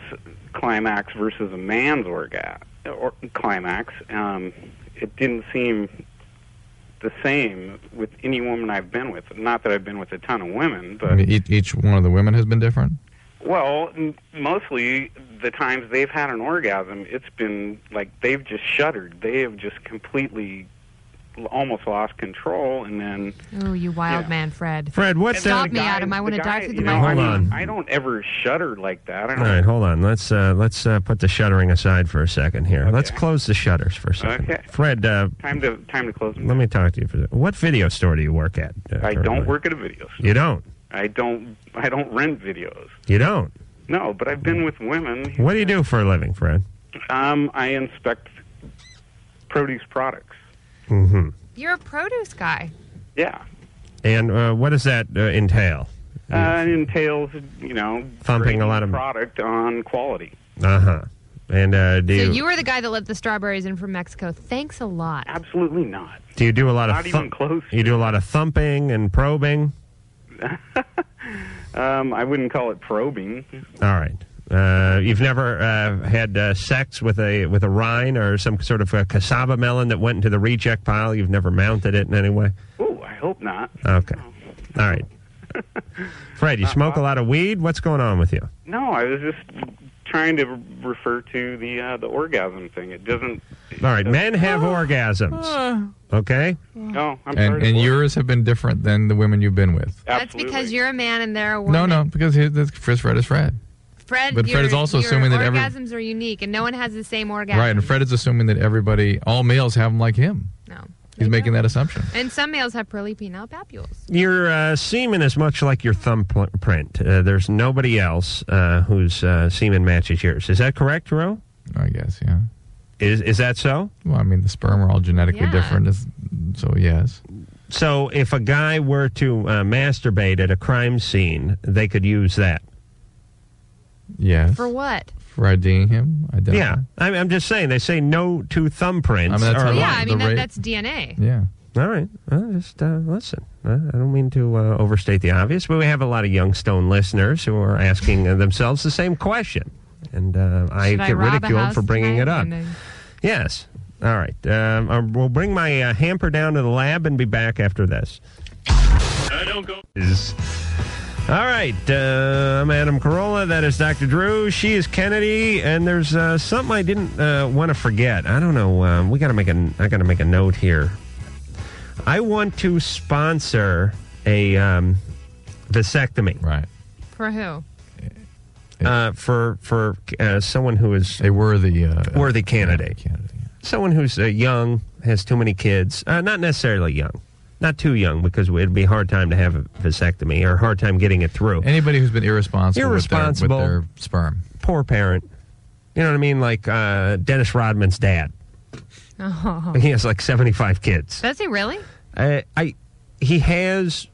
Speaker 22: climax versus a man's orgasm or climax. Um, it didn't seem the same with any woman I've been with. Not that I've been with a ton of women, but
Speaker 5: I mean, each, each one of the women has been different.
Speaker 22: well, m- mostly the times they've had an orgasm, it's been like they've just shuddered. They have just completely l- almost lost control, and then
Speaker 4: Oh, you wild man, Fred.
Speaker 3: Fred, what's
Speaker 4: Stop
Speaker 3: that-
Speaker 4: me,
Speaker 3: The guy-
Speaker 4: Adam. I want to
Speaker 22: the
Speaker 4: dive
Speaker 22: guy-
Speaker 4: through the
Speaker 22: you know,
Speaker 4: microphone.
Speaker 3: Hold
Speaker 22: I,
Speaker 3: on.
Speaker 22: I don't ever shudder like that. I
Speaker 3: All
Speaker 22: don't
Speaker 3: right, hold on. Let's uh, let's uh, put the shuttering aside for a second here. Let's close the shutters for a second.
Speaker 22: Okay.
Speaker 3: Fred, uh,
Speaker 22: Time to time to close. them.
Speaker 3: let me talk to you for a second. What video store do you work at? uh,
Speaker 22: I
Speaker 3: currently?
Speaker 22: don't work at a video. store.
Speaker 3: You don't.
Speaker 22: I don't. I don't rent videos.
Speaker 3: You don't.
Speaker 22: No, but I've been with women.
Speaker 3: What do you do for a living, Fred?
Speaker 22: Um, I inspect produce products.
Speaker 3: Mm-hmm.
Speaker 4: You're a produce guy.
Speaker 22: Yeah,
Speaker 3: And uh, what does that uh, entail?
Speaker 22: uh, it entails you know
Speaker 3: Thumping a lot of-
Speaker 22: grading product on quality.
Speaker 3: Uh huh. And uh, do
Speaker 4: So
Speaker 3: you,
Speaker 4: you were the guy that let the strawberries in from Mexico. Thanks a lot.
Speaker 22: Absolutely not.
Speaker 3: do you do a lot of
Speaker 22: Not
Speaker 3: thu-
Speaker 22: even close.
Speaker 3: You do a lot of thumping and probing.
Speaker 22: Um, I wouldn't call it probing.
Speaker 3: All right. Uh, you've never uh, had uh, sex with a with a rind or some sort of a cassava melon that went into the reject pile. You've never mounted it in any way.
Speaker 22: Ooh, I hope not.
Speaker 3: Okay. All right. Fred, you
Speaker 22: Not
Speaker 3: smoke a lot of weed. What's going on with you?
Speaker 22: No, I was just trying to refer to the uh, the orgasm thing. It doesn't.
Speaker 3: All right, men have orgasms. Okay.
Speaker 22: No, I'm
Speaker 5: and
Speaker 22: sorry.
Speaker 5: and yours have been different than the women you've been with.
Speaker 4: That's because you're a man and they're a woman.
Speaker 5: No, no, because his, this Chris Fred is Fred.
Speaker 4: Fred,
Speaker 5: But Fred
Speaker 4: your-
Speaker 5: is also
Speaker 4: your
Speaker 5: assuming that every-
Speaker 4: orgasms are unique and no one has the same orgasm.
Speaker 5: Right, and Fred is assuming that everybody, all males have them like him.
Speaker 4: No.
Speaker 5: He's making that assumption.
Speaker 4: And some males have prelipineal papules.
Speaker 3: Your uh, semen is much like your thumbprint. Uh, there's nobody else uh, whose uh, semen matches yours. Is that correct, Ro?
Speaker 5: I guess, yeah.
Speaker 3: Is is that so?
Speaker 5: Well, I mean, the sperm are all genetically
Speaker 3: Yeah.
Speaker 5: different, is- so yes.
Speaker 3: So, if a guy were to uh, masturbate at a crime scene, they could use that.
Speaker 5: Yes.
Speaker 4: For what?
Speaker 5: For IDing him, identify.
Speaker 3: Yeah, I mean, I'm just saying they say no to thumbprints.
Speaker 5: I mean, that's
Speaker 3: are
Speaker 5: how
Speaker 3: allowed.
Speaker 4: yeah, I mean, that, that's DNA.
Speaker 5: Yeah.
Speaker 3: All right. Well, just uh, listen. Uh, I don't mean to uh, overstate the obvious, but we have a lot of Youngstone listeners who are asking uh, themselves the same question, and uh, I
Speaker 4: Should I
Speaker 3: get
Speaker 4: rob a
Speaker 3: ridiculed
Speaker 4: house
Speaker 3: for bringing it
Speaker 4: tonight?
Speaker 3: up.
Speaker 4: And then-
Speaker 3: Yes. All right. Um, uh, we'll bring my uh, hamper down to the lab and be back after this.
Speaker 15: I don't go.
Speaker 3: Is- All right, uh, I'm Adam Carolla. That is Dr. Drew. She is Kennedy, and there's uh, something I didn't uh, want to forget. I don't know. Um, we got to make a. I got to make a note here. I want to sponsor a um, vasectomy.
Speaker 5: Right.
Speaker 4: For who?
Speaker 3: Uh, for for uh, someone who is
Speaker 5: a worthy uh,
Speaker 3: worthy candidate. Someone who's uh, young has too many kids. Uh, not necessarily young. Not too young because it'd be a hard time to have a vasectomy or a hard time getting it through.
Speaker 5: Anybody who's been irresponsible, with their-
Speaker 3: Irresponsible.
Speaker 5: With, their, sperm.
Speaker 3: poor parent. You know what I mean? Like uh, Dennis Rodman's dad.
Speaker 4: Oh.
Speaker 3: He has like 75 kids.
Speaker 4: Does he really?
Speaker 3: I, I he has.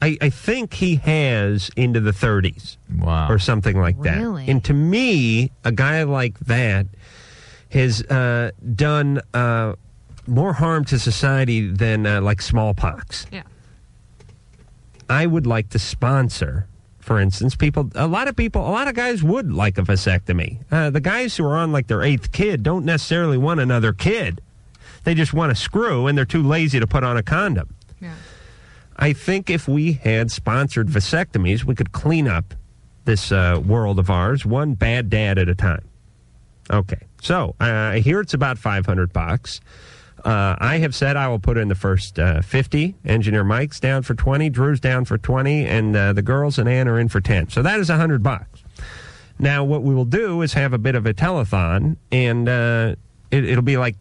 Speaker 3: I, I think he has into the 30s,
Speaker 5: wow,
Speaker 3: or something like that.
Speaker 15: Really?
Speaker 3: And to me, a guy like that has uh, done uh, more harm to society than uh, like smallpox.
Speaker 4: Yeah.
Speaker 3: I would like to sponsor, for instance, people. A lot of people, a lot of guys would like a vasectomy. Uh, the guys who are on like their eighth kid don't necessarily want another kid. They just want a screw, and they're too lazy to put on a condom.
Speaker 4: Yeah.
Speaker 3: I think if we had sponsored vasectomies, we could clean up this uh, world of ours one bad dad at a time. Okay, so uh, I hear it's about five hundred bucks. Uh, I have said I will put in the first uh, fifty. Engineer Mike's down for twenty. Drew's down for twenty, and uh, the girls and Ann are in for ten. So that is a hundred bucks. Now, what we will do is have a bit of a telethon, and uh, it, it'll be like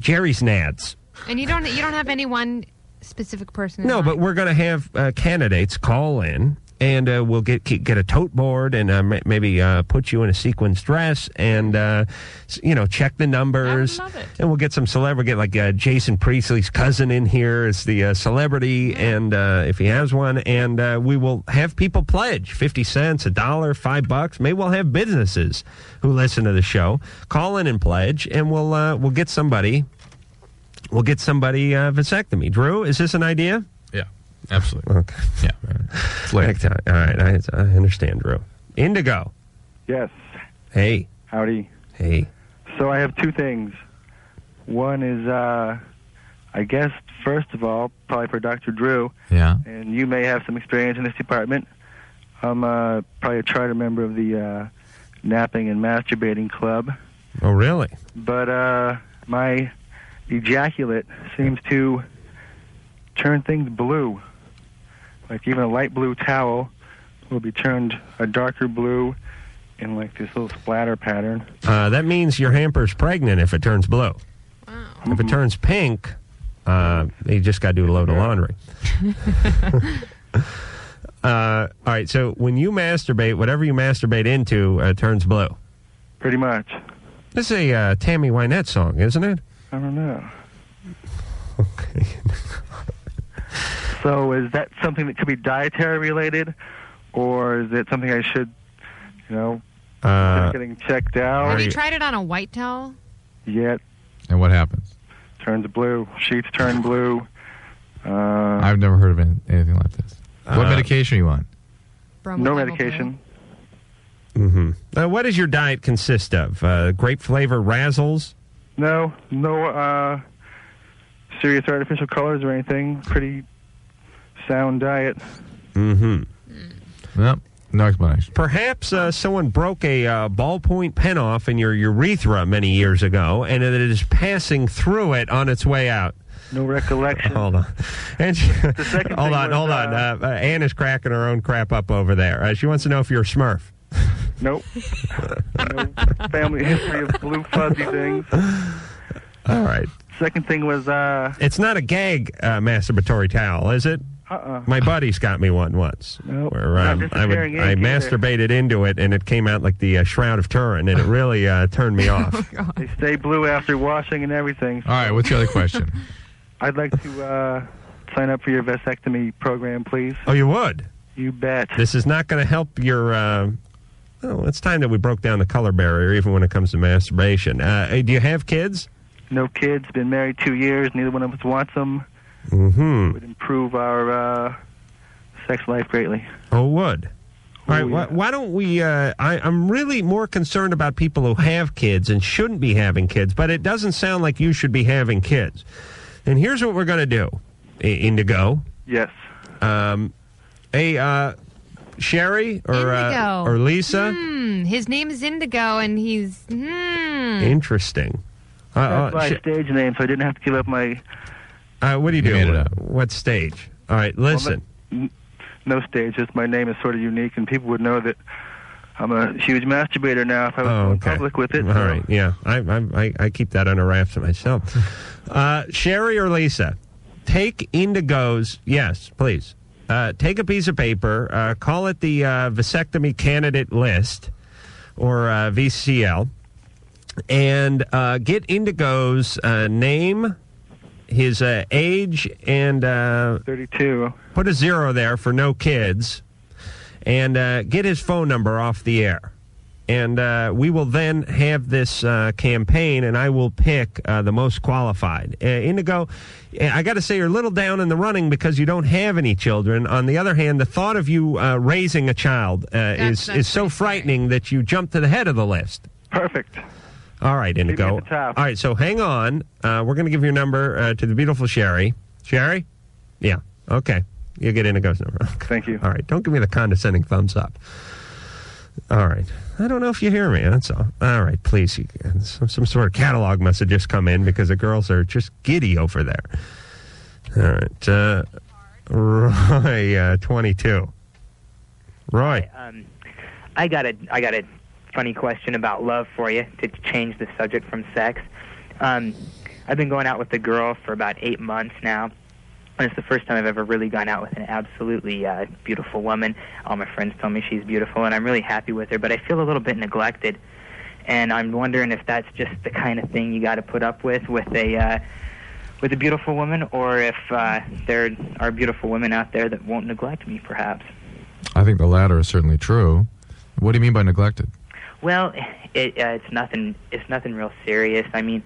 Speaker 3: Jerry's Nads.
Speaker 4: And you don't you don't have any one specific person. in
Speaker 3: No,
Speaker 4: mind.
Speaker 3: but we're going to have uh, candidates call in, and uh, we'll get get a tote board and uh, m- maybe uh, put you in a sequence dress, and uh, s- you know check the numbers. And we'll get some celebrity, get like uh, Jason Priestley's cousin in here as the uh, celebrity, and uh, if he has one, and uh, we will have people pledge fifty cents, a dollar, five bucks. Maybe we'll have businesses who listen to the show call in and pledge, and we'll uh, we'll get somebody. We'll get somebody uh, vasectomy. Drew, is this an idea?
Speaker 5: Yeah. Absolutely.
Speaker 3: Okay.
Speaker 5: Yeah.
Speaker 3: It's like, all right, I, I understand, Drew. Indigo.
Speaker 9: Yes.
Speaker 3: Hey.
Speaker 9: Howdy.
Speaker 3: Hey.
Speaker 9: So I have two things. One is, uh, I guess, first of all, probably for Dr. Drew,
Speaker 5: Yeah.
Speaker 9: and you may have some experience in this department. I'm uh, probably a charter member of the uh, Napping and Masturbating Club,
Speaker 3: Oh, really?
Speaker 9: but uh, my ejaculate seems to turn things blue. Like even a light blue towel will be turned a darker blue in like this little splatter pattern.
Speaker 3: Uh, that means your hamper's pregnant if it turns blue. If it turns pink, uh, you just got to do a load of laundry. uh, all right, so when you masturbate, whatever you masturbate into uh, turns blue.
Speaker 9: Pretty much.
Speaker 3: This is a uh, Tammy Wynette song, isn't it?
Speaker 9: I don't know. Okay. so is that something that could be dietary related, or is it something I should, you know,
Speaker 3: uh,
Speaker 9: getting checked out?
Speaker 4: Have you tried it on a white towel?
Speaker 9: yet?
Speaker 5: And what happens?
Speaker 9: Turns blue. Sheets turn blue. Uh,
Speaker 5: I've never heard of any, anything like this. what medication are you on?
Speaker 9: no medication.
Speaker 3: Mm-hmm. Uh, what does your diet consist of? Uh, grape flavor razzles?
Speaker 9: No, no uh, serious artificial colors or anything. Pretty sound diet.
Speaker 3: Mm-hmm.
Speaker 5: Mm. Yep. No explanation.
Speaker 3: Perhaps uh, someone broke a uh, ballpoint pen off in your urethra many years ago, and it is passing through it on its way out.
Speaker 9: No recollection.
Speaker 3: Hold on. And she-
Speaker 9: second
Speaker 3: hold
Speaker 9: thing
Speaker 3: on,
Speaker 9: was,
Speaker 3: hold on. Uh, uh, Anne is cracking her own crap up over there. Uh, she wants to know if you're a Smurf.
Speaker 9: Nope. no family history of blue fuzzy things.
Speaker 3: All right.
Speaker 9: Second thing was uh
Speaker 3: It's not a gag uh, masturbatory towel, is it?
Speaker 9: Uh-uh.
Speaker 3: My buddy's got me one once.
Speaker 9: Nope.
Speaker 3: Where,
Speaker 9: Not
Speaker 3: um, I, would,
Speaker 9: disappearing
Speaker 3: I
Speaker 9: ink either.
Speaker 3: masturbated into it, and it came out like the uh, Shroud of Turin, and it really uh, turned me off.
Speaker 9: they stay blue after washing and everything.
Speaker 5: All right, what's the other question?
Speaker 9: I'd like to uh sign up for your vasectomy program, please.
Speaker 3: Oh, you would?
Speaker 9: You bet.
Speaker 3: This is not going to help your. Uh, oh, it's time that we broke down the color barrier, even when it comes to masturbation. Uh, hey, do you have kids?
Speaker 9: No kids, been married two years, neither one of us wants them.
Speaker 3: Mm-hmm.
Speaker 9: Would improve our uh sex life greatly.
Speaker 3: Oh, would. All right. why, why don't we? Uh, I, I'm really more concerned about people who have kids and shouldn't be having kids, but it doesn't sound like you should be having kids. And here's what we're going to do, I- Indigo.
Speaker 9: Yes.
Speaker 3: Um, hey, uh, Sherry or uh,
Speaker 4: Indigo.
Speaker 3: or Lisa.
Speaker 4: Hmm. His name is Indigo, and he's hmm.
Speaker 3: Interesting. Uh, uh,
Speaker 9: That's my
Speaker 3: Sh-
Speaker 9: stage name, so I didn't have to give up my
Speaker 3: Uh, what do you, do? What stage? All right, listen.
Speaker 9: Well, no no stage. Just my name is sort of unique, and people would know that I'm a huge masturbator now if I was
Speaker 3: Oh,
Speaker 9: going
Speaker 3: okay.
Speaker 9: public with it.
Speaker 3: All right, yeah. I, I, I, I keep that under wraps myself. Uh, Sherry or Lisa, take Indigo's, yes, please. Uh, take a piece of paper, uh, call it the uh, vasectomy candidate list or uh, VCL, and uh, get Indigo's uh, name, his uh, age, and uh,
Speaker 9: 32.
Speaker 3: Put a zero there for no kids, and uh, get his phone number off the air. And uh, we will then have this uh, campaign, and I will pick uh, the most qualified. Uh, Indigo, eh, I got to say, you're a little down in the running because you don't have any children. On the other hand, the thought of you uh, raising a child uh, is
Speaker 9: that's
Speaker 3: is so frightening that you jump to the head of the list.
Speaker 9: Perfect.
Speaker 3: All right, Indigo.
Speaker 9: at the top.
Speaker 3: All right, so hang on. Uh, we're going to give your number uh, to the beautiful Sherry. Sherry? Yeah. Okay. You'll get Indigo's number.
Speaker 9: Thank you.
Speaker 3: All right. Don't give me the condescending thumbs up. All right. I don't know if you hear me. That's all. All right, please. You, some, some sort of catalog must have just come in because the girls are just giddy over there. All right. Uh, Roy, uh, 22. Roy.
Speaker 10: Um, I got a I got a funny question about love for you to change the subject from sex. Um, I've been going out with a girl for about eight months now, and it's the first time I've ever really gone out with an absolutely uh, beautiful woman. All my friends tell me she's beautiful, and I'm really happy with her. But I feel a little bit neglected, and I'm wondering if that's just the kind of thing you got to put up with with a uh, with a beautiful woman, or if uh, there are beautiful women out there that won't neglect me, perhaps.
Speaker 5: I think the latter is certainly true. What do you mean by neglected?
Speaker 10: Well, it, uh, it's nothing. It's nothing real serious. I mean,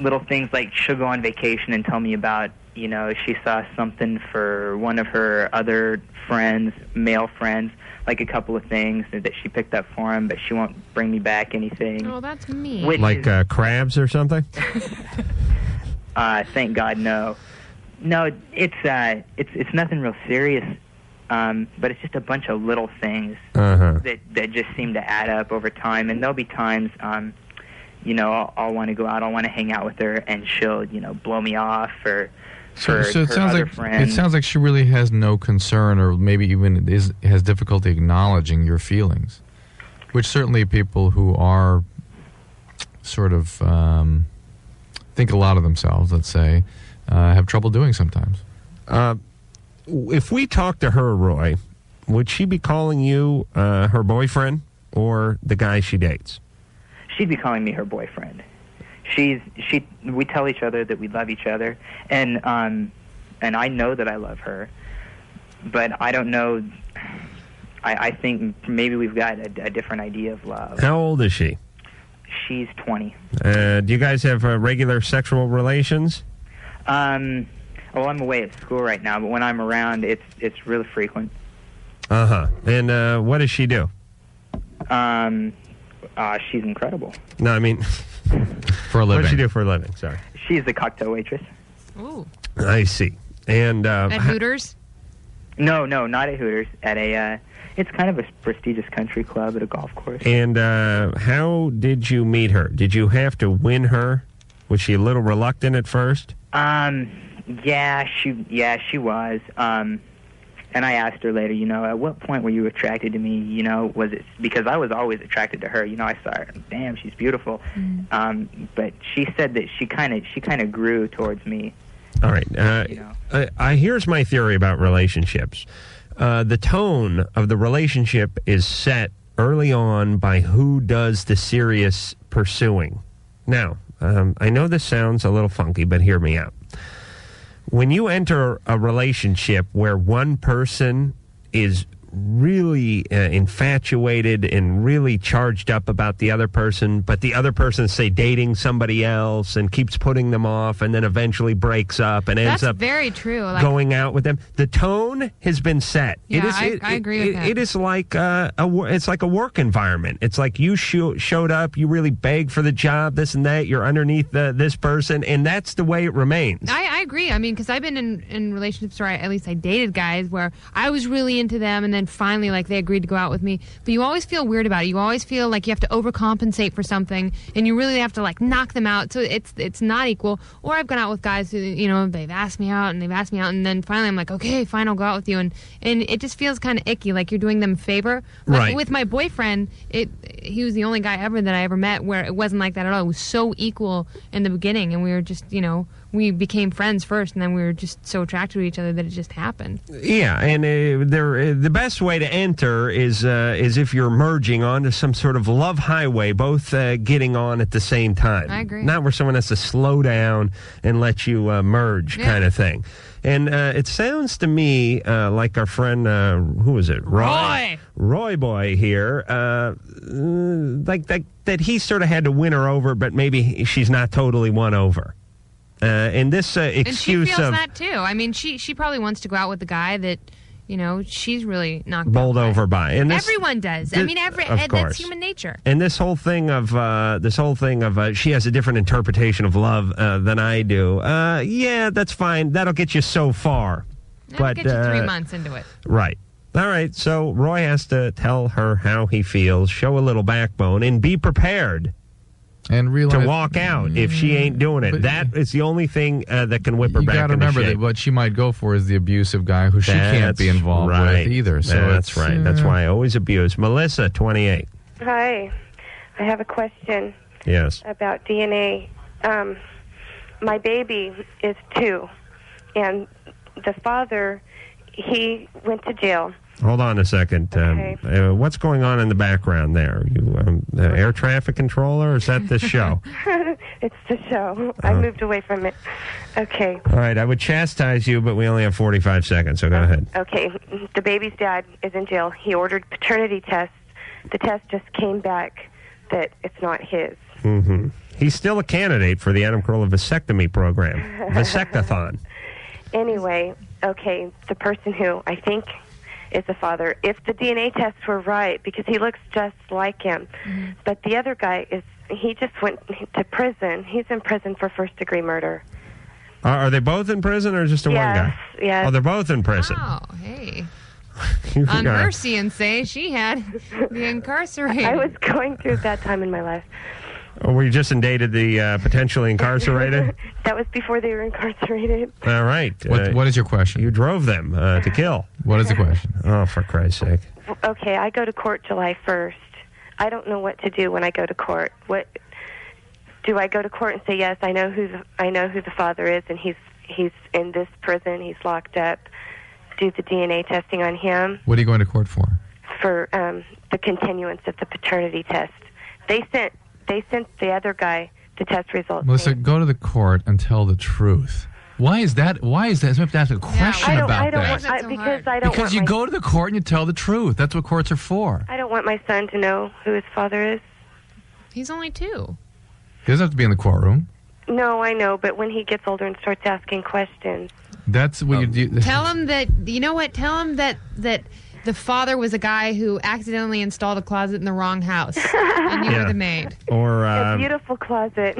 Speaker 10: little things like she'll go on vacation and tell me about you know, she saw something for one of her other friends, male friends, like a couple of things that she picked up for him, but she won't bring me back anything.
Speaker 20: Oh, that's mean.
Speaker 10: Which
Speaker 3: like
Speaker 10: is-
Speaker 3: uh, crabs or something?
Speaker 10: Uh, thank God, no, no. It's uh, it's it's nothing real serious, um, but it's just a bunch of little things
Speaker 3: Uh-huh.
Speaker 10: that that just seem to add up over time. And there'll be times, um, you know, I'll, I'll want to go out, I'll want to hang out with her, and she'll, you know, blow me off or.
Speaker 5: So,
Speaker 10: her,
Speaker 5: so it
Speaker 10: her
Speaker 5: sounds
Speaker 10: other
Speaker 5: like
Speaker 10: friend.
Speaker 5: it sounds like she really has no concern, or maybe even is has difficulty acknowledging your feelings, which certainly people who are sort of um, think a lot of themselves, let's say, uh, have trouble doing sometimes.
Speaker 3: Uh, if we talk to her, Roy, would she be calling you uh, her boyfriend or the guy she dates?
Speaker 10: she'd be calling me her boyfriend. She's she. We tell each other that we love each other, and um, and I know that I love her, but I don't know. I, I think maybe we've got a, a different idea of love.
Speaker 3: How old is she?
Speaker 10: She's twenty.
Speaker 3: Uh, do you guys have uh, regular sexual relations?
Speaker 10: Um, well, I'm away at school right now, but when I'm around, it's it's really frequent.
Speaker 3: Uh huh. And uh, what does she do?
Speaker 10: Um, uh, she's incredible.
Speaker 3: No, I mean,
Speaker 5: for a
Speaker 3: What does she do for a living? Sorry.
Speaker 10: She's the cocktail waitress.
Speaker 20: Ooh.
Speaker 3: I see. And uh,
Speaker 20: At Hooters?
Speaker 10: No, no, not at Hooters. At a, uh, it's kind of a prestigious country club at a golf course.
Speaker 3: and uh, how did you meet her? Did you have to win her? Was she a little reluctant at first?
Speaker 10: Um, yeah, she, yeah, she was. Um, and I asked her later, you know, at what point were you attracted to me? You know, was it because I was always attracted to her? You know, I saw her, damn, she's beautiful. Um, but she said that she kind of, she kind of grew towards me.
Speaker 3: All right. Uh, I, I here's my theory about relationships. Uh, the tone of the relationship is set early on by who does the serious pursuing. Now, um, I know this sounds a little funky, but hear me out. When you enter a relationship where one person is really uh, infatuated and really charged up about the other person, but the other person say dating somebody else and keeps putting them off, and then eventually breaks up and ends
Speaker 20: That's
Speaker 3: up
Speaker 20: very true. Like,
Speaker 3: going out with them. The tone has been set.
Speaker 20: Yeah, I- I agree with
Speaker 3: it,
Speaker 20: that.
Speaker 3: It is like uh, a wo- it's like a work environment. It's like you sho- showed up, you really begged for the job, this and that. You're underneath the, this person, and that's the way it remains.
Speaker 20: I, I agree. I mean, because I've been in, in relationships where I, at least I dated guys where I was really into them and then finally, like, they agreed to go out with me. But you always feel weird about it. You always feel like you have to overcompensate for something and you really have to, like, knock them out. So it's it's not equal. Or I've gone out with guys who, you know, they've asked me out and they've asked me out and then finally I'm like, okay, fine, I'll go out with you. And, and it just feels kind of icky, like you're doing them a favor. Like,
Speaker 8: Right.
Speaker 20: With my boyfriend, it he was the only guy ever that I ever met where it wasn't like that at all. It was so equal in the beginning, and we were just you know we became friends first, and then we were just so attracted to each other that it just happened.
Speaker 3: Yeah, and uh, there, uh, the best way to enter is uh, is if you're merging onto some sort of love highway, both uh, getting on at the same time.
Speaker 11: I agree.
Speaker 3: Not where someone has to slow down and let you uh, merge,
Speaker 11: Yeah.
Speaker 3: kind of thing. And uh, it sounds to me uh, like our friend, uh, who is it? Roy. Roy boy here, uh, uh, like that, that he sort of had to win her over, but maybe she's not totally won over. Uh, and this uh,
Speaker 20: and she
Speaker 3: excuse
Speaker 20: feels
Speaker 3: of
Speaker 20: that too. I mean, she she probably wants to go out with the guy that you know she's really knocked.
Speaker 3: bowled over by, and this,
Speaker 20: Everyone does. I
Speaker 3: this-
Speaker 20: mean, every
Speaker 3: of
Speaker 20: eh,
Speaker 3: course.
Speaker 20: that's human nature.
Speaker 3: And this whole thing of uh, this whole thing of uh, she has a different interpretation of love uh, than I do. Uh, yeah, that's fine. That'll get you so far.
Speaker 20: But, get you three
Speaker 3: uh,
Speaker 20: months into it.
Speaker 3: Right. All right. So Roy has to tell her how he feels, show a little backbone, and be prepared.
Speaker 5: And realize
Speaker 3: to walk out if she ain't doing it. That is the only thing uh, that can whip her
Speaker 5: You
Speaker 3: back.
Speaker 5: got to
Speaker 3: into
Speaker 5: remember that
Speaker 3: shape.
Speaker 5: what she might go for is the abusive guy who she can't
Speaker 3: That's
Speaker 5: be involved
Speaker 3: right.
Speaker 5: with either. So
Speaker 3: that's
Speaker 5: it's,
Speaker 3: right. That's
Speaker 5: uh,
Speaker 3: why I always abuse Melissa, twenty-eight.
Speaker 26: Hi. I have a question
Speaker 3: Yes.
Speaker 26: about DNA. Um, my baby is two, and the father, he went to jail.
Speaker 3: Hold on a second. Um, uh, what's going on in the background there? You um, the air traffic controller? Or is that the show?
Speaker 26: it's the show. I
Speaker 3: Oh.
Speaker 26: moved away from it. Okay.
Speaker 3: All right, I would chastise you, but we only have 45 seconds, so go ahead.
Speaker 26: Okay. The baby's dad is in jail. He ordered paternity tests. The test just came back that it's not his.
Speaker 3: Mm-hmm. hmm He's still a candidate for the Adam Carolla vasectomy program, vasectathon.
Speaker 26: Anyway, okay, the person who I think is the father, if the DNA tests were right, because he looks just like him, but the other guy is, he just went to prison. He's in prison for first degree murder.
Speaker 3: Are, are they both in prison or just the one
Speaker 26: Yes,
Speaker 3: guy?
Speaker 26: yes.
Speaker 3: Oh, they're both in prison.
Speaker 4: Oh, hey.
Speaker 3: You
Speaker 4: On
Speaker 3: got-
Speaker 4: her say she had the incarcerated.
Speaker 26: I was going through that time in my life.
Speaker 3: Oh, we just indicted the uh, potentially incarcerated.
Speaker 26: That was before they were incarcerated.
Speaker 3: All right. What, what is your question? You drove them uh, to kill. What is the question? Oh, for Christ's sake.
Speaker 26: Okay, I go to court July 1st. I don't know what to do when I go to court. What do I go to court and say yes, I know who the, I know who the father is and he's he's in this prison, he's locked up. Do the DNA testing on him
Speaker 5: What are you going to court for?
Speaker 26: for um, the continuance of the paternity test. They sent they sent the other guy the test results.
Speaker 5: Melissa, go to the court and tell the truth. Why is that? Why is that? So I have to ask a question
Speaker 26: I don't
Speaker 5: about
Speaker 26: I don't
Speaker 5: that.
Speaker 26: want, I, because I don't
Speaker 5: because
Speaker 26: want
Speaker 5: you
Speaker 26: my,
Speaker 5: go to the court and you tell the truth. That's what courts are for.
Speaker 26: I don't want my son to know who his father is.
Speaker 4: He's only two.
Speaker 5: He doesn't have to be in the courtroom.
Speaker 26: No, I know, but when he gets older and starts asking questions,
Speaker 5: That's what you do.
Speaker 4: Tell him that you know what? Tell him that that the father was a guy who accidentally installed a closet in the wrong house, and you
Speaker 3: Yeah.
Speaker 4: were the maid.
Speaker 3: Or um,
Speaker 26: beautiful closet.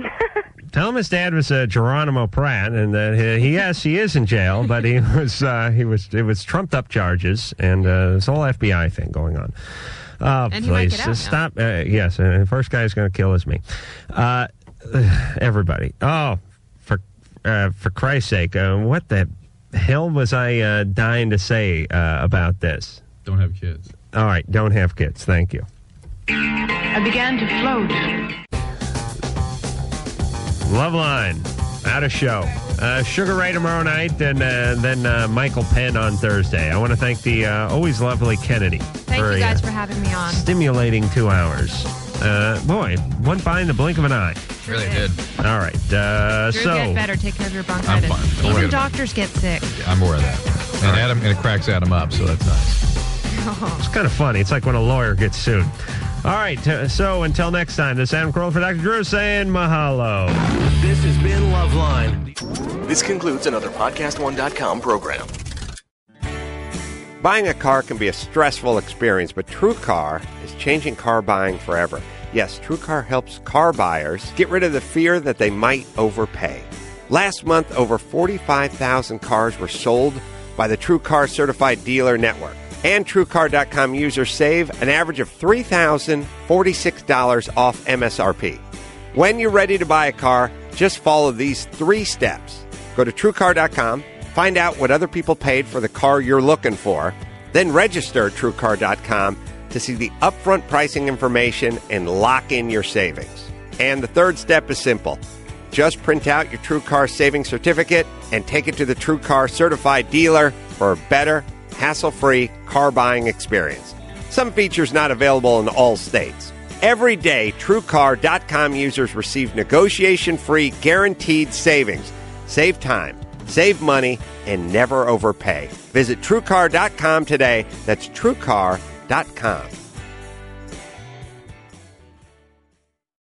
Speaker 3: tell him his dad was uh, Geronimo Pratt, and that he, he- yes, he is in jail, but he was uh, he was it was trumped up charges and uh, this whole FBI thing going on. Uh,
Speaker 15: And he might
Speaker 3: please
Speaker 15: get out
Speaker 3: just
Speaker 15: now.
Speaker 3: stop. Uh, yes, and the first guy who's going to kill is me. Uh, everybody. Oh, for uh, for Christ's sake, uh, what the hell was I uh, dying to say uh, about this?
Speaker 5: Don't have kids.
Speaker 3: All right, don't have kids. Thank you.
Speaker 10: I began to float.
Speaker 3: Love line, out of show. Uh, Sugar Ray tomorrow night, and uh, then uh, Michael Penn on Thursday. I want to thank the uh, always lovely Kennedy.
Speaker 4: Thank
Speaker 3: for
Speaker 4: you
Speaker 3: a,
Speaker 4: guys
Speaker 3: uh,
Speaker 4: for having me on.
Speaker 3: stimulating two hours. Uh, boy, one by in the blink of an eye.
Speaker 5: Really did.
Speaker 3: All right, uh,
Speaker 4: Drew,
Speaker 3: so
Speaker 4: get better. Take care of your bronchitis.
Speaker 5: fine. Don't worry
Speaker 4: Even
Speaker 5: about
Speaker 4: doctors get sick.
Speaker 5: I'm aware of that. And Adam and it cracks Adam up, so that's nice.
Speaker 3: it's kind of funny. It's like when a lawyer gets sued. All right, uh, so until next time, this is Adam Kroll for Dr. Drew saying mahalo. This has been Loveline.
Speaker 13: This concludes another PodcastOne.com program.
Speaker 15: Buying a car can be a stressful experience, but TrueCar is changing car buying forever. Yes, TrueCar helps car buyers get rid of the fear that they might overpay. Last month, over 45,000 cars were sold by the TrueCar Certified Dealer Network. And TrueCar.com users save an average of $3,046 off MSRP. When you're ready to buy a car, just follow these three steps. Go to truecar.com, find out what other people paid for the car you're looking for, then register at truecar.com to see the upfront pricing information and lock in your savings. And the third step is simple. Just print out your TrueCar savings certificate and take it to the TrueCar certified dealer for a better, hassle-free car buying experience. Some features not available in all states. Every day, TrueCar.com users receive negotiation-free guaranteed savings. Save time, save money, and never overpay. Visit TrueCar.com today. That's TrueCar.com.